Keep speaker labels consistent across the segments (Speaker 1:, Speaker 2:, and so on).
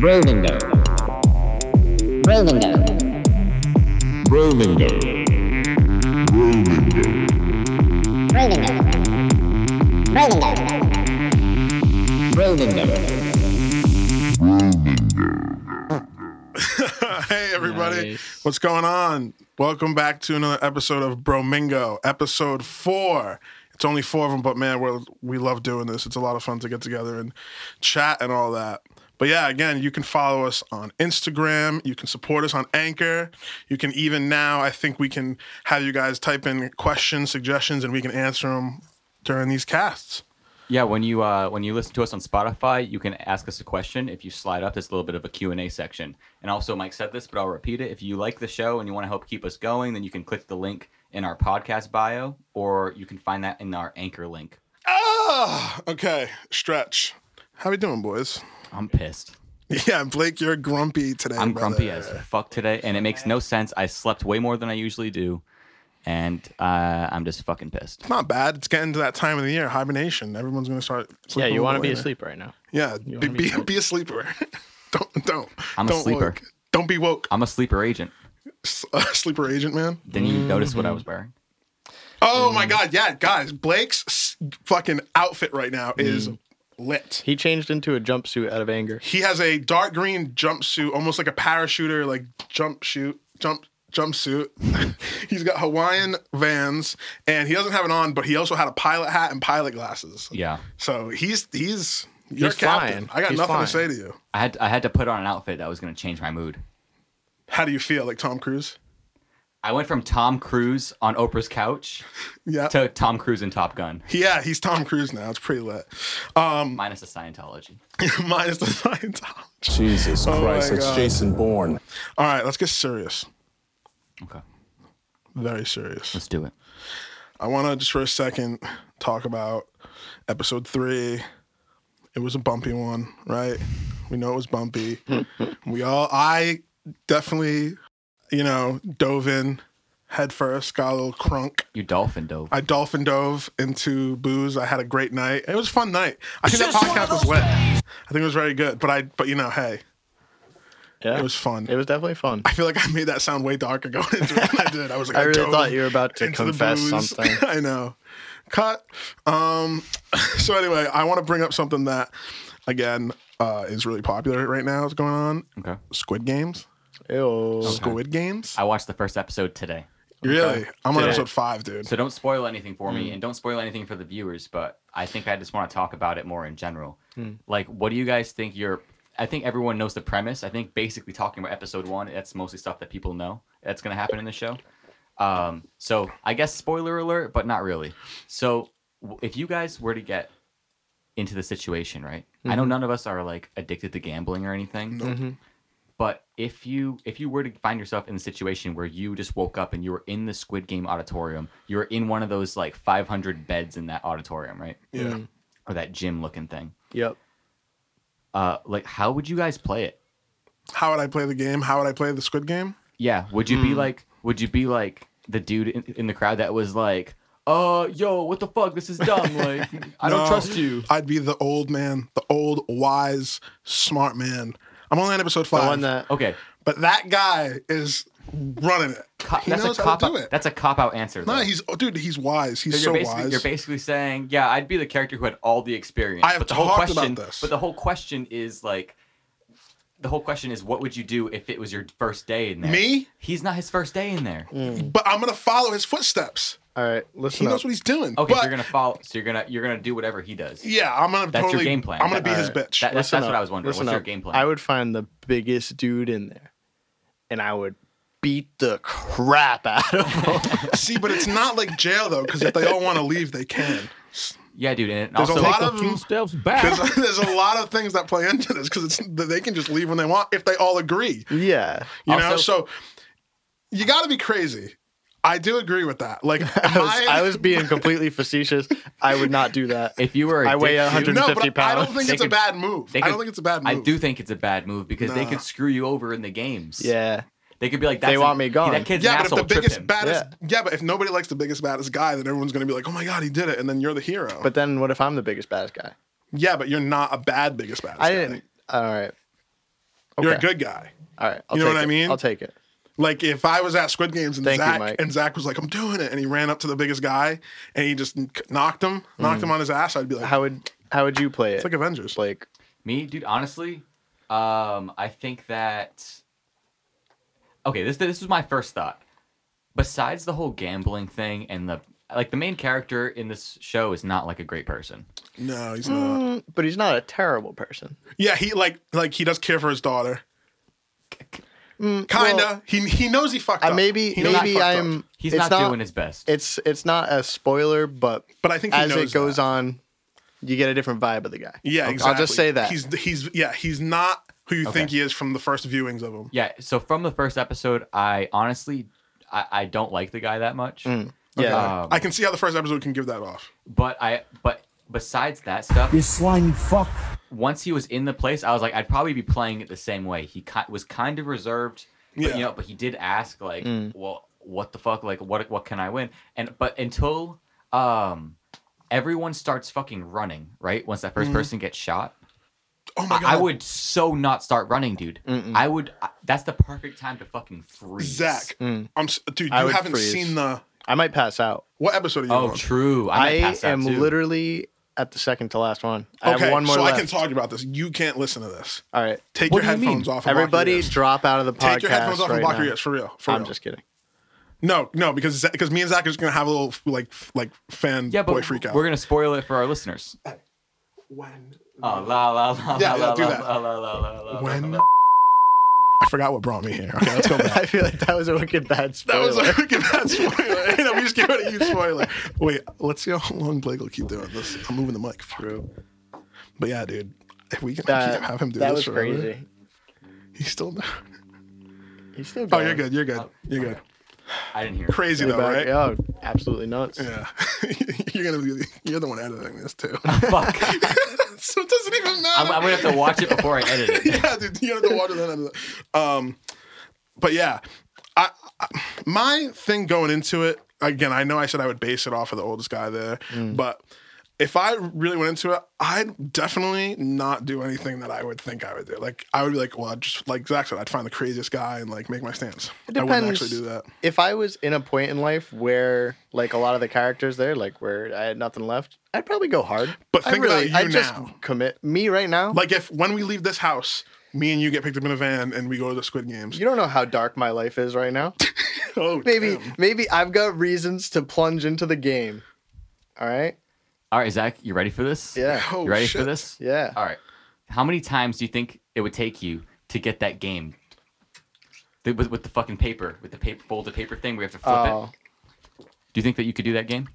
Speaker 1: Rovingo. Rovingo.
Speaker 2: Rovingo.
Speaker 1: Rovingo. Rovingo. Rovingo.
Speaker 3: hey everybody
Speaker 4: Nice.
Speaker 3: what's going on welcome back to another episode of bromingo episode four it's only four of them but man we're, we love doing this it's a lot of fun to get together and chat and all that but yeah again you can follow us on instagram you can support us on anchor you can even now i think we can have you guys type in questions suggestions and we can answer them during these casts
Speaker 4: Yeah, when you uh, when you listen to us on Spotify, you can ask us a question. If you slide up, there's a little bit of a Q&A section. And also, Mike said this, but I'll repeat it. If you like the show and you want to help keep us going, then you can click the link in our podcast bio, or you can find that in our anchor link.
Speaker 3: ah okay stretch how we doing boys
Speaker 4: I'm pissed.
Speaker 3: yeah blake you're grumpy today
Speaker 4: I'm
Speaker 3: brother.
Speaker 4: grumpy as fuck today, and it makes no sense. I slept way more than I usually do, and uh, I'm just fucking pissed.
Speaker 3: not bad. It's getting to that time of the year, hibernation. Everyone's going to start.
Speaker 5: Yeah,
Speaker 3: sleeping
Speaker 5: you
Speaker 3: a
Speaker 5: want to
Speaker 3: little
Speaker 5: be
Speaker 3: later.
Speaker 5: asleep right now.
Speaker 3: Yeah,
Speaker 5: You
Speaker 3: be,
Speaker 5: wanna be
Speaker 3: be,
Speaker 5: asleep.
Speaker 3: be a sleeper. don't don't.
Speaker 4: I'm a
Speaker 3: don't
Speaker 4: sleeper.
Speaker 3: woke. Don't be woke,
Speaker 4: I'm a sleeper agent.
Speaker 3: S- uh, sleeper agent man.
Speaker 4: Didn't you notice what I was wearing?
Speaker 3: Oh
Speaker 4: Mm.
Speaker 3: my god, yeah, guys, Blake's s- fucking outfit right now
Speaker 4: Mm.
Speaker 3: is lit.
Speaker 5: He changed into a jumpsuit out of anger.
Speaker 3: He has a dark green jumpsuit, almost like a parachuter, like jump shoot, jump jumpsuit. He's got Hawaiian Vans, and he doesn't have it on, but he also had a pilot hat and pilot glasses.
Speaker 4: Yeah,
Speaker 3: So he's he's your
Speaker 5: He's
Speaker 3: captain.
Speaker 5: flying.
Speaker 3: I got
Speaker 5: He's
Speaker 3: nothing to say
Speaker 5: flying.
Speaker 3: to you.
Speaker 4: I had I had to put on an outfit that was going to change my mood.
Speaker 3: How do you feel, like Tom Cruise?
Speaker 4: I went from Tom Cruise on Oprah's couch
Speaker 3: Yeah,
Speaker 4: to Tom Cruise in Top Gun,
Speaker 3: yeah, he's Tom Cruise now. It's pretty lit. Um,
Speaker 4: minus the Scientology.
Speaker 3: minus the Scientology.
Speaker 2: Jesus
Speaker 3: Oh my
Speaker 2: Christ, that's
Speaker 3: God.
Speaker 2: Jason Bourne.
Speaker 3: All right, let's get serious.
Speaker 4: Okay,
Speaker 3: Very serious.
Speaker 4: let's do it.
Speaker 3: I want to just for a second talk about episode three. It was a bumpy one, right? We know it was bumpy. we all, I definitely, you know, dove in head first, got a little crunk.
Speaker 4: You dolphin dove.
Speaker 3: I dolphin dove into booze. I had a great night. It was a fun night. I think that podcast was lit. I think it was very good. But I, but you know, hey,
Speaker 5: Yeah,
Speaker 3: it was fun.
Speaker 5: It was definitely fun.
Speaker 3: I feel like I made that sound way darker going into it than I did. I was like,
Speaker 5: I really
Speaker 3: dove
Speaker 5: thought you were about to
Speaker 3: into the
Speaker 5: confess
Speaker 3: booze.
Speaker 5: something.
Speaker 3: I know. Cut. Um. So anyway, I want to bring up something that, again, uh, is really popular right now. Is going on
Speaker 4: Okay,
Speaker 3: Squid Games.
Speaker 5: Ew.
Speaker 3: Squid Games.
Speaker 4: I watched the first episode today,
Speaker 3: Really? I'm on
Speaker 5: Today.
Speaker 3: episode five, dude.
Speaker 4: so don't spoil anything for me, and don't spoil anything for the viewers. But I think I just want to talk about it more in general. Like, what do you guys think? Your I think everyone knows the premise. I think basically talking about episode one, that's mostly stuff that people know that's going to happen in the show. Um, so I guess spoiler alert, but not really. So w- if you guys were to get into the situation, right? I know none of us are like addicted to gambling or anything.
Speaker 5: Mm-hmm.
Speaker 4: But if you if you were to find yourself in a situation where you just woke up and you were in the Squid Game auditorium, you were in one of those like 500 beds in that auditorium, right?
Speaker 3: Yeah.
Speaker 5: hmm.
Speaker 4: Or that gym looking thing.
Speaker 5: Yep.
Speaker 4: Uh, like how would you guys play it?
Speaker 3: How would I play the game? How would I play the Squid Game?
Speaker 4: Yeah. Would you be like? Would you be like the dude in, in the crowd that was like, "Uh, yo, what the fuck? This is dumb. Like, I don't
Speaker 3: No.
Speaker 4: trust you."
Speaker 3: I'd be the old man, the old wise, smart man. I'm only on episode
Speaker 5: The
Speaker 3: five, Oh.
Speaker 5: one that
Speaker 4: Okay,
Speaker 3: but that guy is running it.
Speaker 4: co-
Speaker 3: he
Speaker 4: that's a
Speaker 3: knows
Speaker 4: cop.
Speaker 3: how to do
Speaker 4: Out,
Speaker 3: it.
Speaker 4: that's a cop out answer.
Speaker 3: No,
Speaker 4: though.
Speaker 3: he's oh, dude. He's wise. He's
Speaker 4: So you're,
Speaker 3: so
Speaker 4: basically,
Speaker 3: wise.
Speaker 4: you're basically saying, yeah, I'd be the character who had all the experience.
Speaker 3: I have
Speaker 4: but the whole
Speaker 3: talked about
Speaker 4: question,
Speaker 3: this.
Speaker 4: But the whole question is like, the whole question is, what would you do if it was your first day in there?
Speaker 3: Me? Mm.
Speaker 4: He's not his first day in there.
Speaker 3: but I'm gonna follow his footsteps.
Speaker 5: All right,
Speaker 3: He
Speaker 5: listen up.
Speaker 3: knows what he's doing.
Speaker 4: Okay, so
Speaker 3: But,
Speaker 4: you're gonna follow. So you're gonna you're gonna do whatever he does.
Speaker 3: yeah, I'm gonna
Speaker 4: That's your
Speaker 3: totally.
Speaker 4: game plan.
Speaker 3: I'm gonna
Speaker 4: That-
Speaker 3: be his
Speaker 5: alright.
Speaker 3: bitch.
Speaker 4: That- that's
Speaker 5: Listen
Speaker 4: that's what
Speaker 5: up,
Speaker 4: I was wondering.
Speaker 5: listen
Speaker 4: What's your
Speaker 5: up.
Speaker 4: game plan?
Speaker 5: I would find the biggest dude in there, and I would beat the crap out of him.
Speaker 3: See, but it's not like jail though, because if they all want to leave, they can.
Speaker 4: yeah, dude. And it
Speaker 3: There's a
Speaker 4: also,
Speaker 3: lot of them-
Speaker 6: steps back.
Speaker 3: There's, there's a lot of things that play into this because it's they can just leave when they want if they all agree.
Speaker 5: yeah.
Speaker 3: You know,
Speaker 4: Also-
Speaker 3: so you got to be crazy. I do agree with that. Like
Speaker 5: I was,
Speaker 3: my-
Speaker 5: I was being completely facetious. I would not do that.
Speaker 4: if you were, a
Speaker 5: I weigh
Speaker 4: dick,
Speaker 5: 100
Speaker 4: dude,
Speaker 3: no, but
Speaker 5: 150
Speaker 3: I don't
Speaker 5: pounds.
Speaker 3: think
Speaker 4: They
Speaker 3: it's a
Speaker 4: could-
Speaker 3: bad move.
Speaker 4: they
Speaker 3: I don't
Speaker 4: could-
Speaker 3: think it's a bad move.
Speaker 4: I do think it's a bad move because they
Speaker 3: Nah.
Speaker 4: could screw you over in the games.
Speaker 5: Yeah.
Speaker 4: they could be like,
Speaker 5: They
Speaker 4: That's an-
Speaker 5: want me gone.
Speaker 4: That kid's
Speaker 3: Yeah, but
Speaker 4: an
Speaker 3: if
Speaker 4: asshole.
Speaker 3: the
Speaker 4: trip
Speaker 3: biggest
Speaker 4: him.
Speaker 3: baddest, yeah. but if nobody likes the biggest baddest guy, then everyone's gonna be like, "Oh my god, he did it!" And then you're the hero.
Speaker 5: But then what if I'm the biggest baddest guy?
Speaker 3: yeah, but you're not a bad biggest baddest.
Speaker 5: I
Speaker 3: guy.
Speaker 5: didn't. All right.
Speaker 3: You're a
Speaker 5: Okay.
Speaker 3: good guy.
Speaker 5: All right. I'll
Speaker 3: You know
Speaker 5: take
Speaker 3: what I
Speaker 5: it.
Speaker 3: mean?
Speaker 5: I'll take it.
Speaker 3: Like if I was at Squid Games and
Speaker 5: Thank you,
Speaker 3: Zach
Speaker 5: Mike.
Speaker 3: and Zach was like, "I'm doing it," and he ran up to the biggest guy and he just kn- knocked him, knocked him on his ass, I'd be like,
Speaker 5: How would how would you play it?
Speaker 3: "It's like Avengers."
Speaker 5: Blake.
Speaker 4: Me, dude, honestly, um, I think that okay, this this was my first thought. Besides the whole gambling thing and the like, the main character in this show is not like a great person.
Speaker 3: no, he's not.
Speaker 5: Mm, but he's not a terrible person.
Speaker 3: Yeah, he like like he does care for his daughter.
Speaker 5: Mm,
Speaker 3: Kinda.
Speaker 5: well,
Speaker 3: he he knows he fucked
Speaker 5: I,
Speaker 3: up.
Speaker 5: maybe
Speaker 3: He knows he
Speaker 5: maybe
Speaker 3: fucked up.
Speaker 5: I'm.
Speaker 4: He's
Speaker 5: it's
Speaker 4: not, doing his best.
Speaker 5: It's it's not a spoiler, but
Speaker 3: But I think he
Speaker 5: as
Speaker 3: knows
Speaker 5: it goes
Speaker 3: that.
Speaker 5: on, you get a different vibe of the guy.
Speaker 3: Yeah,
Speaker 5: I'll-
Speaker 3: exactly.
Speaker 5: I'll just say that.
Speaker 3: he's he's yeah he's not who you
Speaker 4: Okay.
Speaker 3: think he is from the first viewings of him.
Speaker 4: yeah. So from the first episode, I honestly, I, I don't like the guy that much.
Speaker 5: Mm, yeah.
Speaker 4: Um,
Speaker 3: I can see how the first episode can give that off.
Speaker 4: But I but besides that stuff,
Speaker 2: You slimy fuck.
Speaker 4: once he was in the place, I was like, I'd probably be playing it the same way. He ki- was kind of reserved, but,
Speaker 3: Yeah.
Speaker 4: you know, but he did ask like,
Speaker 5: Mm.
Speaker 4: well, what the fuck? Like, what what can I win? And but until um, everyone starts fucking running, right? Once that
Speaker 5: Mm.
Speaker 4: 1st person gets shot,
Speaker 3: Oh my god,
Speaker 4: I, I would so not start running, dude.
Speaker 5: Mm-mm.
Speaker 4: I would. I- that's the perfect time to fucking freeze.
Speaker 3: Zach.
Speaker 5: Mm.
Speaker 3: I'm s- dude. You
Speaker 5: I would
Speaker 3: haven't
Speaker 5: freeze.
Speaker 3: seen the
Speaker 5: I might pass out.
Speaker 3: what episode are you
Speaker 4: Oh,
Speaker 3: on?
Speaker 4: true. I,
Speaker 5: I,
Speaker 4: might pass out,
Speaker 5: am
Speaker 4: too.
Speaker 5: literally at the second to last one. I
Speaker 3: okay,
Speaker 5: have one more
Speaker 3: so
Speaker 5: left.
Speaker 3: I can talk about this. You can't listen to this.
Speaker 5: All right.
Speaker 3: Take
Speaker 4: What
Speaker 3: your
Speaker 4: do you mean?
Speaker 3: headphones off. And block your
Speaker 5: Everybody
Speaker 3: ears.
Speaker 5: drop out of the podcast.
Speaker 3: take your headphones off
Speaker 5: right
Speaker 3: and block
Speaker 5: now.
Speaker 3: your ears for real. For
Speaker 5: I'm
Speaker 3: real.
Speaker 5: just kidding.
Speaker 3: no, no, because because me and Zach are just gonna have a little like f- like fan
Speaker 4: Yeah, but
Speaker 3: boy freak out.
Speaker 4: we're gonna spoil it for our listeners.
Speaker 3: when
Speaker 4: Oh la la la
Speaker 3: Yeah,
Speaker 4: la,
Speaker 3: yeah,
Speaker 4: la,
Speaker 3: do
Speaker 4: la,
Speaker 3: that.
Speaker 4: la la la la la.
Speaker 3: When-
Speaker 4: la.
Speaker 3: I forgot what brought me here. Okay, let's go back.
Speaker 5: I feel like that was a wicked bad
Speaker 3: That
Speaker 5: spoiler.
Speaker 3: was a freaking bad spoiler. you know, we just gave it a huge spoiler. Wait, let's see how long Blake will keep doing this. I'm moving the mic. Fuck. But yeah, dude, if we can
Speaker 5: that,
Speaker 3: keep, have him do
Speaker 5: that
Speaker 3: this
Speaker 5: was
Speaker 3: forever,
Speaker 5: crazy.
Speaker 3: he's still.
Speaker 5: He's still
Speaker 3: Oh,
Speaker 5: going.
Speaker 3: you're good. You're
Speaker 4: Uh,
Speaker 3: good. You're good.
Speaker 4: I didn't hear. it.
Speaker 3: Crazy though,
Speaker 5: Back-
Speaker 3: right?
Speaker 5: Oh, absolutely nuts.
Speaker 3: Yeah. you're gonna. Be, you're the one editing this too.
Speaker 4: Fuck.
Speaker 3: so it doesn't even
Speaker 4: I'm,
Speaker 3: matter.
Speaker 4: I'm gonna have to watch it before I edit it.
Speaker 3: yeah, dude, you have to watch it. Then. Um, but yeah, I, I my thing going into it again. I know I said I would base it off of the oldest guy there,
Speaker 4: Mm.
Speaker 3: but if I really went into it, I'd definitely not do anything that I would think I would do. Like I would be like, well, I'd just like Zach said, I'd find the craziest guy and like make my stance. I wouldn't
Speaker 5: depends.
Speaker 3: actually do that.
Speaker 5: If I was in a point in life where, like, a lot of the characters there, like, where I had nothing left, I'd probably go hard.
Speaker 3: But
Speaker 5: I
Speaker 3: think about
Speaker 5: really,
Speaker 3: you
Speaker 5: I'd just
Speaker 3: now.
Speaker 5: commit. Me right now,
Speaker 3: Like if when we leave this house. Me and you get picked up in a van and we go to the Squid Games.
Speaker 5: you don't know how dark my life is right now.
Speaker 3: Oh,
Speaker 5: maybe,
Speaker 3: damn.
Speaker 5: maybe I've got reasons to plunge into the game. All right.
Speaker 4: All right, Zach, you ready for this?
Speaker 5: Yeah.
Speaker 3: Oh,
Speaker 4: you ready
Speaker 3: shit.
Speaker 4: for this?
Speaker 5: Yeah.
Speaker 4: All right. How many times do you think it would take you to get that game? The- With, with the fucking paper, with the paper folded paper thing, we have to flip
Speaker 5: Oh,
Speaker 4: it. Do you think that you could do that game?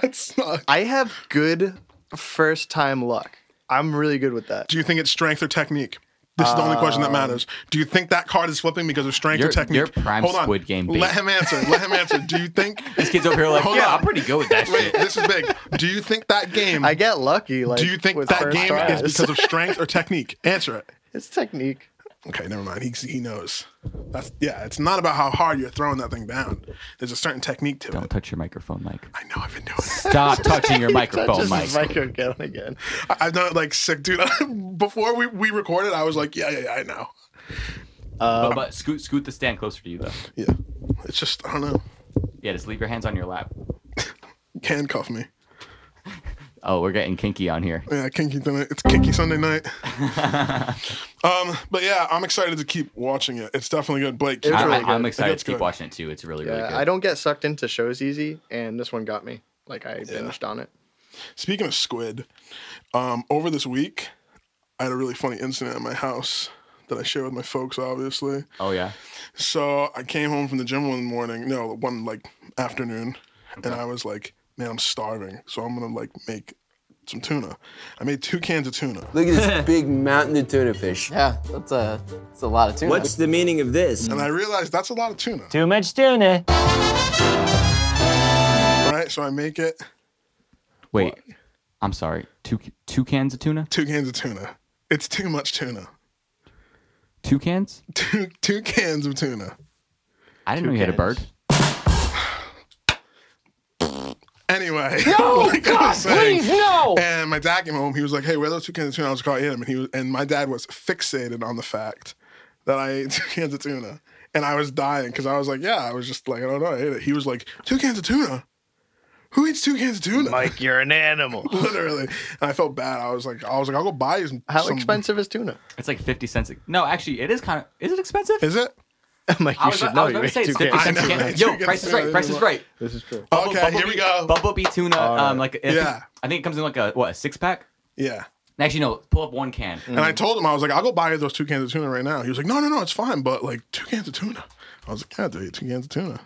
Speaker 3: That's not.
Speaker 5: I have good first time luck. I'm really good with that.
Speaker 3: Do you think it's strength or technique? This is the only question that matters. Do you think that card is flipping because of strength
Speaker 4: You're-
Speaker 3: or technique?
Speaker 4: you're Um, prime
Speaker 3: Hold on.
Speaker 4: Squid Game bait.
Speaker 3: Let him answer. Let him answer. Do you think?
Speaker 4: These kids over here are like,
Speaker 3: Hold
Speaker 4: yeah,
Speaker 3: on.
Speaker 4: I'm pretty good with that
Speaker 3: Wait,
Speaker 4: shit.
Speaker 3: this is big. Do you think that game?
Speaker 5: I get lucky. Like,
Speaker 3: do you think
Speaker 5: with
Speaker 3: that
Speaker 5: first
Speaker 3: game
Speaker 5: tries.
Speaker 3: is because of strength or technique? Answer it.
Speaker 5: it's technique?
Speaker 3: Okay, never mind. He he knows. That's yeah. It's not about how hard you're throwing that thing down. There's a certain technique to
Speaker 4: Don't
Speaker 3: it.
Speaker 4: touch your microphone, Mike.
Speaker 3: I know I've been doing it.
Speaker 4: Stop touching your microphone,
Speaker 5: Touches
Speaker 4: Mike.
Speaker 5: his mic again and again.
Speaker 3: I- I've done it like sick, dude. Before we, we recorded, I was like, yeah, yeah, yeah, I know.
Speaker 4: But, Oh, but scoot, scoot the stand closer to you though.
Speaker 3: Yeah. It's just I don't know.
Speaker 4: Yeah, just leave your hands on your lap.
Speaker 3: Handcuff me.
Speaker 4: Oh, we're getting kinky on here.
Speaker 3: Yeah, kinky tonight. It's kinky Sunday night. um, but yeah, I'm excited to keep watching it. It's definitely good. Blake, keep
Speaker 5: It's
Speaker 4: I,
Speaker 5: really
Speaker 3: going.
Speaker 5: good.
Speaker 4: am excited
Speaker 3: It's
Speaker 4: to keep
Speaker 3: good.
Speaker 4: watching it too. It's really, really
Speaker 5: Yeah,
Speaker 4: good.
Speaker 5: I don't get sucked into shows easy, and this one got me. Like I binged on it.
Speaker 3: Speaking of squid, um, over this week, I had a really funny incident at my house that I shared with my folks, obviously.
Speaker 4: Oh yeah.
Speaker 3: So I came home from the gym one morning, no, one like afternoon, and I was like, man, I'm starving. So I'm going to like make some tuna. I made two cans of tuna.
Speaker 6: Look at this big mountain of tuna fish.
Speaker 7: Yeah, that's a that's a lot of tuna.
Speaker 6: What's the meaning of this?
Speaker 3: And I realized that's a lot of tuna.
Speaker 2: Too much tuna.
Speaker 3: Right? So I make it
Speaker 4: Wait, I'm sorry. Two two cans of tuna.
Speaker 3: two cans of tuna. It's too much tuna.
Speaker 4: Two cans?
Speaker 3: two two cans of tuna.
Speaker 4: I didn't know you had a bird.
Speaker 3: Anyway, no, God,
Speaker 2: no!
Speaker 3: And my my dad came home, he was like, "Hey, where are those two cans of tuna?" I was caught in him, and he was, and my dad was fixated on the fact that I ate two cans of tuna, and I was dying because I was like, "Yeah, I was just like, I don't know, I ate it." He was like, two cans of tuna? Who eats two cans of tuna?"
Speaker 5: Mike, you're an animal.
Speaker 3: Literally, and I felt bad. I was like, I was like, I'll go buy you some.
Speaker 5: How
Speaker 3: some-
Speaker 5: expensive is tuna?
Speaker 4: It's like fifty cents. a- No, actually, it is kind of. Is it expensive?
Speaker 3: is it?
Speaker 5: Mike,
Speaker 4: I
Speaker 5: you
Speaker 4: was,
Speaker 5: should
Speaker 4: about- I
Speaker 5: know.
Speaker 4: was
Speaker 5: You
Speaker 4: about
Speaker 5: ate
Speaker 4: to
Speaker 5: two
Speaker 4: say it's fifty
Speaker 5: cans.
Speaker 4: cents. a
Speaker 3: I know,
Speaker 4: can.
Speaker 3: it's
Speaker 4: Yo,
Speaker 3: two
Speaker 4: Price is
Speaker 3: cans,
Speaker 4: right. Price
Speaker 3: yeah,
Speaker 4: is right.
Speaker 5: This is true.
Speaker 4: Bumble-
Speaker 3: Okay,
Speaker 4: Bumblebee-
Speaker 3: here we go.
Speaker 4: Bumblebee tuna. Um, like I think-
Speaker 3: Yeah.
Speaker 4: I think it comes in like a what a six pack.
Speaker 3: Yeah.
Speaker 4: Actually, no. Pull up one can.
Speaker 3: And I told him, I was like, I'll go buy you those two cans of tuna right now. He was like, No, no, no, it's fine, but like two cans of tuna. I was like, Yeah, dude, two cans of tuna.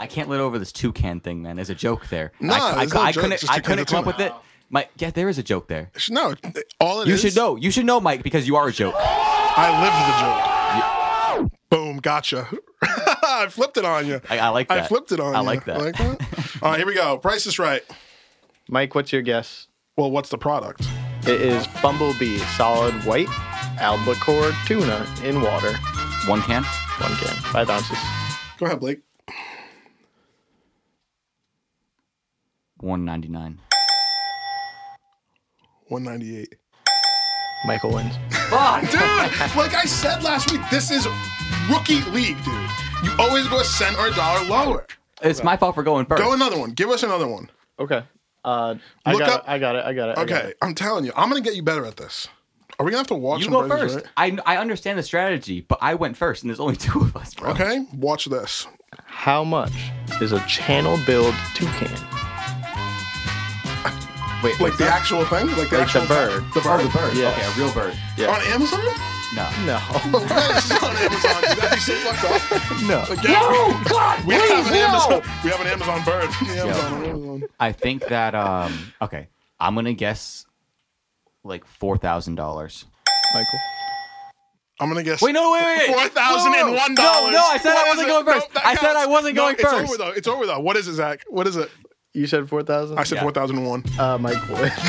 Speaker 4: I can't let over this two can thing, man. There's a joke there.
Speaker 3: Nah,
Speaker 4: I, I,
Speaker 3: there's no
Speaker 4: I
Speaker 3: joke,
Speaker 4: couldn't.
Speaker 3: just
Speaker 4: I
Speaker 3: two cans
Speaker 4: couldn't
Speaker 3: of
Speaker 4: come up
Speaker 3: tuna.
Speaker 4: with it. Mike, yeah, there is a joke there.
Speaker 3: No, all it is.
Speaker 4: You should know. You should know, Mike, because you are a joke.
Speaker 3: I live the joke. Boom, gotcha. I flipped it on you.
Speaker 4: I- I like
Speaker 3: I
Speaker 4: that.
Speaker 3: flipped it on
Speaker 4: I
Speaker 3: you.
Speaker 4: like that.
Speaker 3: all right, here we go. Price is right.
Speaker 5: Mike, what's your guess?
Speaker 3: Well, what's the product?
Speaker 5: It is Bumblebee solid white albacore tuna in water.
Speaker 4: One can.
Speaker 5: One can, five ounces.
Speaker 3: Go ahead, Blake.
Speaker 4: One ninety nine.
Speaker 3: 198.
Speaker 5: Michael wins.
Speaker 3: Dude, like I said last week, this is rookie league, dude. You always go a cent or a dollar lower.
Speaker 4: It's my fault for going first.
Speaker 3: Go another one. Give us another one.
Speaker 5: Okay. Uh, I
Speaker 3: Look
Speaker 5: got
Speaker 3: up-
Speaker 5: it. I got it. I got it. I got
Speaker 3: Okay,
Speaker 5: it.
Speaker 3: I'm telling you, I'm gonna get you better at this. Are we gonna have to watch?
Speaker 4: you
Speaker 3: some
Speaker 4: go
Speaker 3: Price is
Speaker 4: first.
Speaker 3: Right?
Speaker 4: I I understand the strategy, but I went first, and there's only two of us, bro.
Speaker 3: Okay, watch this.
Speaker 5: How much is a channel build toucan?
Speaker 4: Wait,
Speaker 3: Like
Speaker 4: what's
Speaker 3: the
Speaker 4: that?
Speaker 3: actual thing, like the
Speaker 5: Like
Speaker 3: actual
Speaker 5: the bird.
Speaker 3: the bird,
Speaker 4: Oh, the bird.
Speaker 5: Yeah.
Speaker 4: Okay, a real bird.
Speaker 5: Yeah.
Speaker 3: on Amazon.
Speaker 4: No.
Speaker 5: No.
Speaker 3: Oh, it's on Amazon. Dude, That'd be so fucked up.
Speaker 5: No.
Speaker 3: Like, yeah,
Speaker 2: No, God,
Speaker 3: we have
Speaker 2: please,
Speaker 3: an
Speaker 2: no.
Speaker 3: Amazon. We have an Amazon bird. From the Amazon. Amazon.
Speaker 4: I think that um okay. I'm gonna guess like four thousand dollars.
Speaker 5: Michael.
Speaker 3: I'm gonna guess.
Speaker 4: Wait, no, wait, wait, wait.
Speaker 3: Four thousand and one
Speaker 4: No,
Speaker 3: dollars.
Speaker 4: no, I said I wasn't going first. I said I wasn't going
Speaker 3: it's
Speaker 4: first.
Speaker 3: It's over though. It's over though. What is it, Zach? What is it?
Speaker 5: You said four thousand.
Speaker 3: I said
Speaker 4: Yeah.
Speaker 3: four thousand and one.
Speaker 5: Uh, Mike wins. it's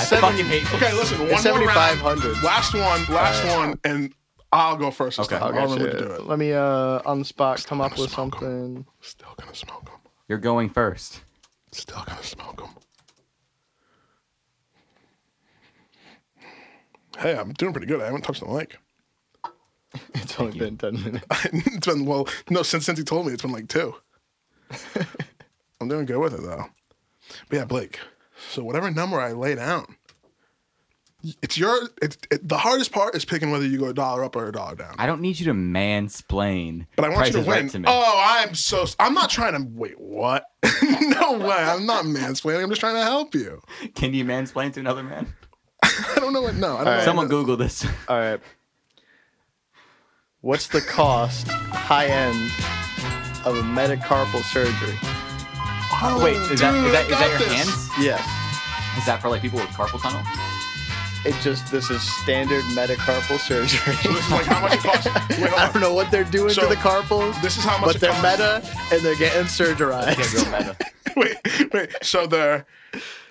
Speaker 4: I
Speaker 5: seven.
Speaker 4: fucking hate
Speaker 3: Okay, listen. One
Speaker 5: It's
Speaker 3: more round.
Speaker 5: 7,500.
Speaker 3: Last one. Last one, and I'll go first. this
Speaker 4: Okay.
Speaker 3: time.
Speaker 5: Okay,
Speaker 3: I'll remember
Speaker 5: shit.
Speaker 3: to do it.
Speaker 5: Let me uh on the spot come up with something.
Speaker 3: Still gonna smoke them.
Speaker 4: You're going first.
Speaker 3: Still gonna smoke them. Hey, I'm doing pretty good. I haven't touched the mic.
Speaker 5: It's only been ten minutes.
Speaker 3: it's been well, no, since since he told me, it's been like two. I'm doing good with it though. But yeah, Blake. So whatever number I lay down, it's your. It's it, the hardest part is picking whether you go a dollar up or a dollar down.
Speaker 4: I don't need you to mansplain.
Speaker 3: But I want
Speaker 4: Price
Speaker 3: you
Speaker 4: is
Speaker 3: to win.
Speaker 4: Right to me.
Speaker 3: oh, I'm so. I'm not trying to. Wait, what? no way. I'm not mansplaining. I'm just trying to help you.
Speaker 4: Can you mansplain to another man?
Speaker 3: I don't know what. No, I don't know.
Speaker 4: Someone Google this.
Speaker 5: All right. What's the cost high end of a metacarpal surgery?
Speaker 3: Oh,
Speaker 4: Wait, is that
Speaker 3: dude,
Speaker 4: is that
Speaker 3: I
Speaker 4: is
Speaker 3: got
Speaker 4: that your
Speaker 3: this.
Speaker 4: hands?
Speaker 5: Yes.
Speaker 4: Is that for like people with carpal tunnel?
Speaker 5: It just this is standard metacarpal surgery.
Speaker 3: This is like how much it costs. Wait,
Speaker 5: I
Speaker 3: hold
Speaker 5: don't
Speaker 3: on.
Speaker 5: know what they're doing
Speaker 3: So,
Speaker 5: to the carpals.
Speaker 3: this is how much it
Speaker 5: But they're
Speaker 3: costs.
Speaker 5: meta and they're getting surgerized.
Speaker 4: Real meta.
Speaker 3: Wait, wait. So the,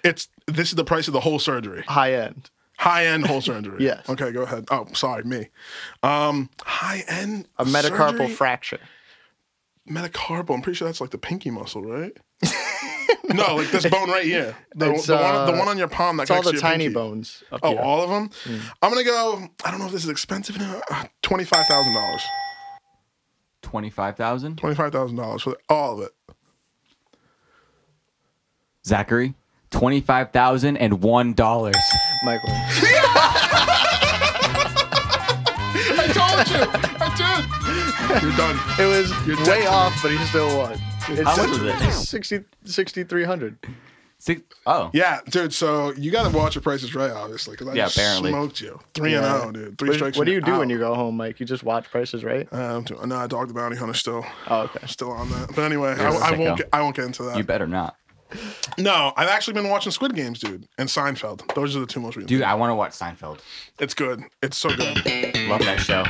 Speaker 3: it's this is the price of the whole surgery,
Speaker 5: high end.
Speaker 3: high end whole surgery.
Speaker 5: Yes.
Speaker 3: Okay, go ahead. Oh, sorry, me. Um, high end
Speaker 5: A metacarpal
Speaker 3: surgery?
Speaker 5: fracture.
Speaker 3: metacarpal. I'm pretty sure that's like the pinky muscle, right? no, like this bone right here. The,
Speaker 5: It's,
Speaker 3: the one, the
Speaker 5: uh,
Speaker 3: one on your palm. That
Speaker 5: It's all
Speaker 3: connects
Speaker 5: the
Speaker 3: to your
Speaker 5: tiny
Speaker 3: pinky.
Speaker 5: bones Mm. up
Speaker 3: Oh,
Speaker 5: here.
Speaker 3: all of them. I'm gonna go. I don't know if this is expensive. Now. Twenty five thousand dollars.
Speaker 4: Twenty five thousand.
Speaker 3: Twenty five thousand dollars for all of it.
Speaker 4: Zachary. Twenty five thousand and one dollars.
Speaker 5: Michael.
Speaker 3: I told you. I did. You're done.
Speaker 5: It was
Speaker 3: You're
Speaker 5: way
Speaker 3: dead.
Speaker 5: off, but he still won.
Speaker 4: How much was it?
Speaker 5: 60 6,300.
Speaker 4: Six, oh.
Speaker 3: Yeah, dude. So you got to watch your prices right, obviously, because I
Speaker 4: Yeah,
Speaker 3: just
Speaker 4: apparently.
Speaker 3: smoked you three
Speaker 5: Yeah.
Speaker 3: and oh, dude. Three
Speaker 5: What,
Speaker 3: strikes.
Speaker 5: what do
Speaker 3: and
Speaker 5: you do
Speaker 3: you're
Speaker 5: when
Speaker 3: out.
Speaker 5: you go home, Mike? You just watch prices, right?
Speaker 4: Uh,
Speaker 3: Um, do- no, I dog the bounty hunter still,
Speaker 5: Oh, okay.
Speaker 3: still on that. But anyway, I,
Speaker 4: You're a
Speaker 3: I
Speaker 4: sicko.
Speaker 3: won't. Get, I won't get into that.
Speaker 4: You better not,
Speaker 3: No, I've actually been watching Squid Games, dude, and Seinfeld. Those are the two most recent.
Speaker 4: dude. I want to watch Seinfeld.
Speaker 3: It's good. It's so good.
Speaker 4: Love that show.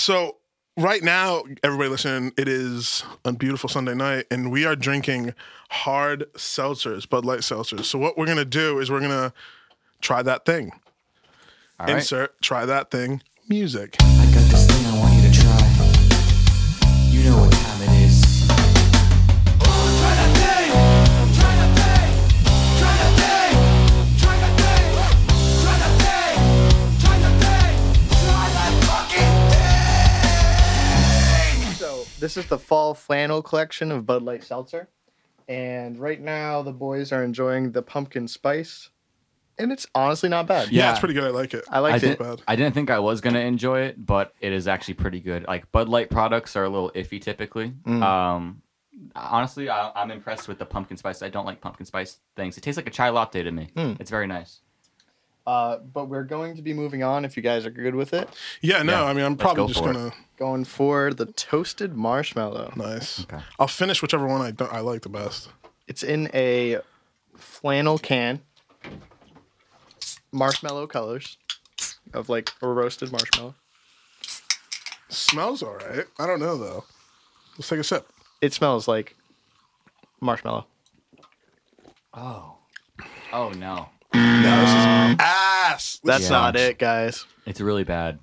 Speaker 3: So right now, everybody listening, it is a beautiful Sunday night, and we are drinking hard seltzers, Bud Light seltzers. So what we're gonna do is we're gonna try that thing.
Speaker 4: All right.
Speaker 3: Insert try that thing music.
Speaker 8: I got this thing I want you to try. You know what time it is.
Speaker 5: is the fall flannel collection of Bud Light Seltzer. And right now, the boys are enjoying the pumpkin spice. And it's honestly not bad.
Speaker 3: Yeah,
Speaker 4: Yeah.
Speaker 3: it's pretty good. I like it.
Speaker 5: I
Speaker 4: I
Speaker 5: liked it.
Speaker 4: didn't,
Speaker 3: bad.
Speaker 4: I didn't think I was gonna enjoy it, but it is actually pretty good. Like Bud Light products are a little iffy typically.
Speaker 5: Mm.
Speaker 4: Um, honestly, I, I'm impressed with the pumpkin spice. I don't like pumpkin spice things. It tastes like a chai latte to me.
Speaker 5: Mm.
Speaker 4: It's very nice.
Speaker 5: Uh, but we're going to be moving on if you guys are good with it.
Speaker 3: Yeah, no,
Speaker 4: Yeah.
Speaker 3: I mean, I'm
Speaker 4: Let's
Speaker 3: probably
Speaker 4: go
Speaker 3: just
Speaker 4: for it.
Speaker 3: gonna
Speaker 5: Going for the toasted marshmallow.
Speaker 3: nice.
Speaker 4: Okay.
Speaker 3: I'll finish whichever one I don't, I like the best.
Speaker 5: It's in a flannel can, marshmallow colors of like a roasted marshmallow.
Speaker 3: Smells all right. I don't know though. Let's take a sip.
Speaker 5: It smells like marshmallow.
Speaker 4: Oh, oh no,
Speaker 3: No, this
Speaker 4: Um,
Speaker 3: is ass.
Speaker 5: That's
Speaker 4: Yeah.
Speaker 5: not it, guys.
Speaker 4: it's really bad.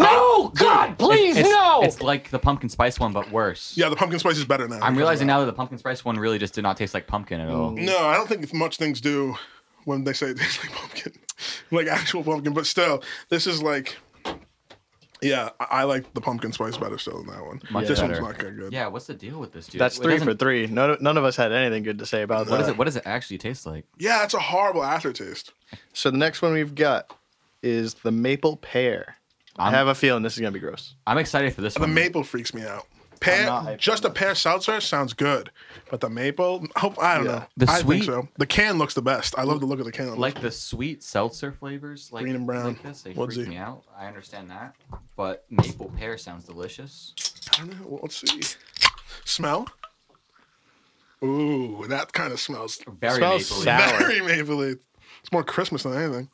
Speaker 4: Oh,
Speaker 2: No, God, please,
Speaker 4: it's,
Speaker 2: no.
Speaker 4: It's like the pumpkin spice one, but worse.
Speaker 3: Yeah, the pumpkin spice is better now.
Speaker 4: I'm realizing now that the pumpkin spice one really just did not taste like pumpkin at all.
Speaker 3: No, I don't think much things do when they say it tastes like pumpkin, like actual pumpkin. But still, this is like, yeah, I, I like the pumpkin spice better still than that one.
Speaker 4: Much
Speaker 3: this
Speaker 4: better.
Speaker 3: one's not that good.
Speaker 4: Yeah, what's the deal with this dude?
Speaker 5: That's
Speaker 4: It
Speaker 5: three for
Speaker 4: doesn't-
Speaker 5: three. None, none of us had anything good to say about that.
Speaker 4: What is it? What does it actually taste like?
Speaker 3: yeah, it's a horrible aftertaste.
Speaker 5: So the next one we've got is the maple pear. i
Speaker 4: I'm-
Speaker 5: have a feeling this is gonna be gross.
Speaker 4: I'm excited for this
Speaker 3: The
Speaker 4: one.
Speaker 3: maple freaks me out.
Speaker 5: not hyped
Speaker 3: Pear,
Speaker 5: on
Speaker 3: just a pear seltzer sounds good, but the maple, hope I don't
Speaker 5: Yeah.
Speaker 3: know.
Speaker 4: The
Speaker 3: I
Speaker 4: sweet-
Speaker 3: think so. The can looks the best. I love the look of the can.
Speaker 4: like the sweet seltzer flavors, like
Speaker 3: Green and brown,
Speaker 4: like this, they
Speaker 3: woodsy.
Speaker 4: freak me out. I understand that, but maple pear sounds delicious.
Speaker 3: I don't know. Let's see. Smell. Ooh, that kind of smells
Speaker 4: Very
Speaker 5: Smells
Speaker 4: mapley.
Speaker 5: sour.
Speaker 3: very mapley. It's more Christmas than anything.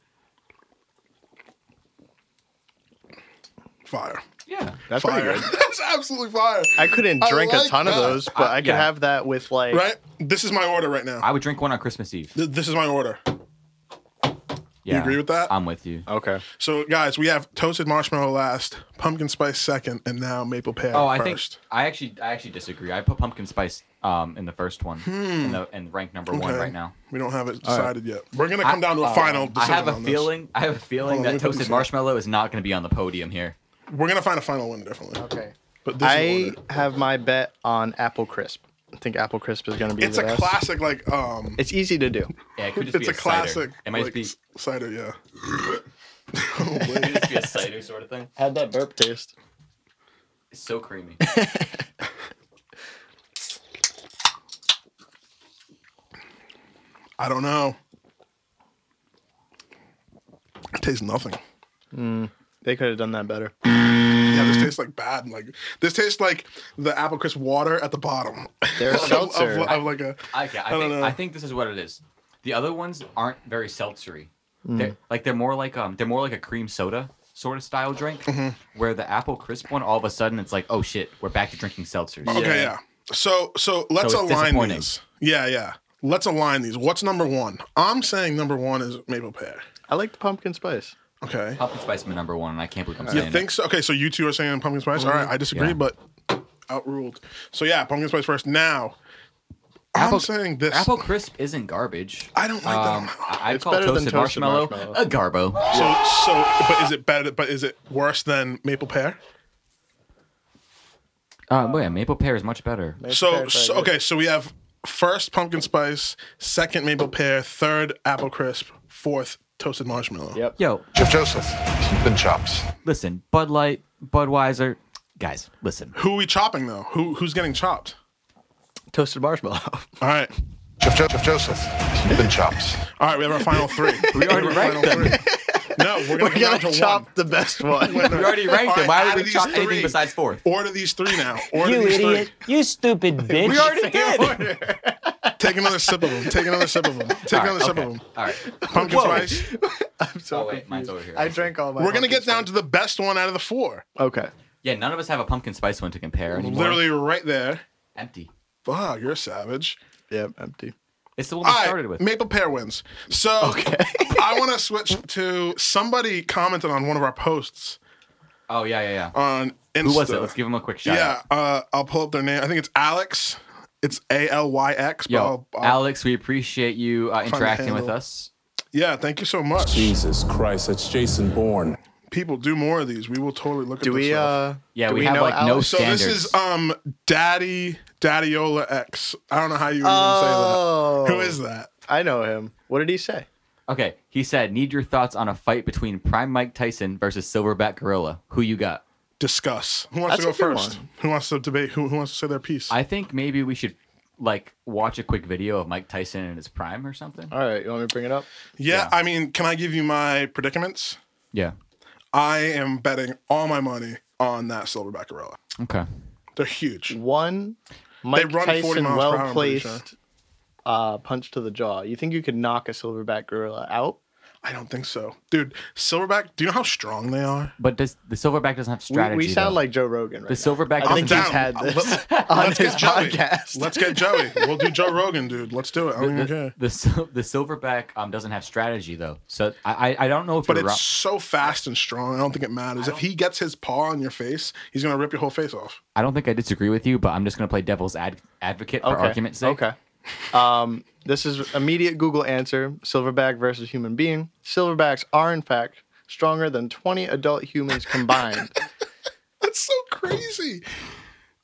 Speaker 3: Fire.
Speaker 4: Yeah,
Speaker 5: That's pretty
Speaker 3: Fire.
Speaker 5: good.
Speaker 3: That's absolutely fire.
Speaker 5: I couldn't
Speaker 3: I
Speaker 5: drink a
Speaker 3: like
Speaker 5: ton of
Speaker 3: that.
Speaker 5: those, but I could
Speaker 4: yeah.
Speaker 5: have that with like
Speaker 3: Right? This is my order right now.
Speaker 4: I would drink one on Christmas Eve.
Speaker 3: Th- This is my order.
Speaker 4: Yeah,
Speaker 3: agree with that? Uh,
Speaker 4: I'm with you.
Speaker 5: Okay.
Speaker 3: So, guys, we have toasted marshmallow last, pumpkin spice second, and now maple pear
Speaker 4: Oh, I think
Speaker 3: first.
Speaker 4: I actually I actually disagree. I put pumpkin spice um in the first one in the in rank number one
Speaker 3: Hmm. Okay.
Speaker 4: right now.
Speaker 3: We don't have it decided yet. We're gonna come down to a final
Speaker 4: I
Speaker 3: decision.
Speaker 4: have a
Speaker 3: on this.
Speaker 4: feeling. I have a feeling
Speaker 3: Hold on, let me
Speaker 4: that
Speaker 3: put
Speaker 4: toasted
Speaker 3: these-
Speaker 4: marshmallow is not going to be on the podium here.
Speaker 3: We're gonna find a final winner definitely.
Speaker 5: Okay.
Speaker 3: But this is
Speaker 5: I
Speaker 3: order.
Speaker 5: have my bet on apple crisp. I think apple crisp is gonna be.
Speaker 3: It's
Speaker 5: the
Speaker 3: a
Speaker 5: best.
Speaker 3: classic, like um,
Speaker 5: It's easy to do.
Speaker 4: Yeah, it could just
Speaker 3: it's
Speaker 4: be
Speaker 3: a,
Speaker 4: a,
Speaker 3: classic.
Speaker 4: Cider. It might
Speaker 3: like,
Speaker 4: just be
Speaker 3: s- cider, yeah.
Speaker 4: it could just be a cider sort of thing.
Speaker 5: Had that burp taste.
Speaker 4: It's so creamy.
Speaker 3: I don't know. It tastes nothing.
Speaker 5: They could have done that better.
Speaker 3: Yeah,
Speaker 4: Mm.
Speaker 3: this tastes like bad. Like this tastes like the apple crisp water at the bottom.
Speaker 5: Their
Speaker 3: Of- of,
Speaker 5: seltzer.
Speaker 3: of like a
Speaker 4: Okay, I,
Speaker 3: don't
Speaker 4: think
Speaker 3: know.
Speaker 4: I think this is what it is. The other ones aren't very seltzery.
Speaker 3: Hmm.
Speaker 4: They're, like they're more like um they're more like a cream soda sort of style drink,
Speaker 3: Mm-hmm.
Speaker 4: where the apple crisp one all of a sudden it's like oh shit we're back to drinking seltzers.
Speaker 3: okay, yeah. So so let's
Speaker 4: So it's
Speaker 3: align
Speaker 4: disappointing.
Speaker 3: these. Yeah, yeah. Let's align these. What's number one? I'm saying number one is maple pear.
Speaker 5: I like the pumpkin spice.
Speaker 3: Okay.
Speaker 4: Pumpkin spice my number one, and I can't believe I'm
Speaker 3: You
Speaker 4: saying
Speaker 3: think
Speaker 4: it.
Speaker 3: so? Okay, so you two are saying pumpkin spice. All right, I disagree,
Speaker 4: Mm-hmm. Yeah.
Speaker 3: but outruled. So yeah, pumpkin spice first. Now, I'm
Speaker 4: Apple-
Speaker 3: saying this.
Speaker 4: Apple crisp isn't garbage.
Speaker 3: I don't like that
Speaker 4: um,
Speaker 3: one.
Speaker 4: I I'd
Speaker 5: It's
Speaker 4: call
Speaker 5: better than
Speaker 4: toasted,
Speaker 5: toasted
Speaker 4: marshmallow,
Speaker 5: marshmallow.
Speaker 4: a garbo.
Speaker 3: So so, but is it better? But is it worse than maple pear?
Speaker 4: Uh, but yeah, maple pear is much better.
Speaker 3: So, so okay, so we have first pumpkin spice, second maple pear, third apple crisp, fourth toasted marshmallow.
Speaker 5: Yep.
Speaker 4: Yo,
Speaker 8: Jeff Joseph, keep in chops.
Speaker 4: listen, Bud Light, Budweiser, guys, listen.
Speaker 3: Who are we chopping though? Who who's getting chopped?
Speaker 5: Toasted marshmallow.
Speaker 3: All right,
Speaker 8: Jeff, Jo- Jeff Joseph, keep in chops.
Speaker 3: all right. We have our final three. we
Speaker 4: already
Speaker 3: have our final three. No, we're gonna
Speaker 5: We're
Speaker 3: come down
Speaker 5: gonna
Speaker 3: to
Speaker 5: chop
Speaker 3: one.
Speaker 5: the best one.
Speaker 4: We already ranked
Speaker 3: All right,
Speaker 4: them. Why
Speaker 3: out of
Speaker 4: did we
Speaker 3: these
Speaker 4: chop
Speaker 3: three.
Speaker 4: anything besides fourth?
Speaker 3: Order these three now. Order
Speaker 2: you
Speaker 3: these
Speaker 2: idiot.
Speaker 3: three.
Speaker 2: You stupid bitch.
Speaker 4: We already did.
Speaker 3: Take another sip of them. Take another sip of them. Take
Speaker 4: All
Speaker 3: another
Speaker 4: right,
Speaker 3: sip
Speaker 4: okay.
Speaker 3: of them.
Speaker 4: All right.
Speaker 3: Pumpkin spice.
Speaker 5: So
Speaker 4: Oh, wait, mine's over here.
Speaker 5: I drank all my.
Speaker 3: We're gonna
Speaker 5: pumpkin
Speaker 3: get down to the best one out of the four.
Speaker 5: spice. Okay.
Speaker 4: Yeah, none of us have a pumpkin spice one to compare anymore.
Speaker 3: Literally right there.
Speaker 4: empty.
Speaker 3: Fuck, you're a savage.
Speaker 5: Yep. Empty.
Speaker 4: It's the one
Speaker 3: All
Speaker 4: we
Speaker 3: right,
Speaker 4: started with.
Speaker 3: Maple pear wins. So I want to switch to somebody commented on one of our posts
Speaker 4: Oh yeah, yeah, yeah.
Speaker 3: on Insta.
Speaker 4: Who was it? Let's give him a quick shout.
Speaker 3: yeah,
Speaker 4: out.
Speaker 3: uh, I'll pull up their name. I think it's Alex. It's A L Y X. but
Speaker 4: Yo,
Speaker 3: I'll- I'll-
Speaker 4: Alex, we appreciate you uh,
Speaker 3: the
Speaker 4: interacting with
Speaker 3: oh. handle.
Speaker 4: us.
Speaker 3: Yeah, thank you so much.
Speaker 9: Jesus Christ, that's Jason Bourne.
Speaker 3: people do more of these, we will totally look
Speaker 5: Do
Speaker 3: at
Speaker 5: we?
Speaker 3: this. up.
Speaker 5: uh
Speaker 4: Yeah,
Speaker 5: do
Speaker 4: we, have
Speaker 5: know
Speaker 4: like no
Speaker 5: Alex?
Speaker 3: so
Speaker 4: standards.
Speaker 3: this is um Daddy Daddyola X. I don't know how you even
Speaker 5: Oh,
Speaker 3: say that. Who is that?
Speaker 5: I know him. What did he say?
Speaker 4: okay, he said, "Need your thoughts on a fight between Prime Mike Tyson versus Silverback Gorilla. Who you got?"
Speaker 3: Discuss. Who wants
Speaker 5: That's
Speaker 3: to
Speaker 5: a
Speaker 3: go
Speaker 5: good
Speaker 3: first? Who wants to debate? Who, who wants to say their piece?
Speaker 4: I think maybe we should like watch a quick video of Mike Tyson in his prime or something.
Speaker 3: Uh,
Speaker 5: All right, you want me to bring it up?
Speaker 3: yeah, I mean, can I give you my predicaments?
Speaker 4: Yeah.
Speaker 3: I am betting all my money on that silverback gorilla.
Speaker 4: Okay.
Speaker 3: They're huge.
Speaker 5: One, Mike
Speaker 3: run 40
Speaker 5: Tyson,
Speaker 3: miles per hour, I'm
Speaker 5: well
Speaker 3: pretty
Speaker 5: placed uh, punch to the jaw. You think you could knock a silverback gorilla out?
Speaker 3: I don't think so, dude. Silverback. Do you know how strong they are?
Speaker 4: But does the Silverback doesn't have
Speaker 5: We,
Speaker 4: strategy?
Speaker 5: we sound
Speaker 4: though.
Speaker 5: like Joe Rogan right
Speaker 4: the
Speaker 5: now.
Speaker 4: Silverback.
Speaker 5: I think
Speaker 4: doesn't-
Speaker 5: he's had
Speaker 3: down.
Speaker 5: this
Speaker 3: Let-
Speaker 5: on
Speaker 3: Let's
Speaker 5: his
Speaker 3: get Joey.
Speaker 5: podcast.
Speaker 3: Let's get Joey. We'll do Joe Rogan, dude. Let's do it. I don't even
Speaker 4: the,
Speaker 3: care.
Speaker 4: the, sil- the Silverback um, doesn't have strategy though, so I I, I don't know if
Speaker 3: But
Speaker 4: you're
Speaker 3: it's
Speaker 4: wrong.
Speaker 3: so fast and strong. I don't think it matters. If he gets his paw on your face, he's gonna rip your whole face off.
Speaker 4: I don't think I disagree with you, but I'm just gonna play devil's ad- advocate for argument's sake.
Speaker 5: Okay. Um, this is immediate Google answer: silverback versus human being. Silverbacks are in fact stronger than 20 adult humans combined.
Speaker 3: That's so crazy.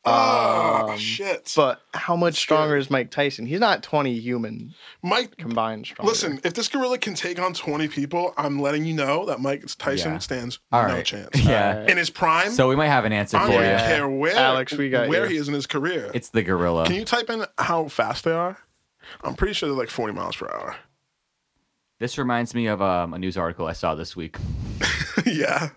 Speaker 3: Oh shit!
Speaker 5: Um, but how much stronger is Mike Tyson? He's not 20 human
Speaker 3: Mike,
Speaker 5: combined
Speaker 4: Oh,
Speaker 5: stronger.
Speaker 3: listen. If this gorilla can take on twenty people, I'm letting you know that Mike Tyson
Speaker 4: Yeah.
Speaker 3: stands
Speaker 4: All
Speaker 3: no
Speaker 4: right.
Speaker 3: chance. Oh,
Speaker 4: Yeah.
Speaker 3: In his prime,
Speaker 4: So we might have an answer
Speaker 3: I
Speaker 4: for
Speaker 3: don't
Speaker 4: you.
Speaker 5: Yeah.
Speaker 3: care where
Speaker 5: Alex, we got
Speaker 3: where
Speaker 5: you.
Speaker 3: he is in his career.
Speaker 4: It's the gorilla.
Speaker 3: Can you type in how fast they are? I'm pretty sure they're like 40 miles per hour.
Speaker 4: This reminds me of um, a news article I saw this week.
Speaker 3: yeah.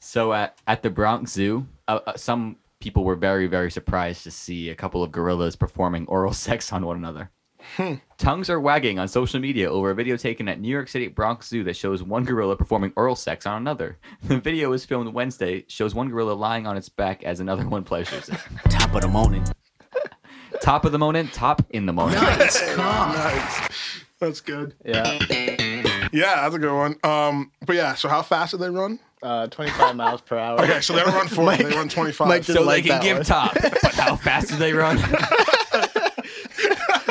Speaker 4: So at, at the Bronx Zoo, uh, uh, some people were very, very surprised to see a couple of gorillas performing oral sex on one another.
Speaker 5: Hmm.
Speaker 4: Tongues are wagging on social media over a video taken at New York City Bronx Zoo that shows one gorilla performing oral sex on another. The video was filmed Wednesday, shows one gorilla lying on its back as another one pleasures it.
Speaker 9: Top of the morning.
Speaker 4: top of the moment, top in the moment.
Speaker 3: Nice. That's good.
Speaker 5: Yeah.
Speaker 3: Yeah, that's a good one. Um, but yeah, so how fast do they run?
Speaker 5: Uh, 25 miles per hour.
Speaker 3: Okay, so they don't run 40,
Speaker 5: Mike-
Speaker 3: they run 25.
Speaker 5: Mike
Speaker 4: So
Speaker 5: Like
Speaker 4: they can
Speaker 5: that
Speaker 4: give
Speaker 5: one.
Speaker 4: top, but how fast do they run?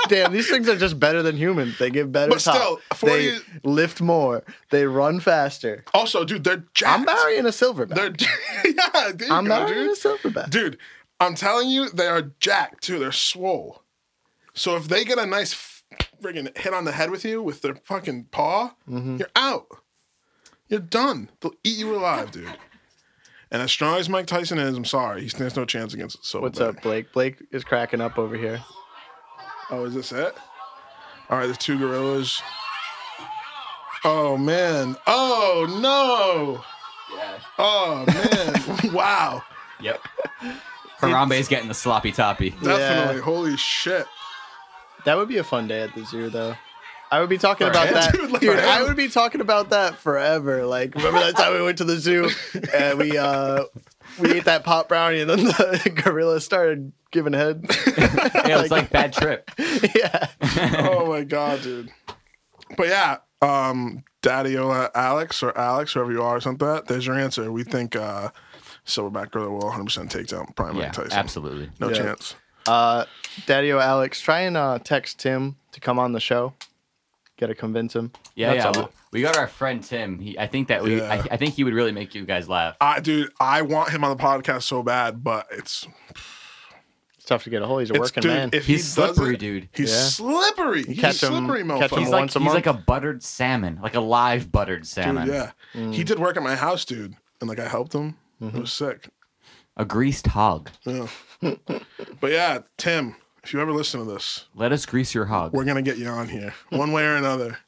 Speaker 5: Damn, these things are just better than humans. They give better
Speaker 3: But
Speaker 5: top.
Speaker 3: still, 40
Speaker 5: they lift more. They run faster.
Speaker 3: also, dude, they're jacked.
Speaker 5: I'm marrying a silverback.
Speaker 3: They're, yeah, there you
Speaker 5: I'm
Speaker 3: go,
Speaker 5: marrying
Speaker 3: dude.
Speaker 5: a silverback.
Speaker 3: Dude, I'm telling you, they are jacked too. They're swole. So if they get a nice f- friggin' hit on the head with you with their fucking paw,
Speaker 5: Mm-hmm.
Speaker 3: you're out. You're done. They'll eat you alive, dude. And as strong as Mike Tyson is, I'm sorry, he stands no chance against Silverback.
Speaker 5: What's up, Blake? Blake is cracking up over here.
Speaker 3: Oh, is this it? All right, the two gorillas. Oh man. Oh no. Oh man. wow.
Speaker 4: yep. Harambe's getting the sloppy toppy.
Speaker 3: Definitely.
Speaker 5: Yeah.
Speaker 3: Holy shit.
Speaker 5: That would be a fun day at the zoo, though. I would be talking
Speaker 4: Forever.
Speaker 5: about that,
Speaker 3: Dude,
Speaker 5: dude.
Speaker 3: like
Speaker 5: I
Speaker 3: forever.
Speaker 5: would be talking about that forever. Like, remember that time we went to the zoo and we uh we ate that pop brownie, and then the gorilla started giving head.
Speaker 4: Yeah, it's like bad trip.
Speaker 5: yeah,
Speaker 3: oh my god, dude. But yeah, um, Daddyola Alex or Alex, whoever you are, or something like that. There's your answer. We think uh, Silverback Gorilla will 100 percent take down Prime
Speaker 4: Yeah,
Speaker 3: Mike Tyson.
Speaker 4: absolutely.
Speaker 3: No
Speaker 5: Yeah.
Speaker 3: chance.
Speaker 5: uh, Daddy O Alex, try and uh, text Tim to come on the show. Got to convince him.
Speaker 4: Yeah,
Speaker 5: That's
Speaker 4: yeah.
Speaker 5: all.
Speaker 4: we- We got our friend Tim. He, I think that we, I,
Speaker 3: Yeah.
Speaker 4: I think he would really make you guys laugh.
Speaker 3: I dude, I want him on the podcast so bad, but it's
Speaker 5: It's tough to get a hold. He's a
Speaker 3: it's
Speaker 5: working
Speaker 3: dude.
Speaker 5: man.
Speaker 3: If
Speaker 4: He's
Speaker 3: he does
Speaker 4: slippery,
Speaker 3: it,
Speaker 4: dude.
Speaker 3: He's
Speaker 5: Yeah.
Speaker 3: slippery. He's
Speaker 5: Catch him-
Speaker 3: slippery,
Speaker 5: catch him
Speaker 4: He's
Speaker 3: mofo.
Speaker 4: like
Speaker 5: once a
Speaker 4: he's like a
Speaker 5: month?
Speaker 4: buttered salmon, like a live buttered salmon,
Speaker 3: Dude, yeah,
Speaker 5: Mm.
Speaker 3: he did work at my house, dude, and like I helped him.
Speaker 5: Mm-hmm.
Speaker 3: It was sick.
Speaker 4: a greased hog.
Speaker 3: Yeah. but yeah, Tim, if you ever listen to this,
Speaker 4: Let us grease your hog.
Speaker 3: we're gonna get you on here one way or another.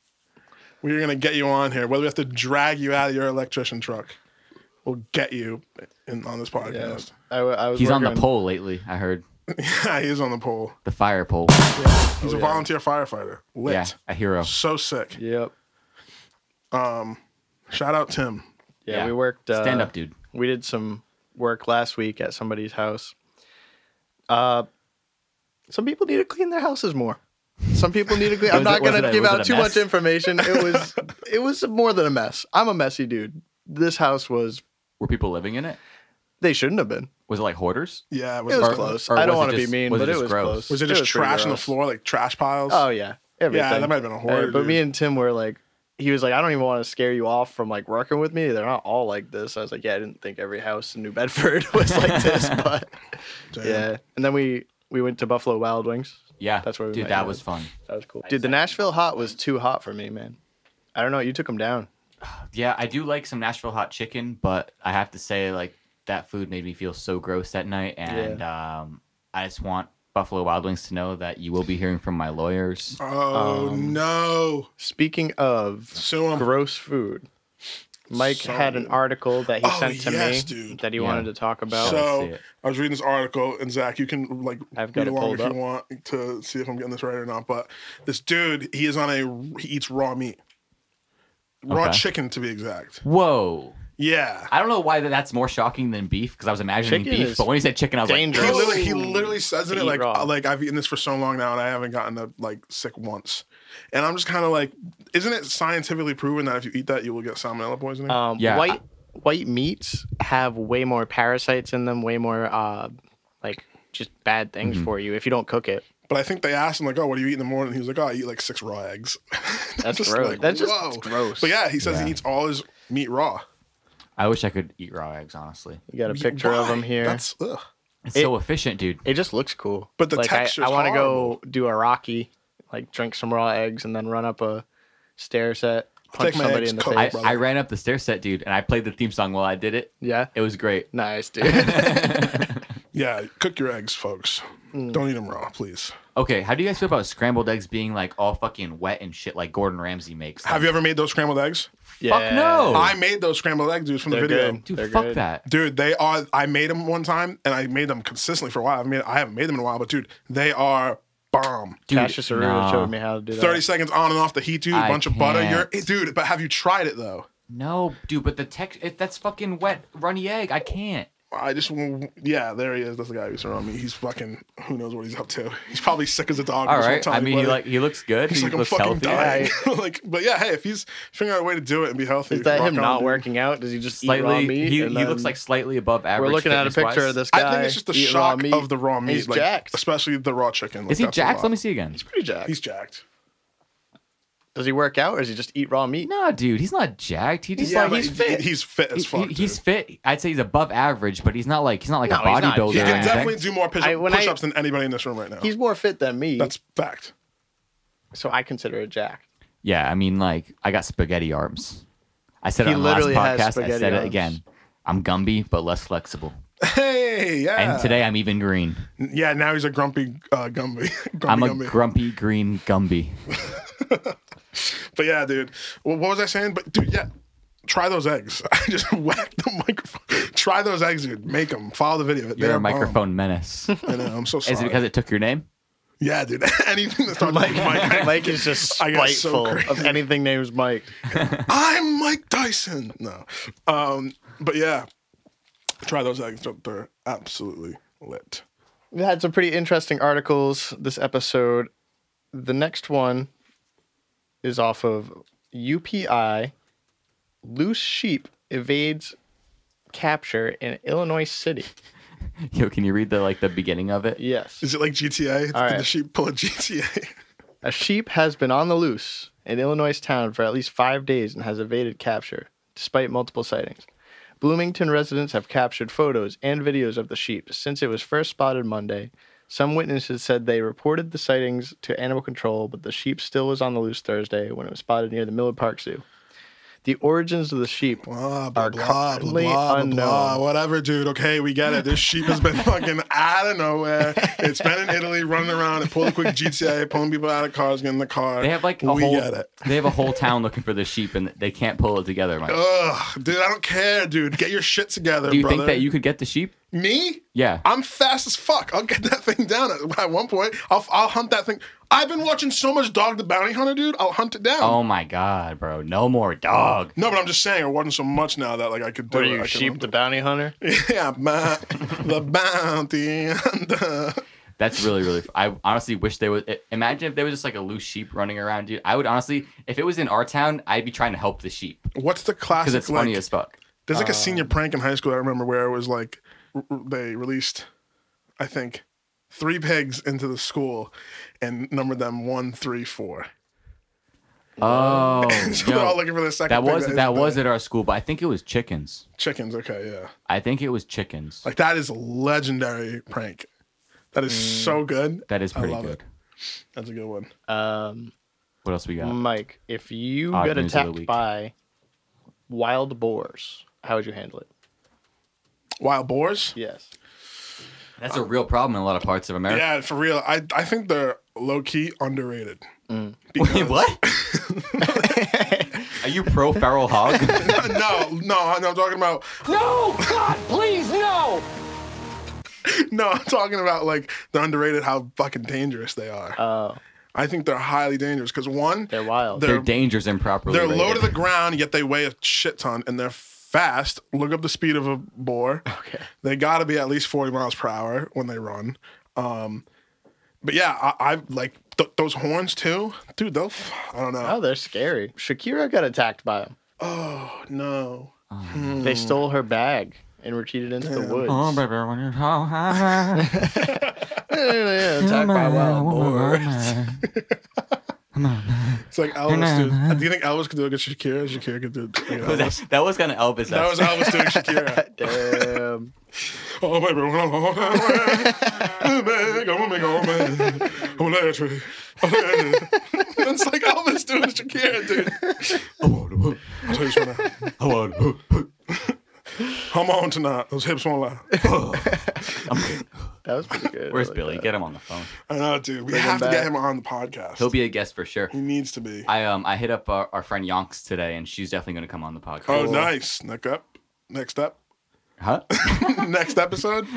Speaker 3: We're gonna get you on here, whether we have to drag you out of your electrician truck. We'll get you in on this
Speaker 5: yeah.
Speaker 3: podcast.
Speaker 5: I, w- I was
Speaker 4: he's on the
Speaker 5: working-
Speaker 4: pole lately. I heard
Speaker 3: Yeah, he is on the pole.
Speaker 4: the fire pole.
Speaker 3: He's
Speaker 5: Oh,
Speaker 3: a volunteer firefighter. Lit.
Speaker 4: yeah, a hero.
Speaker 3: So sick.
Speaker 5: Yep.
Speaker 3: Shout out Tim.
Speaker 5: Yeah,
Speaker 4: Yeah.
Speaker 5: we worked. Uh,
Speaker 4: Stand up, dude.
Speaker 5: we did some work last week at somebody's house. Uh, some people need to clean their houses more. Some people need to clean. I'm
Speaker 4: Was
Speaker 5: not
Speaker 4: it- was
Speaker 5: going
Speaker 4: it
Speaker 5: to
Speaker 4: a-
Speaker 5: give
Speaker 4: was it
Speaker 5: out
Speaker 4: a
Speaker 5: too
Speaker 4: mess?
Speaker 5: much information. It was it was more than a mess. I'm a messy dude. This house was.
Speaker 4: Were people living in it?
Speaker 5: They shouldn't have been.
Speaker 4: Was it like hoarders?
Speaker 3: Yeah,
Speaker 5: It was
Speaker 3: it-
Speaker 5: close.
Speaker 4: or
Speaker 5: I don't
Speaker 4: was it
Speaker 5: want to be
Speaker 4: just-
Speaker 5: mean,
Speaker 4: was it
Speaker 5: but it
Speaker 4: just
Speaker 5: was
Speaker 4: gross?
Speaker 5: close.
Speaker 3: Was it just
Speaker 5: pretty
Speaker 3: trash on the
Speaker 5: gross.
Speaker 3: floor, like trash piles?
Speaker 5: Oh yeah, everything.
Speaker 3: yeah, that might have been a
Speaker 5: Uh,
Speaker 3: horror.
Speaker 5: but me
Speaker 3: dude.
Speaker 5: and Tim were like, he was like, I don't even want to scare you off from like working with me. They're not all like this. I was like, yeah, I didn't think every house in New Bedford was like this, but yeah. And then we we went to Buffalo Wild Wings.
Speaker 4: Yeah,
Speaker 5: That's where we
Speaker 4: dude.
Speaker 5: met
Speaker 4: That
Speaker 5: you.
Speaker 4: was fun.
Speaker 5: That was cool, dude. The Nashville hot was too hot for me, man. I don't know. You took him down.
Speaker 4: Yeah, I do like some Nashville hot chicken, but I have to say, like that food made me feel so gross that night, and um, I just want Buffalo Wild Wings to know that you will be hearing from my lawyers.
Speaker 3: Oh
Speaker 5: Um,
Speaker 3: no!
Speaker 5: Speaking of
Speaker 3: So um,
Speaker 5: gross food. Mike
Speaker 3: So-
Speaker 5: had an article that he
Speaker 3: Oh,
Speaker 5: sent to
Speaker 3: yes,
Speaker 5: me
Speaker 3: dude.
Speaker 5: that he
Speaker 4: Yeah.
Speaker 5: wanted to talk about.
Speaker 4: Let's
Speaker 3: so
Speaker 4: see it.
Speaker 3: I was reading this article, and Zach, you can like
Speaker 5: I've got
Speaker 3: read
Speaker 5: it
Speaker 3: along if
Speaker 5: pulled
Speaker 3: you want to see if I'm getting this right or not. But this dude, he is on a he eats raw meat, raw
Speaker 4: Okay.
Speaker 3: chicken to be exact.
Speaker 4: Whoa.
Speaker 3: Yeah,
Speaker 4: I don't know why that- that's more shocking than beef because I was imagining
Speaker 5: Chicken
Speaker 4: beef,
Speaker 5: is
Speaker 4: but when he said chicken, I was
Speaker 3: he
Speaker 5: dangerous.
Speaker 3: literally, he literally says
Speaker 5: To
Speaker 3: it
Speaker 5: Oh, eat
Speaker 3: like
Speaker 5: raw.
Speaker 3: like I've eaten this for so long now, and I haven't gotten a, like sick once. And I'm just kind of like, isn't it scientifically proven that if you eat that, you will get salmonella poisoning?
Speaker 5: Um,
Speaker 4: Yeah,
Speaker 5: white white meats have way more parasites in them, way more uh, like just bad things
Speaker 4: Mm-hmm.
Speaker 5: for you if you don't cook it.
Speaker 3: but I think they asked him like, "Oh, what do you eat in the morning?" He was like, "Oh, I eat like six raw eggs."
Speaker 5: That's gross. That's just gross.
Speaker 3: But yeah, he says he
Speaker 4: Yeah.
Speaker 3: eats all his meat raw.
Speaker 4: like, I wish I could eat raw eggs, honestly.
Speaker 5: You got a picture of
Speaker 3: Why?
Speaker 5: them here.
Speaker 3: That's ugh.
Speaker 4: It's so efficient, dude.
Speaker 5: It just looks cool.
Speaker 3: But the
Speaker 5: like, I,
Speaker 3: texture's
Speaker 5: I want to go
Speaker 3: horrible.
Speaker 5: do a Rocky, like drink some raw eggs and then run up a stair set, punch
Speaker 3: take my
Speaker 5: somebody
Speaker 3: eggs
Speaker 5: in the
Speaker 3: cold,
Speaker 5: face.
Speaker 4: I,
Speaker 3: brother.
Speaker 4: I ran up the stair set, dude, and I played the theme song while I did it.
Speaker 5: Yeah.
Speaker 4: It was great.
Speaker 5: Nice, dude.
Speaker 3: Yeah, cook your eggs, folks.
Speaker 4: Mm.
Speaker 3: Don't eat them raw, please.
Speaker 4: Okay, how do you guys feel about scrambled eggs being like all fucking wet and shit like Gordon Ramsay makes?
Speaker 3: Have you ever made those scrambled eggs?
Speaker 4: Fuck no.
Speaker 3: I made those scrambled eggs, dudes, from the
Speaker 5: They're
Speaker 3: video.
Speaker 5: good.
Speaker 4: dude,
Speaker 5: They're
Speaker 4: fuck
Speaker 5: good.
Speaker 4: that.
Speaker 3: Dude, they are. I made them one time, and I made them consistently for a while. I mean, I haven't made them in a while, but dude, they are bomb.
Speaker 4: Dude,
Speaker 5: Cassius Arena
Speaker 4: nah.
Speaker 5: showed me how to do that.
Speaker 3: Thirty seconds on and off the heat, dude. A
Speaker 4: I
Speaker 3: bunch of butter. You're,
Speaker 4: can't.
Speaker 3: eh, dude. But have you tried it though?
Speaker 4: No, dude, but the tech it, that's fucking wet runny egg. I can't.
Speaker 3: I just, w- yeah, there he is. That's the guy who's around me. He's fucking. Who knows what he's up to? He's probably sick as a dog.
Speaker 4: All
Speaker 3: this whole
Speaker 4: right.
Speaker 3: time,
Speaker 4: I mean, he
Speaker 3: but-
Speaker 4: like he looks good.
Speaker 3: He's
Speaker 4: he
Speaker 3: like, I'm
Speaker 4: looks
Speaker 3: fucking
Speaker 4: healthy.
Speaker 3: dying. like, but yeah, hey, if he's figuring out a way to do it and be healthy,
Speaker 5: Is that
Speaker 3: rock
Speaker 5: him
Speaker 3: on,
Speaker 5: not
Speaker 3: dude.
Speaker 5: working out? Does he just eat raw
Speaker 4: Slightly,
Speaker 5: meat?
Speaker 4: he, he
Speaker 5: and
Speaker 4: looks
Speaker 5: then-
Speaker 4: like slightly above average.
Speaker 5: we're looking at a
Speaker 4: fitness-wise.
Speaker 5: picture of this guy.
Speaker 3: I think it's just the
Speaker 5: eat raw
Speaker 3: shock
Speaker 5: meat.
Speaker 3: of the raw meat,
Speaker 5: He's
Speaker 3: like,
Speaker 5: jacked.
Speaker 3: especially the raw chicken. Like,
Speaker 4: Is he
Speaker 3: that's a
Speaker 4: jacked?
Speaker 3: lot.
Speaker 4: Let me see again.
Speaker 5: Pretty jacked.
Speaker 3: He's jacked.
Speaker 5: Does he work out or does he just eat raw meat?
Speaker 4: No, dude, he's not jacked. He just like
Speaker 3: but
Speaker 4: he's
Speaker 3: he-
Speaker 4: fit.
Speaker 3: He's fit as
Speaker 4: He-
Speaker 3: fuck.
Speaker 4: he- he's
Speaker 3: dude.
Speaker 4: fit. I'd say he's above average, but he's not like he's not like a
Speaker 5: No, he's not.
Speaker 4: bodybuilder.
Speaker 3: He
Speaker 4: or
Speaker 3: can
Speaker 4: anything.
Speaker 3: definitely do more push-
Speaker 5: I- when I-
Speaker 3: ups than anybody in this room right now.
Speaker 5: He's more fit than me,
Speaker 3: That's fact.
Speaker 5: so I consider it jacked.
Speaker 4: Yeah, I mean, like I got spaghetti arms. I said
Speaker 5: He
Speaker 4: it on the last
Speaker 5: literally has
Speaker 4: podcast. I
Speaker 5: spaghetti
Speaker 4: said
Speaker 5: arms.
Speaker 4: it again. I'm Gumby, but less flexible.
Speaker 3: Hey, yeah.
Speaker 4: And today I'm even green.
Speaker 3: yeah, now he's a grumpy uh, Gumby. grumpy
Speaker 4: I'm a
Speaker 3: Gumby.
Speaker 4: grumpy green Gumby.
Speaker 3: But yeah, dude. Well, what was I saying? But dude, yeah. Try those eggs. I just whacked the microphone. Try those eggs, dude. Make them. Follow the video.
Speaker 4: You're
Speaker 3: They're
Speaker 4: a
Speaker 3: bomb.
Speaker 4: microphone menace.
Speaker 3: I know. uh, I'm so sorry.
Speaker 4: Is it because it took your name?
Speaker 3: Yeah, dude. Anything that starts with Mike.
Speaker 5: Mike is just
Speaker 3: I got so
Speaker 5: spiteful
Speaker 3: crazy.
Speaker 5: of anything named Mike.
Speaker 3: I'm Mike Dyson. No. Um, but yeah, try those eggs. They're- They're absolutely lit.
Speaker 5: We had some pretty interesting articles this episode. The next one is off of UPI. Loose sheep evades capture in Illinois City.
Speaker 4: Yo, can you read the like the beginning of it?
Speaker 5: Yes.
Speaker 3: Is it like GTA?
Speaker 5: All
Speaker 3: Did the
Speaker 5: right.
Speaker 3: sheep pull a GTA?
Speaker 5: A sheep has been on the loose in Illinois town for at least five days and has evaded capture, despite multiple sightings. Bloomington residents have captured photos and videos of the sheep since it was first spotted Monday. Some witnesses said they reported the sightings to animal control, but the sheep still was on the loose Thursday when it was spotted near the Miller Park Zoo. The origins of the sheep
Speaker 3: Blah, blah, blah,
Speaker 5: are
Speaker 3: blah,
Speaker 5: currently
Speaker 3: blah, blah,
Speaker 5: unknown.
Speaker 3: blah. Whatever, dude. Okay, we get it. This sheep has been fucking out of nowhere. It's been in Italy running around. It pulled a quick GTA, pulling people out of cars, getting in the car.
Speaker 4: They have like a
Speaker 3: we
Speaker 4: whole
Speaker 3: get it.
Speaker 4: they have a whole town looking for the sheep and they can't pull it together,
Speaker 3: Oh,
Speaker 4: Mike.
Speaker 3: Ugh, dude, I don't care, dude. Get your shit together,
Speaker 4: Do you
Speaker 3: brother.
Speaker 4: think that you could get the sheep?
Speaker 3: Me?
Speaker 4: Yeah.
Speaker 3: I'm fast as fuck. I'll get that thing down at, at one point. I'll, I'll hunt that thing. I've been watching so much Dog the Bounty Hunter, dude. I'll hunt it down.
Speaker 4: Oh my god, bro. No more dog.
Speaker 3: No, but I'm just saying, it wasn't so much now that like I could do
Speaker 5: What
Speaker 3: it.
Speaker 5: are
Speaker 3: I
Speaker 5: you,
Speaker 3: could
Speaker 5: sheep
Speaker 3: hunt
Speaker 5: the bounty hunter?
Speaker 3: it. yeah, ma- the bounty hunter.
Speaker 4: That's really, really. I honestly wish they would. Imagine if there was just like a loose sheep running around, dude. I would honestly, if it was in our town, I'd be trying to help the sheep
Speaker 3: What's the
Speaker 4: because
Speaker 3: classic?
Speaker 4: it's
Speaker 3: like,
Speaker 4: funny as uh, fuck.
Speaker 3: There's like a senior prank in high school I remember where it was like r- r- they released, I think, three pigs into the school and numbered them one, three, four.
Speaker 4: Oh,
Speaker 3: so
Speaker 4: yo,
Speaker 3: they're all looking for the second.
Speaker 4: that
Speaker 3: thing
Speaker 4: was
Speaker 3: that
Speaker 4: that
Speaker 3: isn't
Speaker 4: was
Speaker 3: there.
Speaker 4: at our school, but I think it was chickens.
Speaker 3: Chickens. Okay, yeah.
Speaker 4: I think it was chickens.
Speaker 3: Like that is a legendary prank. That is so good.
Speaker 4: that is
Speaker 3: I
Speaker 4: pretty
Speaker 3: love
Speaker 4: good.
Speaker 3: it. That's a good one.
Speaker 5: Um,
Speaker 4: What else we got?
Speaker 5: Mike, if you
Speaker 4: Odd
Speaker 5: got
Speaker 4: news of the
Speaker 5: attacked
Speaker 4: week.
Speaker 5: by wild boars, how would you handle it?
Speaker 3: Wild boars.
Speaker 5: Yes.
Speaker 4: That's a real problem in a lot of parts of America.
Speaker 3: Yeah, for real. I I think they're low key underrated.
Speaker 4: Wait, what? Are you pro feral hog?
Speaker 3: no, no, no. I'm talking about
Speaker 2: No, God, please, no.
Speaker 3: no. I'm talking about like they're underrated. How fucking dangerous they are.
Speaker 5: Oh,
Speaker 3: I think they're highly dangerous because one,
Speaker 5: they're wild.
Speaker 4: Their
Speaker 3: They're-
Speaker 4: dangers improperly.
Speaker 3: they're
Speaker 4: rated.
Speaker 3: low to the ground, yet they weigh a shit ton, and they're fast. Look up the speed of a boar.
Speaker 5: okay.
Speaker 3: They got to be at least 40 miles per hour when they run. Um, but yeah, I, I like th- those horns too, dude. They'll, f- I don't know.
Speaker 5: Oh, they're scary. Shakira got attacked by them.
Speaker 3: Oh no,
Speaker 5: They
Speaker 4: Hmm.
Speaker 5: stole her bag and retreated into the woods.
Speaker 4: Oh, baby, when you're so high,
Speaker 5: Yeah, attacked by wild boars.
Speaker 3: it's like Elvis. Dude. Do you think Elvis could do it against Shakira? Shakira could do it. against Elvis.
Speaker 4: that, that was kind of Elvis.
Speaker 3: That was Elvis doing Shakira.
Speaker 5: Damn.
Speaker 3: Oh baby, when I'm on my way, baby, I'm gonna go, man. I'm gonna let you- I'm gonna let you- It's like "Oh, Elvis doing Shakira, dude. I'll tell you something. I'm on tonight. Those hips won't lie.
Speaker 5: That was pretty good. I
Speaker 4: Where's
Speaker 5: like
Speaker 4: Billy?
Speaker 5: that.
Speaker 4: Get him on the phone.
Speaker 3: I know, uh, dude. We have to
Speaker 5: back.
Speaker 3: get him on the podcast.
Speaker 4: He'll be a guest for sure.
Speaker 3: he needs to be.
Speaker 4: I um I hit up our, our friend Yonks today, and she's definitely going to come on the podcast.
Speaker 3: oh, nice. Next up. Next up.
Speaker 4: Huh?
Speaker 3: Next episode.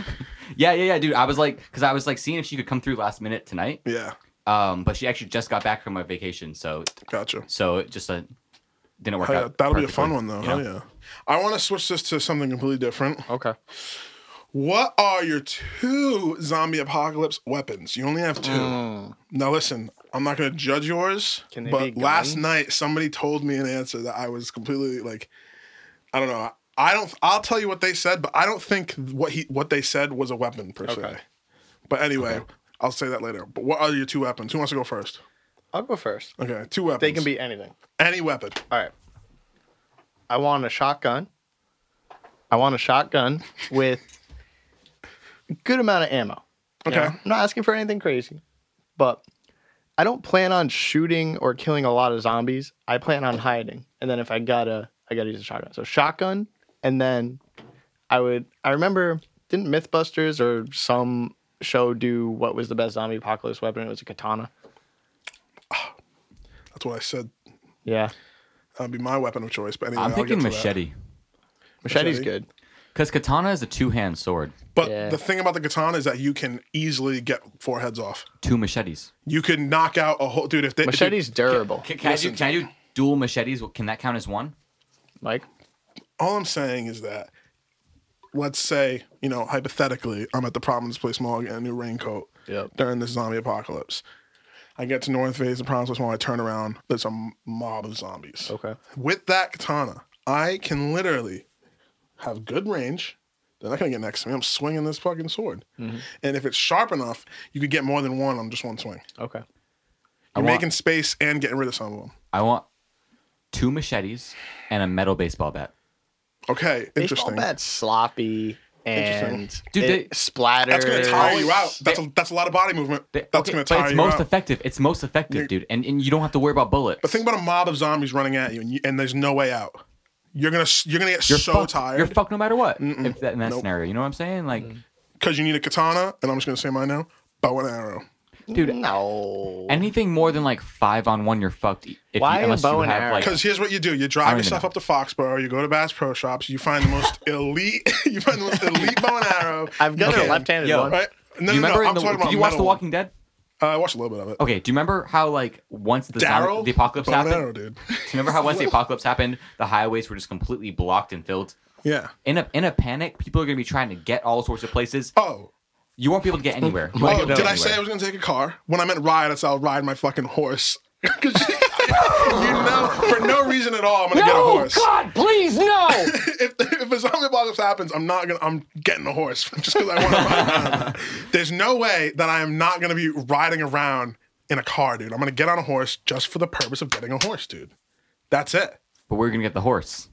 Speaker 4: Yeah, yeah, yeah, dude. I was like, because I was like seeing if she could come through last minute tonight.
Speaker 3: Yeah.
Speaker 4: Um, but she actually just got back from a vacation, so
Speaker 3: Gotcha.
Speaker 4: so it just uh, didn't work
Speaker 3: Oh, yeah,
Speaker 4: out.
Speaker 3: that'll be a fun
Speaker 4: perfectly,
Speaker 3: one though.
Speaker 4: you know?
Speaker 3: Oh yeah. I want to switch this to something completely different.
Speaker 5: Okay.
Speaker 3: What are your two zombie apocalypse weapons? You only have two. Now listen, I'm not gonna judge yours,
Speaker 5: Mm. Can they
Speaker 3: but
Speaker 5: be
Speaker 3: last
Speaker 5: guns?
Speaker 3: night somebody told me an answer that I was completely like, I don't know. I don't. I'll tell you what they said, but I don't think what he what they said was a weapon per se.
Speaker 5: Okay.
Speaker 3: But anyway, I'll say that later. But what are your two weapons? Who wants to go first?
Speaker 5: I'll go first.
Speaker 3: Okay, two weapons.
Speaker 5: They can be anything.
Speaker 3: any weapon.
Speaker 5: All right. I want a shotgun. I want a shotgun with a good amount of ammo.
Speaker 3: Okay.
Speaker 5: You know, I'm not asking for anything crazy, but I don't plan on shooting or killing a lot of zombies. I plan on hiding, and then if I gotta, I gotta use a shotgun. So shotgun, and then I would. I remember didn't MythBusters or some show do what was the best zombie apocalypse weapon? It was a katana.
Speaker 3: That's what I said.
Speaker 5: Yeah,
Speaker 3: That'd be my weapon of choice. But anyway,
Speaker 4: I'm
Speaker 3: I'll
Speaker 4: thinking
Speaker 3: get to that.
Speaker 4: machete,
Speaker 5: machete's
Speaker 3: Machete?
Speaker 5: good.
Speaker 4: because katana is a two hand sword,
Speaker 3: But
Speaker 5: Yeah.
Speaker 3: the thing about the katana is that you can easily get four heads off.
Speaker 4: two machetes.
Speaker 3: You could knock out a whole dude if they
Speaker 5: Machete's durable.
Speaker 4: Can, can I do can I do dual machetes? Can that count as one?
Speaker 5: Mike,
Speaker 3: all I'm saying is that let's say, you know, hypothetically, I'm at the Providence Place Mall getting a new raincoat
Speaker 5: Yep.
Speaker 3: during this zombie apocalypse. I get to North Face, the Providence Place Mall, I turn around, there's a mob of zombies.
Speaker 5: okay,
Speaker 3: With that katana, I can literally have good range. They're not gonna get next to me. I'm swinging this fucking sword,
Speaker 5: Mm-hmm.
Speaker 3: and if it's sharp enough, you could get more than one on just one swing.
Speaker 5: okay.
Speaker 4: I
Speaker 3: You're
Speaker 4: want-
Speaker 3: making space and getting rid of some of them.
Speaker 4: I want two machetes and a metal baseball bat.
Speaker 3: Okay,
Speaker 5: Baseball
Speaker 3: interesting.
Speaker 5: bat's sloppy and
Speaker 4: Dude,
Speaker 5: it
Speaker 4: they-
Speaker 5: splatters.
Speaker 3: That's gonna tire you out. That's a, that's a lot of body movement.
Speaker 4: They-
Speaker 3: That's
Speaker 4: okay,
Speaker 3: gonna
Speaker 4: but
Speaker 3: tire
Speaker 4: it's
Speaker 3: you
Speaker 4: most
Speaker 3: out.
Speaker 4: effective. It's most effective, dude, and and you don't have to worry about bullets.
Speaker 3: But think about a mob of zombies running at you, and, you, and there's no way out. You're gonna s- you're gonna get
Speaker 4: you're
Speaker 3: so
Speaker 4: fucked. You're
Speaker 3: tired
Speaker 4: fucked no matter what. If that, in that
Speaker 3: Nope.
Speaker 4: scenario, you know what I'm saying? Like,
Speaker 3: because you need a katana, and I'm just gonna say mine now. Bow and arrow.
Speaker 4: dude,
Speaker 5: No.
Speaker 4: anything more than like five on one, you're fucked. e-, If you-
Speaker 5: Why a
Speaker 4: unless
Speaker 5: bow
Speaker 4: you
Speaker 5: and
Speaker 4: have,
Speaker 5: arrow?
Speaker 4: like-
Speaker 3: Because here's what you do: you
Speaker 4: I
Speaker 3: drive
Speaker 4: don't even
Speaker 3: yourself
Speaker 4: know.
Speaker 3: up to Foxborough, you go to Bass Pro Shops, you find the most elite, you find the most elite bow and arrow.
Speaker 5: I've got
Speaker 3: Okay.
Speaker 5: a left-handed
Speaker 4: Yo.
Speaker 5: one.
Speaker 3: Right? No,
Speaker 4: Do you
Speaker 3: no, no.
Speaker 4: remember? in
Speaker 3: I'm
Speaker 4: the,
Speaker 3: talking about
Speaker 4: did you watch
Speaker 3: metal
Speaker 4: The
Speaker 3: one.
Speaker 4: Walking Dead?
Speaker 3: Uh, I watched a little bit of it.
Speaker 4: Okay. Do you remember how like once the zombie,
Speaker 3: Daryl,
Speaker 4: the apocalypse
Speaker 3: bow and
Speaker 4: happened?
Speaker 3: arrow,
Speaker 4: do
Speaker 3: dude.
Speaker 4: you remember how once the apocalypse happened, the highways were just completely blocked and filled?
Speaker 3: Yeah.
Speaker 4: In a in a panic, people are gonna be trying to get all sorts of places.
Speaker 3: Oh,
Speaker 4: You won't be able to get anywhere. You won't be
Speaker 3: Oh,
Speaker 4: able to
Speaker 3: did
Speaker 4: get
Speaker 3: I say I
Speaker 4: anywhere.
Speaker 3: was gonna take a car? When I meant ride, I said I'll ride my fucking horse. 'Cause you you know, for no reason at all, I'm gonna get a
Speaker 2: No,
Speaker 3: horse.
Speaker 2: God, please, no.
Speaker 3: If, if a zombie apocalypse happens, I'm not gonna. I'm getting a horse just because I want to. There's no way that I am not gonna be riding around in a car, dude. I'm gonna get on a horse just for the purpose of getting a horse, dude. That's it.
Speaker 4: But we're gonna get the horse.